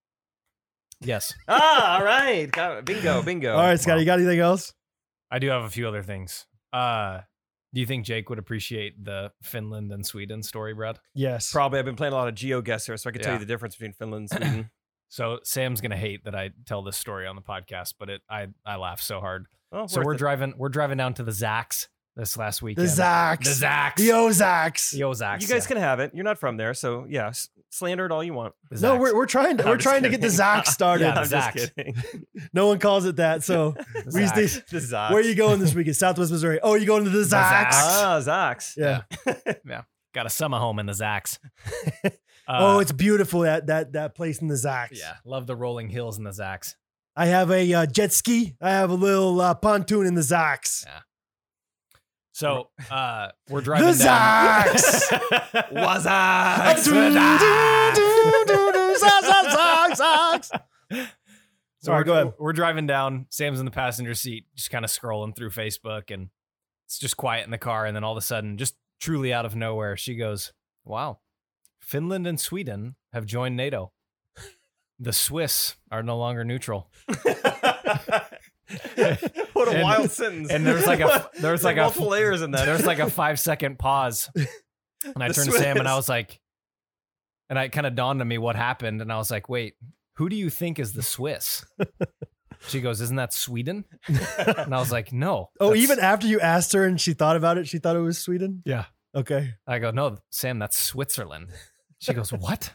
(laughs)
yes,
ah, all right. Got it.
(laughs)
Bingo, bingo.
All right, Scott, you got anything else?
I do have a few other things. Uh, do you think Jake would appreciate the Finland and Sweden story, Brad?
Yes.
Probably. I've been playing a lot of GeoGuessr, so I can tell
Yeah.
you the difference between Finland
(clears throat)
and Sweden.
So Sam's gonna hate that I tell this story on the podcast, but it I I laugh so hard.
Well,
So
worth
we're
it.
driving we're driving down to the Zacks this last
the
weekend.
Zacks.
The Zacks.
The Ozarks.
The Ozarks,
You guys
yeah.
can have it. You're not from there, so yeah, s- slander it all you want.
The
No,
Zacks.
we're, we're trying to
I'm
we're
just
trying to get the
kidding.
Zack started.
I'm
Zacks.
just kidding.
No one calls it that. So
The
we
Zacks.
just-
the Zox.
where are you going this weekend? Southwest Missouri. Oh, you going to the Zacks?
Zacks.
Ah,
(laughs)
Zox.
Yeah. (laughs)
got a summer home in the Zacks.
oh,
Uh,
it's beautiful that that that place in the Zacks.
yeah. Love the rolling hills in the Zacks.
I have a uh, jet ski. I have a little uh, pontoon in the Zacks.
So (laughs) uh, we're
The
driving down. (laughs)
Zacks.
(laughs)
(laughs)
Wazax.
(laughs) So we're,
Sorry, go ahead.
we're driving down. Sam's in the passenger seat, just kind of scrolling through Facebook, and it's just quiet in the car. And then all of a sudden, just truly out of nowhere, she goes, Wow, Finland and Sweden have joined NATO. The Swiss are no longer
(laughs)
neutral.
(laughs) what a
And-
wild sentence.
and there's like a- there's like a-
multiple layers in that.
There's like a five second pause. And I
The
turned to Sam and I
Swiss.
was like, and I kind of dawned on me what happened. And I was like, wait, who do you think is the Swiss? She goes, isn't that Sweden? And I was like, no.
Oh,
that's-
even after you asked her and she thought about it, she thought it was Sweden.
Yeah.
Okay.
(laughs) I go, no, Sam, that's Switzerland. She goes, what?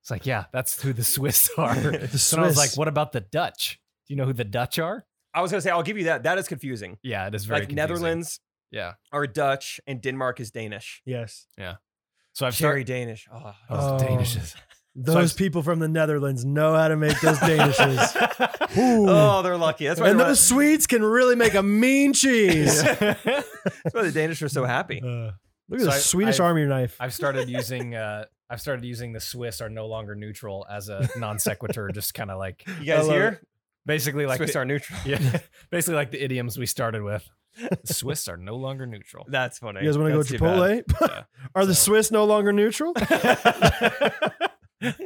It's like, yeah, that's who the Swiss (laughs) are.
The Swiss.
So I was like, what about the Dutch? Do you know who the Dutch are?
I was gonna say, I'll give you that. That is confusing.
Yeah, it is very
like
confusing.
Netherlands
Yeah.
are Dutch and Denmark is Danish.
Yes.
So I've
Cherry
started.
Danish. Oh,
Oh.
Danishes.
Those
I've-
people from the Netherlands know how to make
(laughs)
those
(laughs)
Danishes. Ooh.
Oh, they're lucky. That's why,
and
they're-
(laughs) those Swedes can really make a
(laughs)
mean cheese.
that's why the Danish are so happy.
Uh, look at
So
the
I-
Swedish
I've-
Army knife.
I've started using. Uh, I've started using the Swiss are no longer neutral as a non sequitur, just kind of like
You guys
love
here?
basically like
Swiss
the,
are neutral.
(laughs) yeah, basically like the idioms we started with. Swiss are no longer neutral.
(laughs) That's funny.
you guys want to go
That's too bad.
Chipotle? (laughs)
Yeah.
Are the Swiss no longer neutral? (laughs)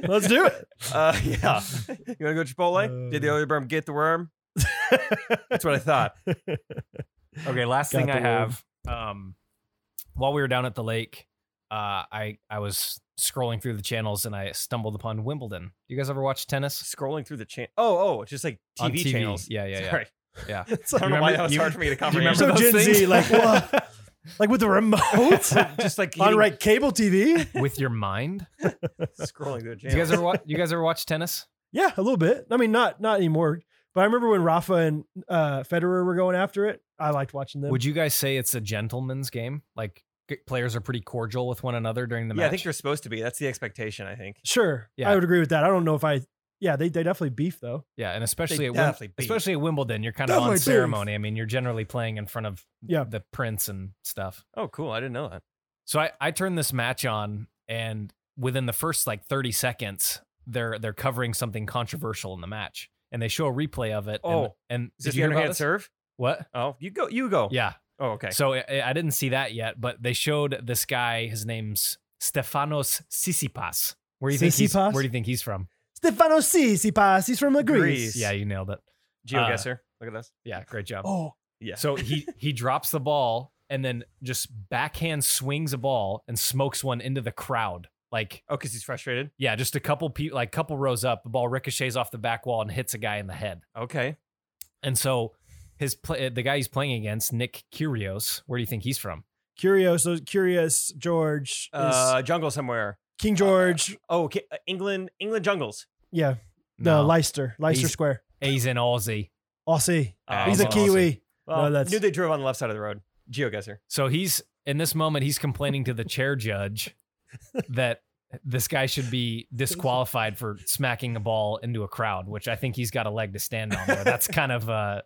Let's do it.
(laughs) Uh, yeah. You want to go Chipotle? Did the
Uh.
other berm get the worm? That's what I thought.
(laughs) Okay, last
Got
thing
the
I
word.
have. Um, while we were down at the lake, uh, I I was scrolling through the channels and I stumbled upon Wimbledon. You guys ever watch tennis?
Scrolling through the channel. Oh, oh, just like TV,
On TV.
channels.
Yeah, yeah, yeah.
Sorry.
Yeah.
(laughs) I don't know why
remember-
that was
you-
hard for me to
Do you
comprehend.
remember
So
(laughs) those
Gen Z,
things?
like, what? Like with the
(laughs)
remote?
just like
on
eating-
right cable TV?
with
(laughs)
your mind.
scrolling through a
Do
channel.
you guys ever watch? You guys ever watch tennis?
Yeah, a little bit. I mean, not not anymore. But I remember when Rafa and uh, Federer were going after it. I liked watching them.
Would you guys say it's a gentleman's game? Like g- players are pretty cordial with one another during the
yeah,
match.
I think you're supposed to be. That's the expectation. I think.
Sure.
Yeah.
I would agree with that. I don't know if I. Yeah, they, they definitely beef though.
yeah, and especially
They
at Wim-
definitely beef.
especially at Wimbledon, you're kind of
Definitely
on
beef.
ceremony. I mean, you're generally playing in front of
Yeah.
the prince and stuff.
Oh, cool. I didn't know that.
So I, I turned this match on, and within the first like 30 seconds, they're they're covering something controversial in the match, and they show a replay of it. and-
Oh,
and,
Is
did
this
you
the
hear about
underhand
this?
serve?
What?
Oh, you go. You go.
Yeah.
Oh, okay.
So eh, I, I didn't see that yet, but they showed this guy. His name's Stefanos Tsitsipas. Where do you think he's,
Tsitsipas?
Where do you think he's from?
Stefano Tsitsipas. He's from Greece.
Greece.
Yeah, you nailed it.
Geo
uh,
guesser. Look at this.
Yeah, great job.
Oh,
Yeah. (laughs)
So he he drops the ball and then just backhand swings a ball and smokes one into the crowd. Like
oh, because he's frustrated.
yeah, just a couple pe- like couple rows up, the ball ricochets off the back wall and hits a guy in the head.
Okay.
And so his play, the guy he's playing against, Nick Curios. Where do you think he's from?
Curious. So Curious George. Is
Uh, jungle somewhere.
King George.
Oh, okay. uh, England. England jungles.
yeah. No, Leicester. Leicester
He's-
Square.
he's in Aussie.
Aussie.
Uh,
He's a
Aussie.
Kiwi.
Well,
No, that's-
knew they drove on the left side of the road. Geo guesser.
So he's in this moment, he's complaining to the chair judge that this guy should be disqualified for smacking a ball into a crowd, which I think he's got a leg to stand on. There. That's kind of uh,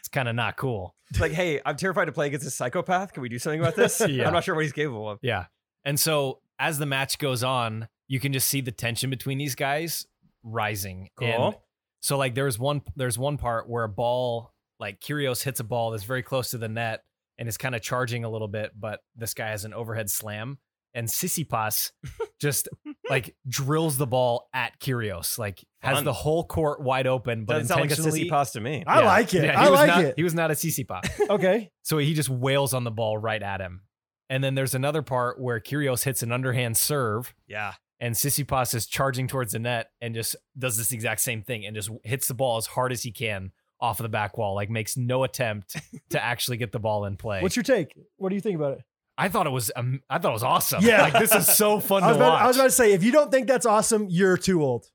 it's kind of not cool.
It's like, hey, I'm terrified to play against a psychopath. Can we do something about this?
(laughs) Yeah.
I'm not sure what he's capable of.
Yeah. And so as the match goes on, you can just see the tension between these guys rising. And
Cool.
so like there's one there's one part where a ball like Curios hits a ball that's very close to the net and is kind of charging a little bit, but this guy has an overhead slam
(laughs)
and Sissipas just like drills the ball at Curios, like has
Fun.
the whole court wide open, but
Doesn't sound like a
intentionally.
sissy pass to me.
I
Yeah.
like it.
Yeah,
I
he was
like
not-
it.
He was not a Sissipas. (laughs)
okay.
So he just wails on the ball right at him. And then there's another part where Kyrgios hits an underhand serve
Yeah.
and Sissipas is charging towards the net and just does this exact same thing and just hits the ball as hard as he can off of the back wall, like makes
(laughs)
no attempt to actually get the ball in play.
What's your take? What do you think about it?
I thought it was um, I thought it was awesome.
Yeah.
Like this is so
(laughs)
fun
I was,
to
about,
watch.
I was about to say, if you don't think that's awesome, you're too old.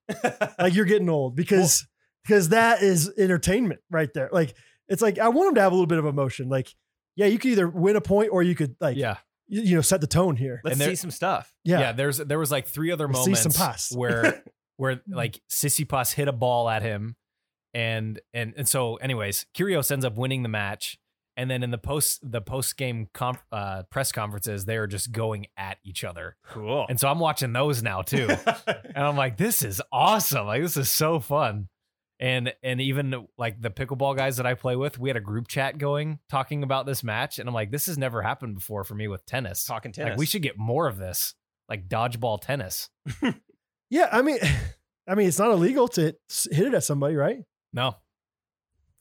like you're getting old because because that is entertainment right there. Like it's like I want them to have a little bit of emotion. Like yeah, you could either win a point or you could like
yeah.
you, you know set the tone here.
Let's
And there-
see some stuff.
yeah.
Yeah,
there's there was like three other
Let's see
moments
some pass. (laughs)
where where like Sissipas hit a ball at him and and and so anyways, Kyrgios ends up winning the match and then in the post the post game comp, uh, press conferences they are just going at each other.
Cool.
And so I'm watching those
(laughs)
now too. and I'm like this is awesome. Like this is so fun. And and even like the pickleball guys that I play with, we had a group chat going talking about this match and I'm like this has never happened before for me with tennis.
Talking tennis.
Like we should get more of this, like dodgeball tennis.
yeah. I mean, (sighs) I mean, it's not illegal to s- hit it at somebody, right?
No,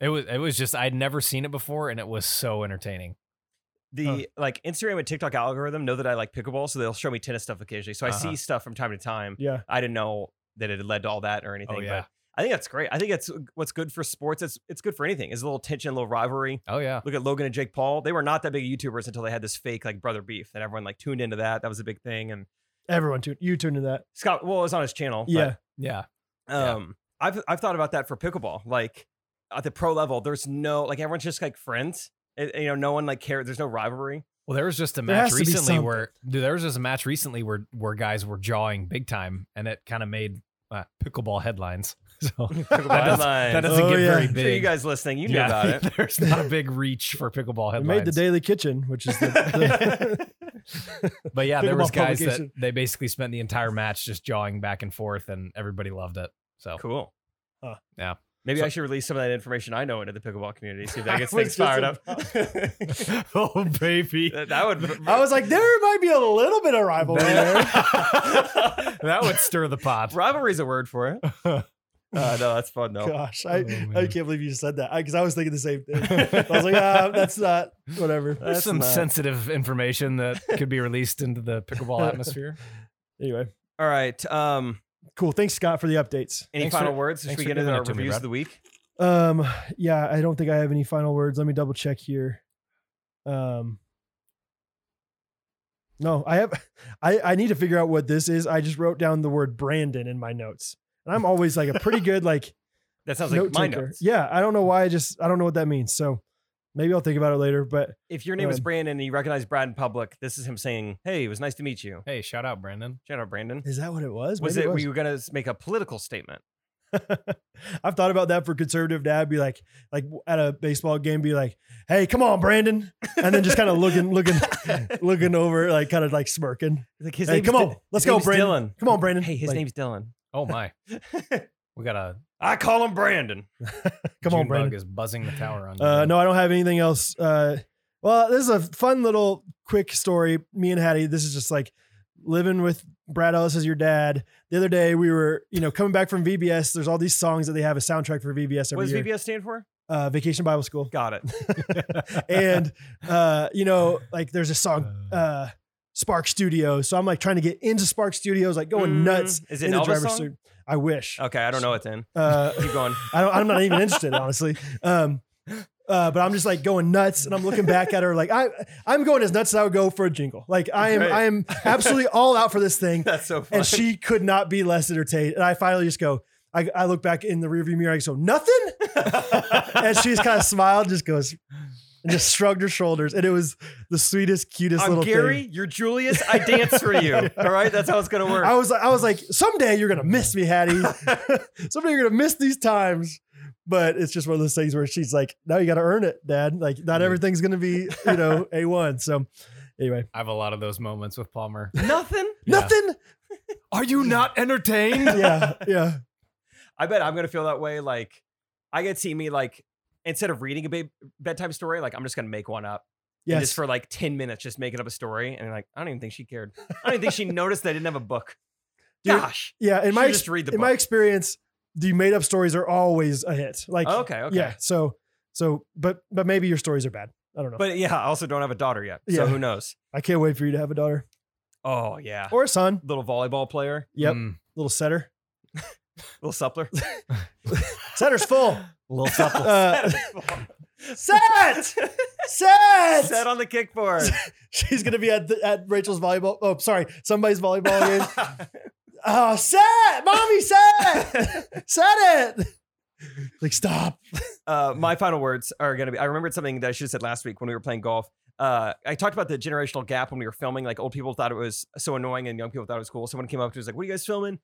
it was it was just I'd never seen it before, and it was so entertaining.
the like Instagram and TikTok algorithm know that I like pickleball, so they'll show me tennis stuff occasionally. So I
Uh-huh.
see stuff from time to time.
Yeah,
I didn't know that it had led to all that or anything.
Oh, yeah.
But I think that's great. I think that's what's good for sports. It's it's good for anything. It's a little tension, a little rivalry.
Oh yeah,
Look at Logan and Jake Paul. They were not that big YouTubers until they had this fake like brother beef that everyone like tuned into that. That was a big thing. And
everyone tuned you tuned to that.
Scott, well, it was on his channel. but,
Yeah,
yeah, Yeah.
um, I've I've thought about that for pickleball. Like at the pro level, there's no like everyone's just like friends. It- you know, no one like cares. There's no rivalry.
Well, there was just a
There has
match
to be
recently
something.
where dude, there was just a match recently where where guys were jawing big time, and it kind of made uh, pickleball headlines. (laughs) So
Pickleball
that,
(laughs)
does,
headlines.
that doesn't
Oh,
get
yeah.
very
I'm
I'm sure you
big.
guys listening, you knew
Yeah,
about
(laughs)
it.
There's (laughs) not a big reach for pickleball
we
headlines.
made the Daily Kitchen, which is the,
but yeah, there was
pickleball
guys that
publication.
they basically spent the entire match just jawing back and forth, and everybody loved it. So
Cool.
Huh.
Yeah.
Maybe
So-
I should release some of that information I know into the pickleball community, see if
(laughs)
that
I
gets
was
things
just
fired up.
about-
(laughs) oh baby,
that that
(laughs)
would. (laughs)
I was like, there might be a little bit of rivalry there.
that would stir
(laughs)
the
(laughs)
pot.
rivalry's a word for it. Uh, no, that's fun though.
Gosh, I,
Oh, man.
I can't believe you said that because I, was thinking the same thing. I was
(laughs)
like, ah, that's not whatever.
There's
That's
some
not-
sensitive
(laughs)
information that could be released into the pickleball atmosphere.
Anyway,
All right. Um,
cool. Thanks, Scott, for the updates.
any
Thanks
final
for-
words? Should
thanks
we
for
get into
giving
our
it to me,
reviews
Brad.
of the week?
Um, yeah, I don't think I have any final words. Let me double check here. Um, No, I have. (laughs) I I need to figure out what this is. I just wrote down the word Brandon in my notes, and I'm always like a
(laughs)
pretty good like
That sounds like
note
my
taker.
notes.
Yeah, I don't know why. I just I don't know what that means. So maybe I'll think about it later. But
If your name is
Um,
Brandon and you recognize Brad in public, this is him saying, "Hey, it was nice to meet you."
Hey, shout out, Brandon.
Shout out, Brandon.
is that what it was?
Was
Maybe
it? Were you gonna s- make a political statement?
(laughs) I've thought about that for conservative dad. Be like, like at a baseball game, be like, "Hey, come on, Brandon," and then just kind of looking,
(laughs)
looking, looking over, like kind of like smirking.
Like his
Hey,
name's
come
Di-
on, let's
his
go,
name's
Brandon.
Dylan.
Come on, Brandon.
Hey, his
Like,
name's
(laughs)
Dylan.
Oh my, we got a
I call him Brandon.
Come on,
June bug
Brandon.
is buzzing the tower on.
Uh,
you.
no, I don't have anything else. Uh, well, this is a fun little quick story. Me and Hattie, this is just like living with Brad Ellis as your dad. The other day we were, you know, coming back from VBS. There's all these songs that they have a soundtrack for VBS every
What does
year.
VBS stand for?
Uh, Vacation
(laughs)
Bible School.
Got it.
and uh, you know, like there's a song, uh, Spark Studios. So I'm like trying to get into Spark Studios, like going
Mm,
nuts
Is it
in
an
the
Elvis
driver's
song?
seat. I wish.
Okay, I don't know what's in.
Uh,
Keep
(laughs)
going.
I don't, I'm not
(laughs)
even interested, honestly. Um, uh, but I'm just like going nuts, and I'm looking back at her like I I'm going as nuts as I would go for a jingle. Like I am
Great.
I am absolutely all out for this thing,
(laughs) That's so funny.
and she could not be less entertained. And I finally just go. I, I look back in the rearview mirror. I go nothing, and she just
(laughs)
kind of smiled, just goes, and just shrugged her shoulders, and it was the sweetest, cutest
I'm
little
Uh, Gary.
thing.
You're Julius. I dance for
(laughs)
you. All right, that's how it's gonna work.
I was like, I was like, someday you're gonna miss
(laughs)
me, Hattie. (laughs) someday you're gonna miss these times. But it's just one of those things where she's like, now you gotta earn it, Dad. Like, not
Yeah.
everything's gonna be,
(laughs)
you know, a one. So, anyway,
I have a lot of those moments with (laughs) Palmer.
Nothing.
Yeah.
nothing.
Are you
Mm.
not entertained?
Yeah,
(laughs)
yeah.
I bet I'm gonna feel that way. Like, I could see me like instead of reading a ba- bedtime story, like I'm just gonna make one up. And
Yes.
just for like 10 minutes, just making up a story. And like, I don't even think she cared. I don't even think she noticed that I didn't have a book.
Dude,
Gosh.
yeah. In my
Should've just read the
in
book.
my experience, the made up stories are always a hit. Like,
Oh, okay, okay.
yeah. So, so, but but maybe your stories are bad. I don't know.
But yeah, I also don't have a daughter yet.
Yeah.
So who knows?
I can't wait for you to have a daughter
Oh, yeah.
or a son.
Little volleyball player,
(laughs) Yep.
Mm,
Little setter.
little
(laughs)
suppler.
Setter's
(laughs)
full.
little supple.
Uh,
Set!
set.
Set on the kickboard.
She's gonna be at the, at Rachel's volleyball. Oh, sorry, somebody's volleyball game. oh, set, mommy, set, set it. Like stop.
uh, my final words are going to be I remembered something that I should have said last week when we were playing golf. Uh, I talked about the generational gap when we were filming. Like, old people thought it was so annoying and young people thought it was cool. Someone came up to us, like, What are you guys filming?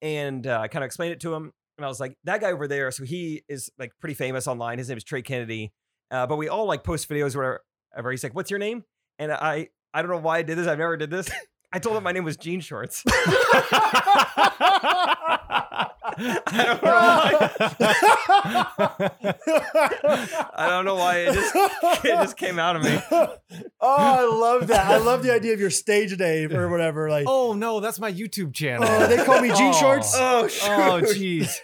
And uh, I kind of explained it to him. And I was like, That guy over there. So he is like pretty famous online. His name is Trey Kennedy. Uh, but we all like post videos where wherever he's like, What's your name? And I, I don't know why I did this. I've never did this. (laughs) I told him my name was Jean Shorts. I don't know why. I don't know why it just (laughs) it just came out of me.
(laughs) oh, I love that. I love the idea of your stage name or whatever. Like,
(laughs) oh no, that's my YouTube channel.
oh, they call me Jean
Oh.
Shorts.
(laughs) Oh, shoot.
Oh jeez.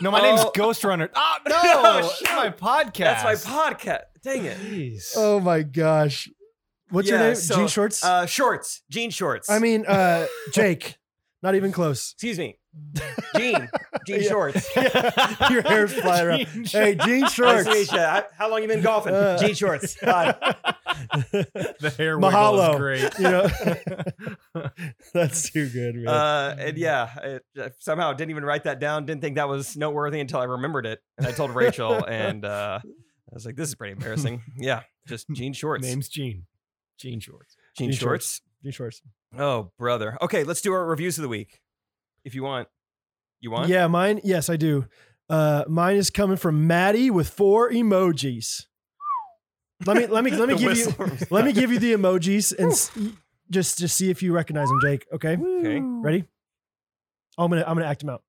No, my name's
Oh.
Ghost Runner. Ah, (laughs) no,
No,
it's
shoot.
my podcast.
That's my podcast. Dang it.
Jeez.
Oh (laughs) my gosh, what's your
Yeah,
name?
so,
Jean Shorts.
Uh, shorts, jean shorts.
I mean, uh, Jake. Not even close.
excuse
(laughs)
me, jean, jean
Yeah.
shorts.
Your hair's flying around.
Jean
(laughs)
Hey, Jean
Nice
Shorts.
to meet ya. I- How long you been golfing?
Uh.
jean
(laughs)
shorts. Hi.
(laughs) the hair
Mahalo.
wiggle is great.
you know (laughs) that's too good man.
Uh, and yeah, it, I somehow didn't even write that down. Didn't think that was noteworthy until I remembered it, and I told Rachel,
(laughs)
and uh, I was like, "This is pretty embarrassing." yeah, just jean shorts.
Name's Gene. Gene Shorts.
jean
Jean
shorts.
shorts. Jean Shorts.
Oh, brother. Okay, let's do our reviews of the week, if you want. You want?
yeah mine yes i do uh mine is coming from maddie with four emojis let me let me
(laughs)
let me
The
give you
whistle. (laughs)
let me give you the emojis and s- just just see if you recognize them jake okay
Okay.
ready oh, i'm gonna i'm gonna act them out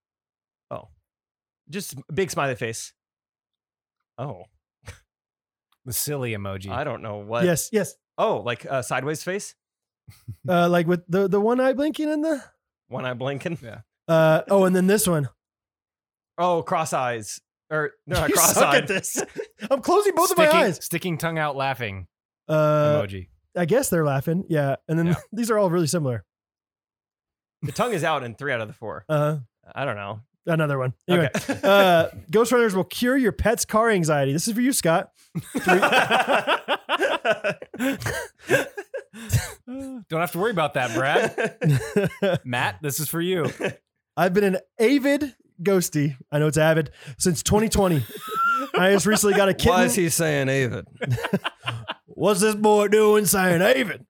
Just big smiley face. Oh,
The silly emoji.
I don't know what.
yes yes
Oh, like uh, sideways face,
uh like with the the one eye blinking in the
one eye blinking.
uh oh and then this one
(laughs) Oh, cross eyes. Or no, not
(laughs) You
cross
suck at
eyed.
this i'm closing both
sticking,
of my eyes
Sticking tongue out laughing
uh
emoji.
i guess they're laughing yeah and then
Yeah.
(laughs) these are all really similar
The tongue is out in three out of the four.
uh
I don't know.
another one. Anyway,
(laughs)
uh, Ghost Runners will cure your pet's car anxiety. This is for
(laughs)
you, Scott.
Okay.
Don't have to worry about that,
(laughs)
Brad.
(laughs)
Matt, this is for you.
I've been an avid ghosty. I know it's avid since 2020. I just recently got a kitten.
(laughs) Why is he saying Avid?
What's this boy doing saying Avid?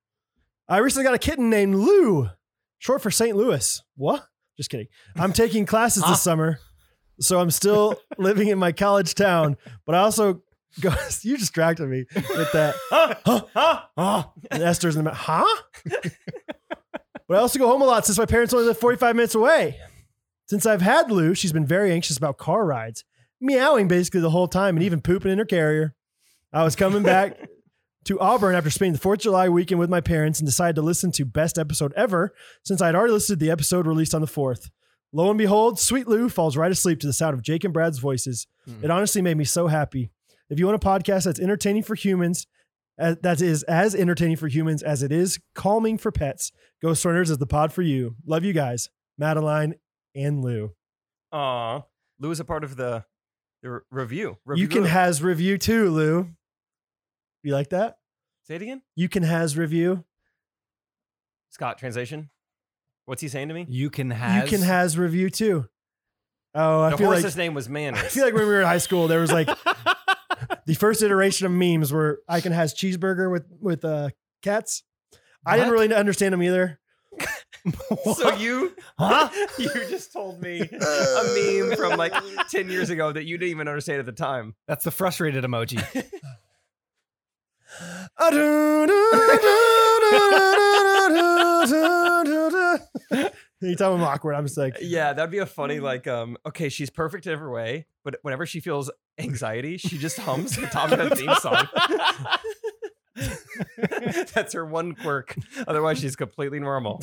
I recently got a kitten named Lou, short for St. Louis. What? Just kidding. I'm taking classes
Huh?
this summer, so I'm still living in my college town, but I also go, (laughs) you distracted me with that.
Huh?
Huh? Huh? Huh? And Esther's in the middle. Huh? but I also go home a lot since my parents only live 45 minutes away. Since I've had Lou, she's been very anxious about car rides, meowing basically the whole time and even pooping in her carrier. I was coming back to Auburn after spending the 4th of July weekend with my parents and decided to listen to best episode ever since I'd already listed the episode released on the 4th. Lo and behold, Sweet Lou falls right asleep to the sound of Jake and Brad's voices.
Hmm.
It honestly made me so happy. If you want a podcast that's entertaining for humans, uh, that is as entertaining for humans as it is calming for pets, Ghost Runners is the pod for you. Love you guys, Madeline and Lou.
Aw. Lou is a part of the, the re- review. review.
You can
Lou.
has review too, Lou. You like that?
Say it again.
You can has review.
Scott, translation. What's he saying to me?
You can have.
You can has review too. Oh, I
the
feel like
horse's name was Manners.
(laughs) I feel like when we were in high school, there was like the first iteration of memes where I can has cheeseburger with with uh, cats. I didn't
What?
really understand them either.
(laughs)
(laughs)
so you
Huh?
(laughs) you just told me a meme from like 10 years ago that you didn't even understand at the time.
That's the
(laughs)
frustrated emoji.
Anytime I'm awkward, I'm just like,
Yeah, that'd be a funny like um okay, she's perfect in every way, but whenever she feels anxiety, she just hums the top of that theme song. (laughs) That's her one quirk. Otherwise, she's completely normal.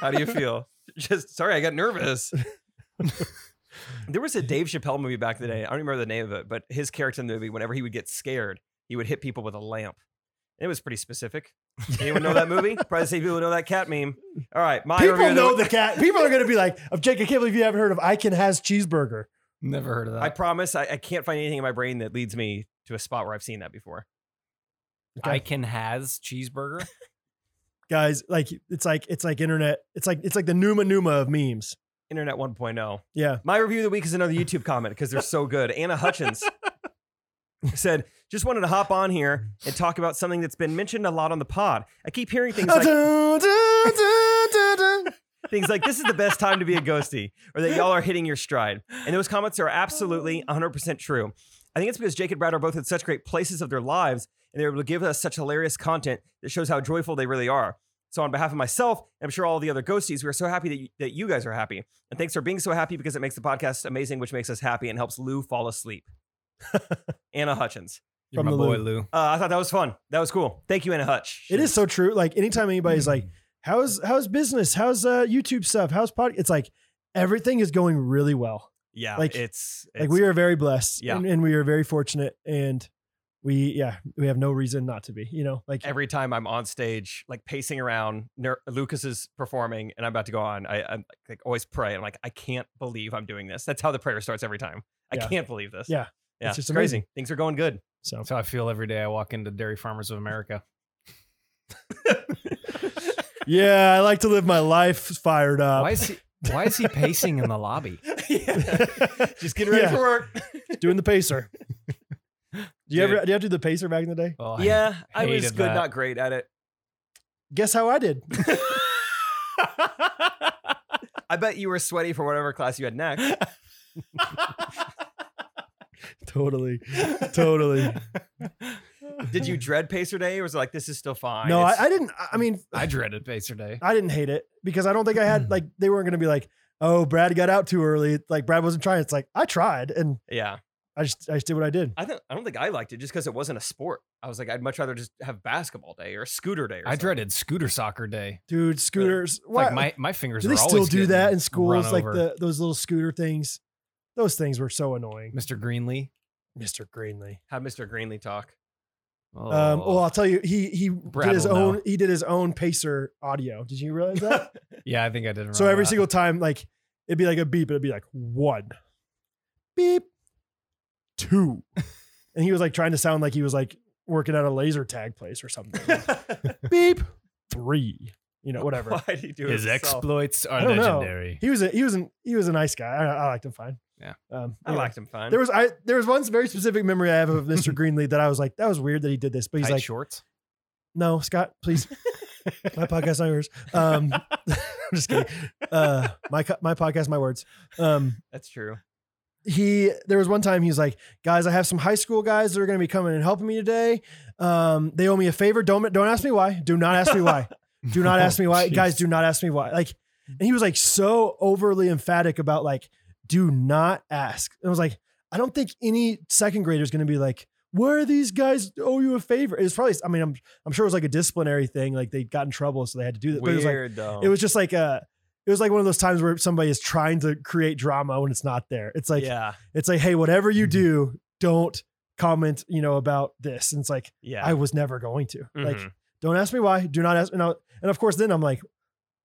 How do you feel? Just sorry, I got nervous. there
(laughs)
was a Dave Chappelle movie back in the day. I don't remember the name of it, but his character in the movie, whenever he would get scared, he would hit people with a lamp. It was pretty specific. Anyone know that movie? Probably say people know that cat meme. All right, my review
people
of the
know
week-
the cat. People are going to be like, "Of Jake, I can't believe you haven't heard of I can has cheeseburger."
Never heard of that.
I promise I, I can't find anything in my brain that leads me to a spot where I've seen that before.
I can has cheeseburger.
Guys, like it's like it's like internet. It's like it's like the Numa Numa of memes.
Internet 1.0.
Yeah,
My review of the week is another YouTube comment because they're so good. Anna Hutchins (laughs) said, Just wanted to hop on here and talk about something that's been mentioned a lot on the pod. I keep hearing
(laughs)
things like, things like this is the best time to be a ghosty or that y'all are hitting your stride and those comments are absolutely
Oh.
100% true i think it's because jake and brad are both at such great places of their lives and they're able to give us such hilarious content that shows how joyful they really are so on behalf of myself and i'm sure all the other ghosties we are so happy that you, that you guys are happy and thanks for being so happy because it makes the podcast amazing which makes us happy and helps lou fall
(laughs)
asleep anna hutchins
You're
From
my
the
boy
Lou.
Lou.
uh, i thought that was fun that was cool thank you anna hutch
it is so true. Like anytime anybody's like, "How's how's business? How's uh, YouTube stuff? How's pod?" It's like everything is going really well.
yeah
like-
it's,
like
it's-
we are very blessed,
Yeah.
and, and we are very fortunate, and we yeah we have no reason not to be. You know, like
every time I'm on stage, like pacing around, ner- Lucas is performing, and I'm about to go on. I, I'm like always pray. I'm like, I can't believe I'm doing this. That's how the prayer starts every time. I
Yeah.
can't believe this.
Yeah.
yeah,
It's
it's
just
just crazy.
amazing.
Things are going
(laughs)
good. (laughs)
so.
That's how I feel every day I walk into Dairy Farmers of America.
Yeah, I like to live my life fired up.
Why is he? Why is he pacing in the lobby?
yeah. Just getting ready
Yeah.
for work.
doing
(laughs)
the pacer. Do you
Dude.
ever do you have to do the pacer back in the day?
Well, I- (laughs)
Yeah, I, was
hated
good,
that.
not great at
(laughs)
it.
Guess how I did. (laughs)
I bet you were sweaty for whatever class you had next. (laughs)
totally, totally.
Did
(laughs)
you dread pacer day, or was it like this is still fine?
No,
It's-
I, I didn't. I- I mean,
I dreaded pacer
(laughs)
day.
I didn't hate it because I don't think I
(clears throat)
had like they weren't going to be like, oh, Brad got out too early. Like Brad wasn't trying. It's like I tried and
yeah.
I just I just did what I did.
I don't. I don't think I liked it just because it wasn't a sport. I was like, I'd much rather just have basketball day or scooter day. Or
I
something.
dreaded scooter soccer day.
Dude, scooters.
It's Like
why-
my, my fingers.
do they
were
still
always
do that
getting
in schools?
run
Like
over.
the those little scooter things. Those things were so annoying,
Mr. Greenlee.
Mister Greenlee.
Have Mr. Greenlee talk.
Um,
Oh.
well, (laughs) I'll tell you, he he
Brad
did his
will
own
know.
he did his own pacer audio. Did you realize that?
yeah, I think I did.
so
remember
every
that.
single time, like it'd be like a beep, it'd be like one, beep, two, and he was like trying to
(laughs)
sound like he was like working at a laser tag place or something. beep, three. you know, whatever.
Why do you
(laughs)
do it?
His
himself?
exploits
I
are
don't know.
legendary.
He was a he was an he was a nice guy. I, I liked him fine.
Yeah.
um,
I
anyway.
liked him fine.
There was I there was one very specific memory I have of Mr. Greenlee that I was like, that was weird that he did this, but he's
Tight
like,
shorts.
no, Scott, please, my podcast, not yours. Um, (laughs) I'm just kidding. Uh, my co- my podcast, my words. Um,
(laughs) That's
(laughs)
true.
he there was one time he was like, guys, I have some high school guys that are going to be coming and helping me today. Um, they owe me a favor. Don't don't ask me why. Do not ask me why. Do not ask me
(laughs) Oh,
why, guys. Do not ask me why. Like, and he was like so overly emphatic about like, do not ask. And I was like, I don't think any second grader is going to be like, where are these guys owe you a favor? It was probably, I mean, I'm I'm sure it was like a disciplinary thing. Like they got in trouble, so they had to do that. But it was like,
Weird though.
it was just like a. It was like one of those times where somebody is trying to create drama when it's not there. It's like
yeah,
it's like, hey, whatever you
Mm-hmm.
do, don't comment, you know, about this. And it's like,
yeah.
I was never going to. Like,
Mhm.
don't ask me why. Do not ask. And, I, and of course, then I'm like,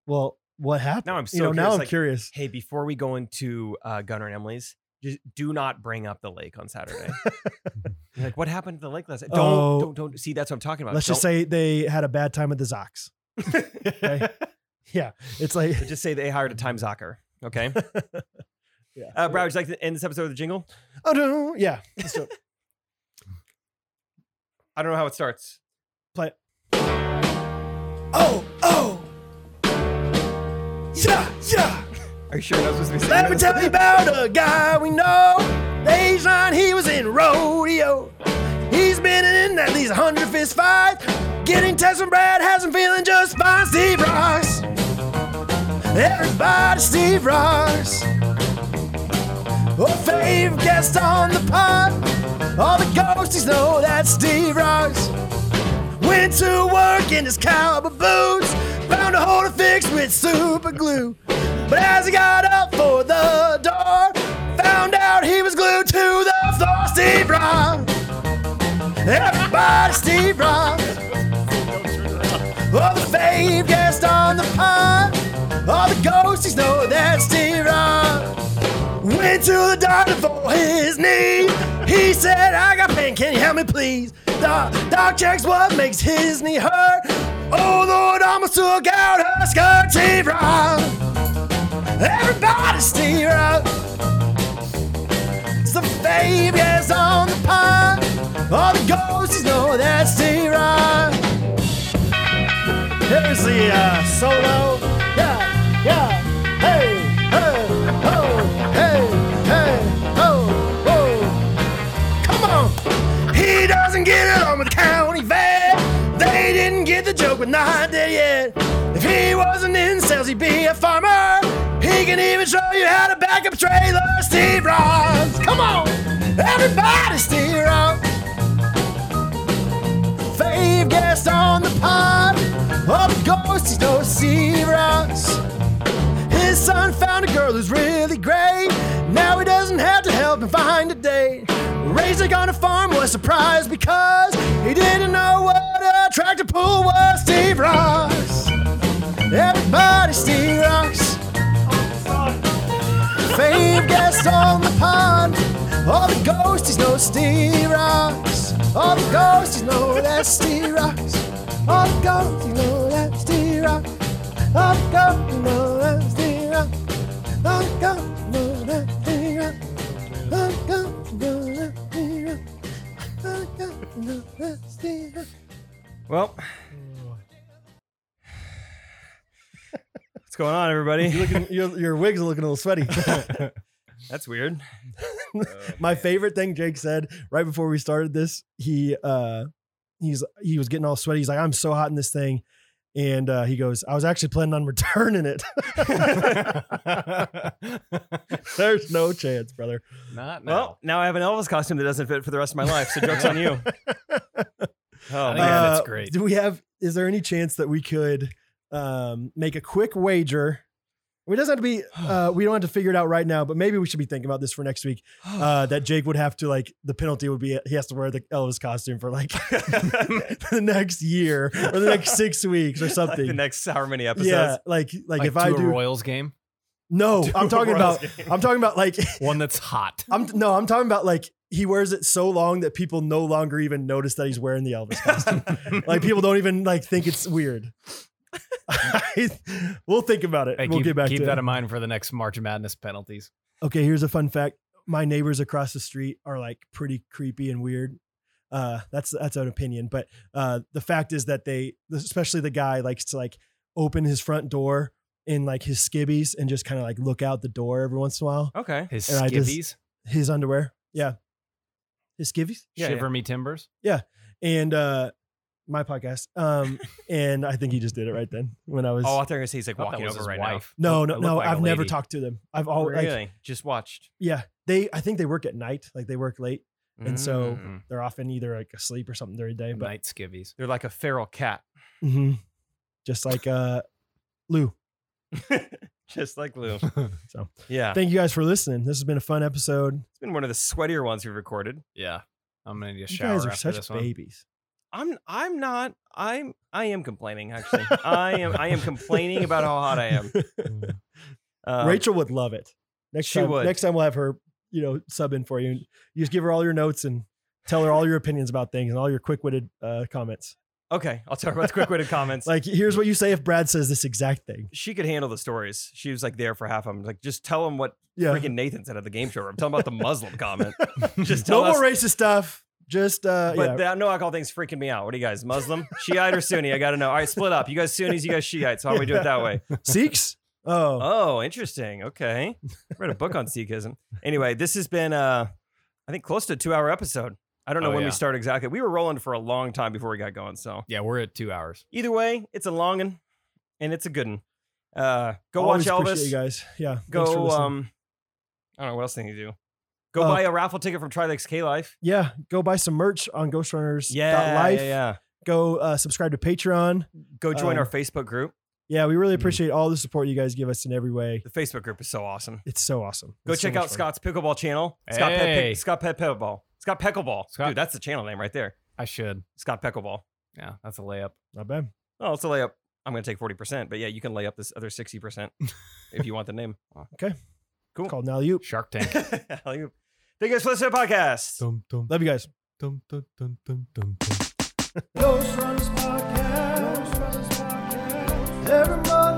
well, what happened?
Now I'm so
you know, now
curious,
I'm
like-
curious.
hey, before we go into uh, Gunnar and Emily's, just do not bring up the lake on
(laughs)
Saturday. You're like, what happened to the lake last? Don't,
Oh.
don't, don't. See, that's what I'm talking about.
Let's just
uh, Don't-
say they had a bad time at the Zox.
(laughs)
Okay? yeah, it's like
let's just say they hired a time zocker. Okay,
(laughs) yeah.
uh, Brad, would you like to end this episode with a jingle?
oh no, yeah. Let's do it.
I don't know how it starts.
Play. it. Oh oh yeah yeah.
Are you sure that was supposed to be
Let me
singing?
tell you about a guy we know. Dejan, he was in rodeo. He's been in at least 100 fist fights. Getting tests from Brad has him feeling just fine. Steve Ross. Everybody, Steve Ross. Oh, fave guest on the pod. All the ghosties know that's Steve Ross. Went to work in his cowboy boots, found a hole to fix with super glue. But as he got up for the door, found out he was glued to the floor. Steve Ross, everybody, Steve Ross. All the fave guest on the pod, all the ghosties know that's Steve Ross. Went to the doctor for his knee. He said, I got pain, can you help me please? Doc, doc checks what makes his knee hurt. Oh Lord, almost took out her skirt. Steve Ross. Everybody steer up. It's the fabians on the pond. All the ghosts know that steer up. Here's the uh, solo. Yeah, yeah. Hey, hey, oh, hey, hey, oh, oh. Come on. He doesn't get it on the county fair. They didn't get the joke, but not dead yet. If he wasn't in sales, he'd be a farmer. He can even show you how to back up a trailer. Steve Ross. Come on. Everybody, Steve Ross fave guest on the pod. Up goes no Ross. His son found a girl who's really great. Now he doesn't have to help him find a date. Raising on a farm was surprised because he didn't know what a tractor pull was. Steve Ross. Everybody, Steve Ross. Fave guest on the pond. All the ghosties know Steve Rocks. All the ghosties know that Steve Rocks. All the ghosties know that Steve Rocks. All the ghosties know that Steve Rocks. All the ghosties know that Steve Rocks. All the ghosties know that Steve Rocks. All the ghosties know that Steve Rocks.
Well, what's going on, everybody?
your, your wig's looking a little (laughs) sweaty.
That's weird. Uh,
my favorite thing Jake said right before we started this, he uh he's he was getting all sweaty. He's like, I'm so hot in this thing. And uh, he goes, I was actually planning on (laughs) returning it. (laughs) There's no chance, brother.
Not now.
Well, now I have an Elvis costume that doesn't fit for the rest of my life. So jokes on you. Oh
I
man.
think that's
Uh,
great.
Do we have is there any chance that we could um make a quick wager? It doesn't have to be
(sighs)
uh we don't have to figure it out right now, but maybe we should be thinking about this for next week. Uh that Jake would have to like the penalty would be he has to wear the Elvis costume for
(laughs)
like (laughs) the next year or the next six weeks
(laughs)
or
Like the
something.
next however many episodes.
yeah, like like,
like
if I
to
do
a Royals game, (laughs)
no,
to
I'm
a
talking
Royals
about
game.
I'm talking about like (laughs)
one that's hot.
I'm no, I'm talking about like he wears it so long that people no longer
(laughs)
even notice that he's wearing the Elvis costume. like people don't even like think it's weird. (laughs) we'll think about it.
Hey,
we'll
keep,
get back
keep
to
that
it.
in mind for the next March Madness penalties.
Okay, here's a fun fact. My neighbors across the street are like pretty creepy and weird. Uh, that's that's an opinion, but uh, the fact is that they, especially the guy, likes to like open his front door in like his skivvies and just kind of like look out the door every once in a while.
Okay.
His
And I just-
skivvies,
His underwear, yeah, his skivvies,
Yeah,
shiver me timbers.
and uh, my podcast. Um, and I think he just did it right then when I was.
Oh, I thought you were gonna say he's like
Thought that
walking
was
over
his
right
wife.
no,
Looked-
no,
it
no!
looked like a
I've never
lady.
talked to them. I've
now.
always, Oh, like,
really? Just watched.
yeah, they. I think they work at night. Like they work late. And so-
Mm.
They're often either like asleep or something during the day, but
Mm-hmm. Night skivvies.
they're like a feral cat, (laughs)
Mm-hmm. Just like uh, Lou.
just like Lou.
So
Yeah,
thank you guys for listening. This has been a fun episode.
it's been one of the sweatier ones we've recorded.
Yeah, I'm gonna need a
You
shower
guys are
after
such
this one.
babies.
I'm I'm not I'm I am complaining actually. I am I am complaining about how hot I
(laughs)
am. Um,
Rachel would love it. Next
she
time,
would.
next time we'll have her, you know, sub in for you. You just give her all your notes and tell her all your opinions about things and all your quick-witted uh, comments.
Okay, I'll talk about the quick-witted comments.
Like, here's what you say if Brad says this exact thing.
she could handle the stories. She was like there for half of them. Like just tell him what
Yeah.
freaking Nathan said at the game show. I'm talking about the Muslim
(laughs)
comment. Just tell
no
us.
more racist stuff. Just uh,
but
yeah.
that no alcohol thing's freaking me out. What are you guys, Muslim, Shiite, or Sunni? I gotta know. All right, split up. You guys Sunnis, you guys Shiites. How do we do it that way? (laughs)
Sikhs. Oh,
Oh, interesting. Okay, read a book on Sikhism. Anyway, this has been uh, I think close to a two-hour episode. I don't know
Oh,
when we
yeah.
start exactly. We were rolling for a long time before we got going. So
Yeah, we're at two hours.
either way, it's a long one, and it's a good one. Uh, go
always
watch
appreciate
Elvis.
you guys. Yeah. Thanks for
go
listening.
um I don't know what else they need to do. Go
Uh,
buy a raffle ticket from Trilex K Life.
yeah. Go buy some merch on Ghost Runners.
Yeah,
Life.
yeah, yeah.
Go uh, subscribe to Patreon.
Go join our
Um,
Facebook group.
Yeah, we
Mm-hmm.
really
Mhm.
appreciate all the support you guys give us in every way.
The Facebook group is so awesome.
It's so awesome.
Go
It's so
check
much
out
fun.
Scott's Pickleball channel. Scott
Hey.
Pet Scott Pet Pickleball. Scott Peckleball.
Scott-
Dude, that's the channel name right there.
I should.
Scott Peckleball.
Yeah, that's a layup.
Not bad.
Oh, it's a layup. I'm gonna take 40%, but yeah, you can lay up this other 60% if you want the name. (laughs) Cool.
Called Now You.
Shark
(laughs)
Tank.
Thank you guys for listening to the podcast.
Love you guys. Ghost Runners Podcast. Everybody